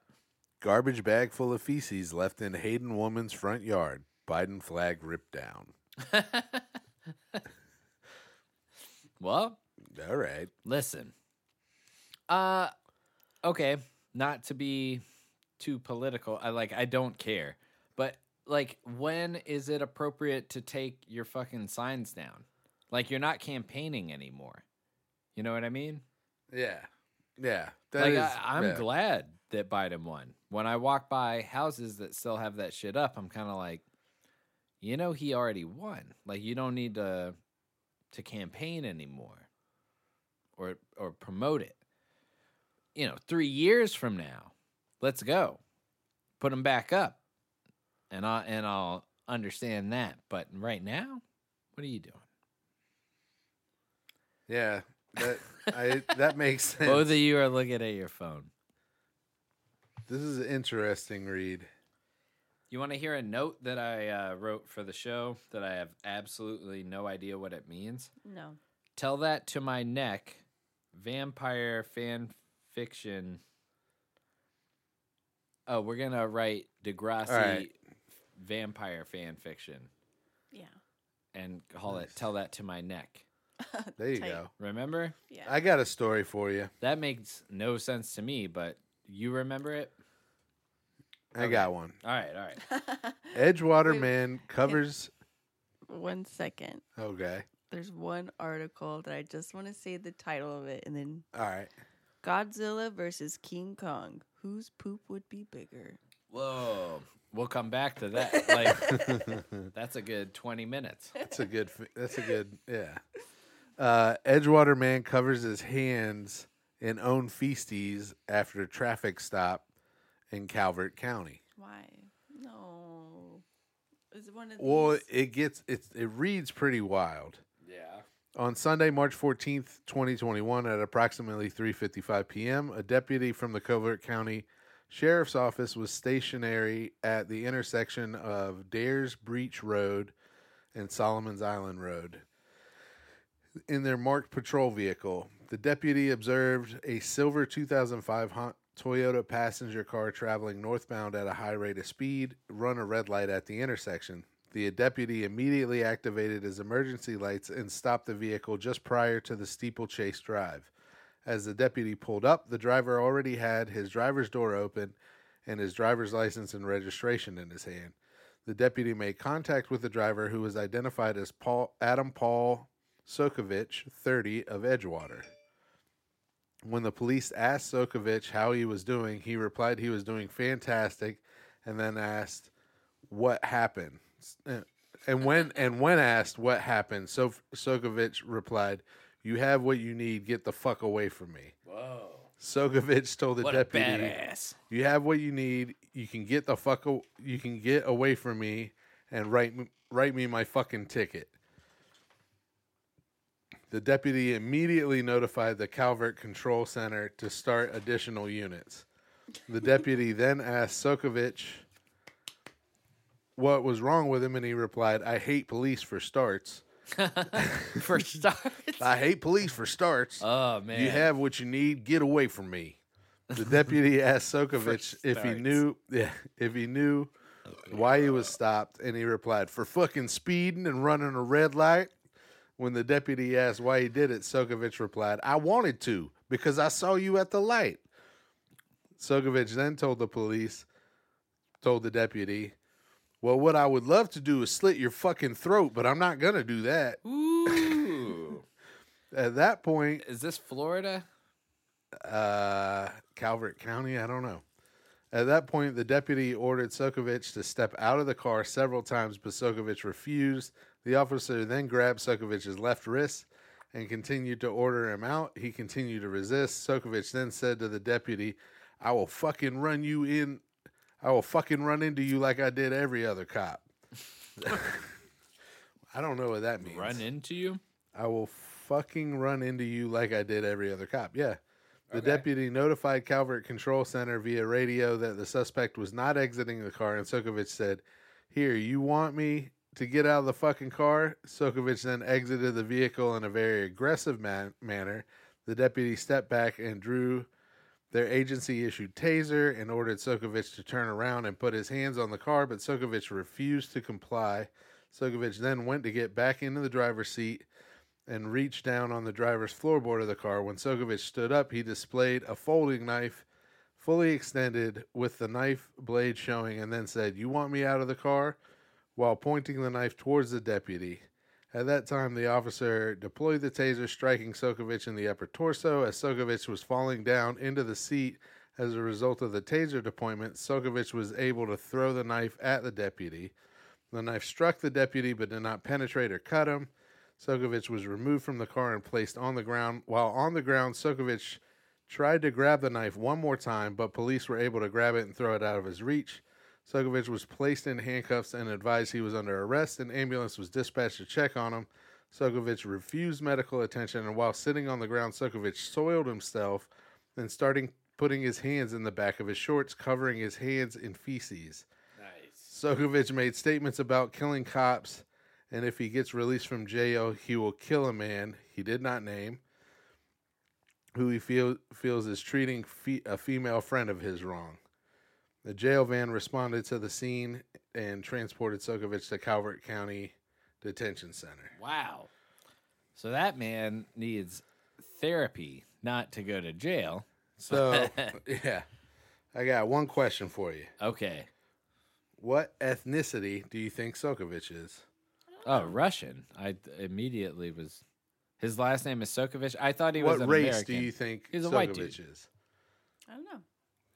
Garbage bag full of feces left in Hayden woman's front yard. Biden flag ripped down. Well, All right. Listen. Uh okay, not to be too political. I like I don't care. But like when is it appropriate to take your fucking signs down? Like you're not campaigning anymore. You know what I mean? Yeah. Yeah. That Like is- I, I'm yeah. glad that Biden won. When I walk by houses that still have that shit up, I'm kind of like, you know, he already won. Like you don't need to to campaign anymore or or promote it. You know, three years from now, let's go, put him back up, and I and I'll understand that. But right now, what are you doing? Yeah. That I that makes sense. Both of you are looking at your phone. This is an interesting read. You want to hear a note that I uh, wrote for the show that I have absolutely no idea what it means? No. Tell that to my neck, vampire fan fiction. Oh, we're going to write Degrassi All right. vampire fan fiction Yeah. and call it Tell That to My Neck. There you Tight. go. Remember? Yeah. I got a story for you. That makes no sense to me, but you remember it? I got one. All right, all right. Edgewater Wait. man covers. one second. Okay. There's one article that I just want to say the title of it and then All right. Godzilla versus King Kong. Whose poop would be bigger? Whoa. We'll come back to that. Like that's a good 20 minutes. That's a good. fi- That's a good. Yeah. Uh, Edgewater man covers his hands in own feces after traffic stop in Calvert County. Why? No. Is it one of Well, these? it gets it's it reads pretty wild. Yeah. On Sunday, March 14th, 2021, at approximately 3:55 p.m., a deputy from the Covert County Sheriff's Office was stationary at the intersection of Dares Breach Road and Solomon's Island Road in their marked patrol vehicle. The deputy observed a silver 2005 Hon- Toyota passenger car traveling northbound at a high rate of speed run a red light at the intersection. The deputy immediately activated his emergency lights and stopped the vehicle just prior to the steeplechase drive. As the deputy pulled up, the driver already had his driver's door open and his driver's license and registration in his hand. The deputy made contact with the driver who was identified as Paul Adam Paul Sokovich, 30 of Edgewater. When the police asked Sokovich how he was doing, he replied he was doing fantastic and then asked what happened. S- uh, And when and when asked what happened, so Sokovich replied, "You have what you need. Get the fuck away from me." Whoa. Sokovich told the What a deputy, badass. you have what you need. You can get the fuck. aw- You can get away from me and write me, write me my fucking ticket. The deputy immediately notified the Calvert Control Center to start additional units. The deputy then asked Sokovich what was wrong with him, and he replied, "I hate police for starts. For starts. I hate police for starts. Oh man. you have what you need. Get away from me." The deputy asked Sokovich if he starts. knew yeah, if he knew why he was uh, stopped, and he replied, For fucking speeding and running a red light. When the deputy asked why he did it, Sokovich replied, I wanted to, because I saw you at the light. Sokovich then told the police, told the deputy, Well, what I would love to do is slit your fucking throat, but I'm not gonna do that. Ooh. At that point, Is this Florida? uh, Calvert County. I don't know. At that point, the deputy ordered Sokovich to step out of the car several times, but Sokovich refused. The officer then grabbed Sokovich's left wrist and continued to order him out. He continued to resist. Sokovich then said to the deputy, I will fucking run you in. I will fucking run into you like I did every other cop. I don't know what that means. Run into you? I will fucking run into you like I did every other cop. Yeah. The deputy notified Calvert Control Center via radio that the suspect was not exiting the car, and Sokovich said, Here, you want me to get out of the fucking car? Sokovich then exited the vehicle in a very aggressive man- manner. The deputy stepped back and drew their agency issued taser and ordered Sokovich to turn around and put his hands on the car, but Sokovich refused to comply. Sokovich then went to get back into the driver's seat and reached down on the driver's floorboard of the car. When Sokovich stood up, he displayed a folding knife fully extended with the knife blade showing and then said, You want me out of the car? while pointing the knife towards the deputy. At that time, the officer deployed the taser, striking Sokovich in the upper torso. As Sokovich was falling down into the seat as a result of the taser deployment, Sokovich was able to throw the knife at the deputy. The knife struck the deputy but did not penetrate or cut him. Sokovich was removed from the car and placed on the ground. While on the ground, Sokovich tried to grab the knife one more time, but police were able to grab it and throw it out of his reach. Sokovich was placed in handcuffs and advised he was under arrest. An ambulance was dispatched to check on him. Sokovich refused medical attention, and while sitting on the ground, Sokovich soiled himself and starting putting his hands in the back of his shorts, covering his hands in feces. Sokovich made statements about killing cops, and if he gets released from jail, he will kill a man he did not name, who he feel, feels is treating fe- a female friend of his wrong. The jail van responded to the scene and transported Sokovich to Calvert County Detention Center. Wow. So that man needs therapy, not to go to jail. So, yeah, I got one question for you. Okay. What ethnicity do you think Sokovich is? Oh, Russian. I th- immediately was. His last name is Sokovich. I thought he was What an race American. do you think He's a Sokovich white dude. is? I don't know.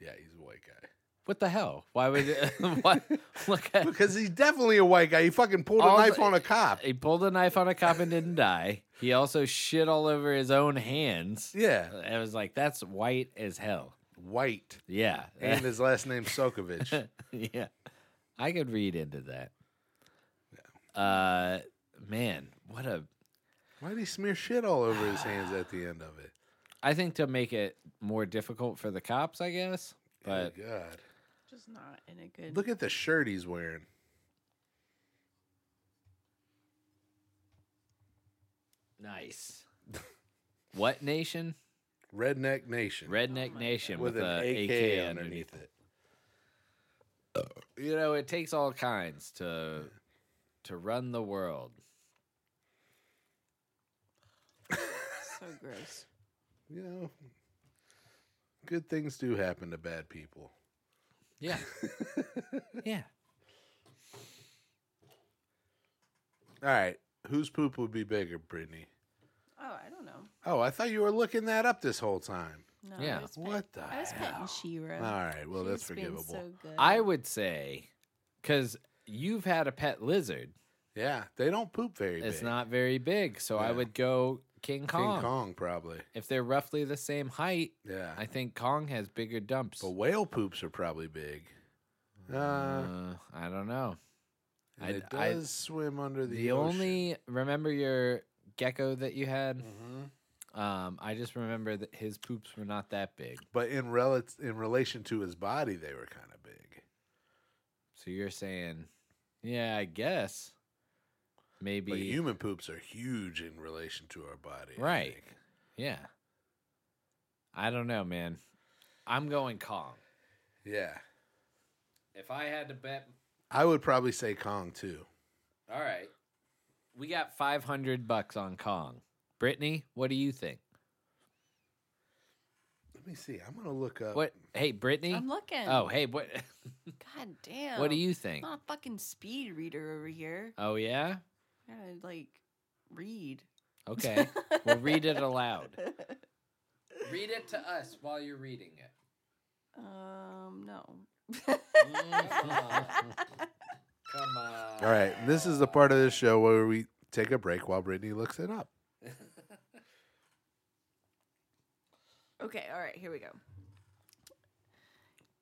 Yeah, he's a white guy. What the hell? Why would what? Look at Because he's definitely a white guy. He fucking pulled All a knife the- on a cop. he pulled a knife on a cop and didn't die. He also shit all over his own hands. Yeah, I was like, that's white as hell. white. Yeah, And his last name Sokovich. yeah, I could read into that. Uh, man, what a! Why did he smear shit all over his hands at the end of it? I think to make it more difficult for the cops, I guess. But Good God, Just not in a good. look at the shirt he's wearing. nice. what nation? Redneck Nation Redneck Nation Oh with, an a AK, underneath, it. it. You know, it takes all kinds to to run the world. so gross. You know, good things do happen to bad people. Yeah, yeah. All right, whose poop would be bigger, Brittany? Oh, I don't know. Oh, I thought you were looking that up this whole time. No, Yeah. I was pet- What the I was petting hell? Shira. All right, well that's She's been forgivable. so good. I would say because you've had a pet lizard, yeah, they don't poop very big. it's not very big, so I Yeah. would go King King Kong. Kong probably. If they're roughly the same height, Yeah, I think Kong has bigger dumps. But whale poops are probably big. Uh, Uh, I don't know. and I- it I- does swim under the, The ocean. only remember your gecko that you had. Mhm. Um, I just remember that his poops were not that big. But in rel- in relation to his body, they were kind of big. So you're saying, yeah, I guess maybe But human poops are huge in relation to our body. I Right. think. Yeah. I don't know, man. I'm going Kong. Yeah. If I had to bet, I would probably say Kong too. all right, we got 500 bucks on Kong. Brittany, what do you think? Let me see. I'm gonna look up. What? Hey, Brittany. I'm looking. Oh, hey, what? God damn. What do you think? I'm not a fucking speed reader over here. oh yeah. I gotta like read. Okay. we'll read it aloud. Read it to us while you're reading it. Um, no. Mm-hmm. Come on. All right, this is the part of the show where we take a break while Brittany looks it up. Okay, all right, here we go.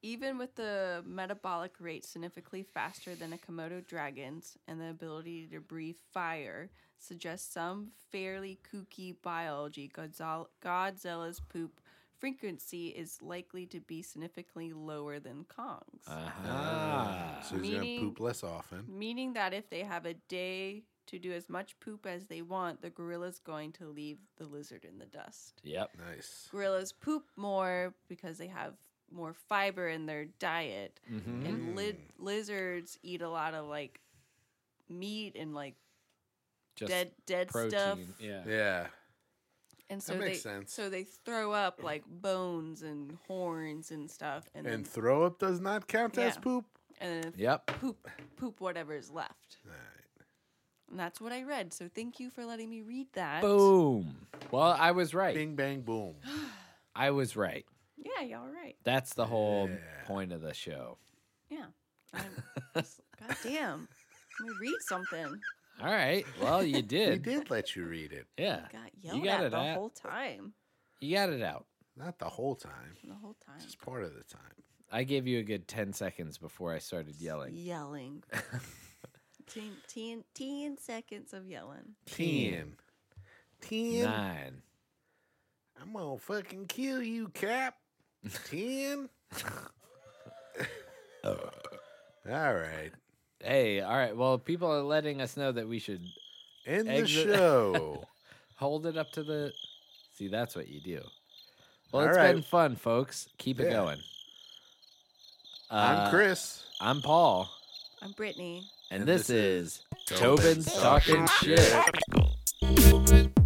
Even with the metabolic rate significantly faster than a Komodo dragon's and the ability to breathe fire, suggests some fairly kooky biology. Godzilla, Godzilla's poop frequency is likely to be significantly lower than Kong's. Uh, Uh-huh. Ah. so he's Meaning- gonna poop less often. Meaning that if they have a day to do as much poop as they want, the gorilla's going to leave the lizard in the dust. Yep. Nice. Gorillas poop more because they have more fiber in their diet, Mhm. and li- lizards eat a lot of like meat and like Just dead dead protein. stuff. Yeah. Yeah. And That so makes they sense. so they throw up like bones and horns and stuff, and then, And throw up does not count as Yeah. poop. and then Yep. poop poop whatever is left. And that's what I read. So thank you for letting me read that. Boom. Well, I was right. Bing bang boom. I was right. Yeah, y'all right. That's the whole point of the show. Yeah. I'm- God damn. Let me read something. All right. Well, you We did. did let you read it, Yeah. Got yelled got at it the out. whole time. You got it out. not the whole time, The whole time. just part of the time. I gave you a good 10 seconds before I started yelling. Yelling. ten, ten, ten seconds of yelling. Ten. Ten. Nine. I'm gonna fucking kill you, Cap. Ten. Uh. All right. Hey, all right. Well, people are letting us know that we should End Exit. the show. hold it up to the. See, that's what you do. Well, All it's right. been fun, folks. Keep it Yeah. going. I'm Uh, Chris. I'm Paul. I'm Brittany. And, And this, this is Tobin's Talking Shit. Tobin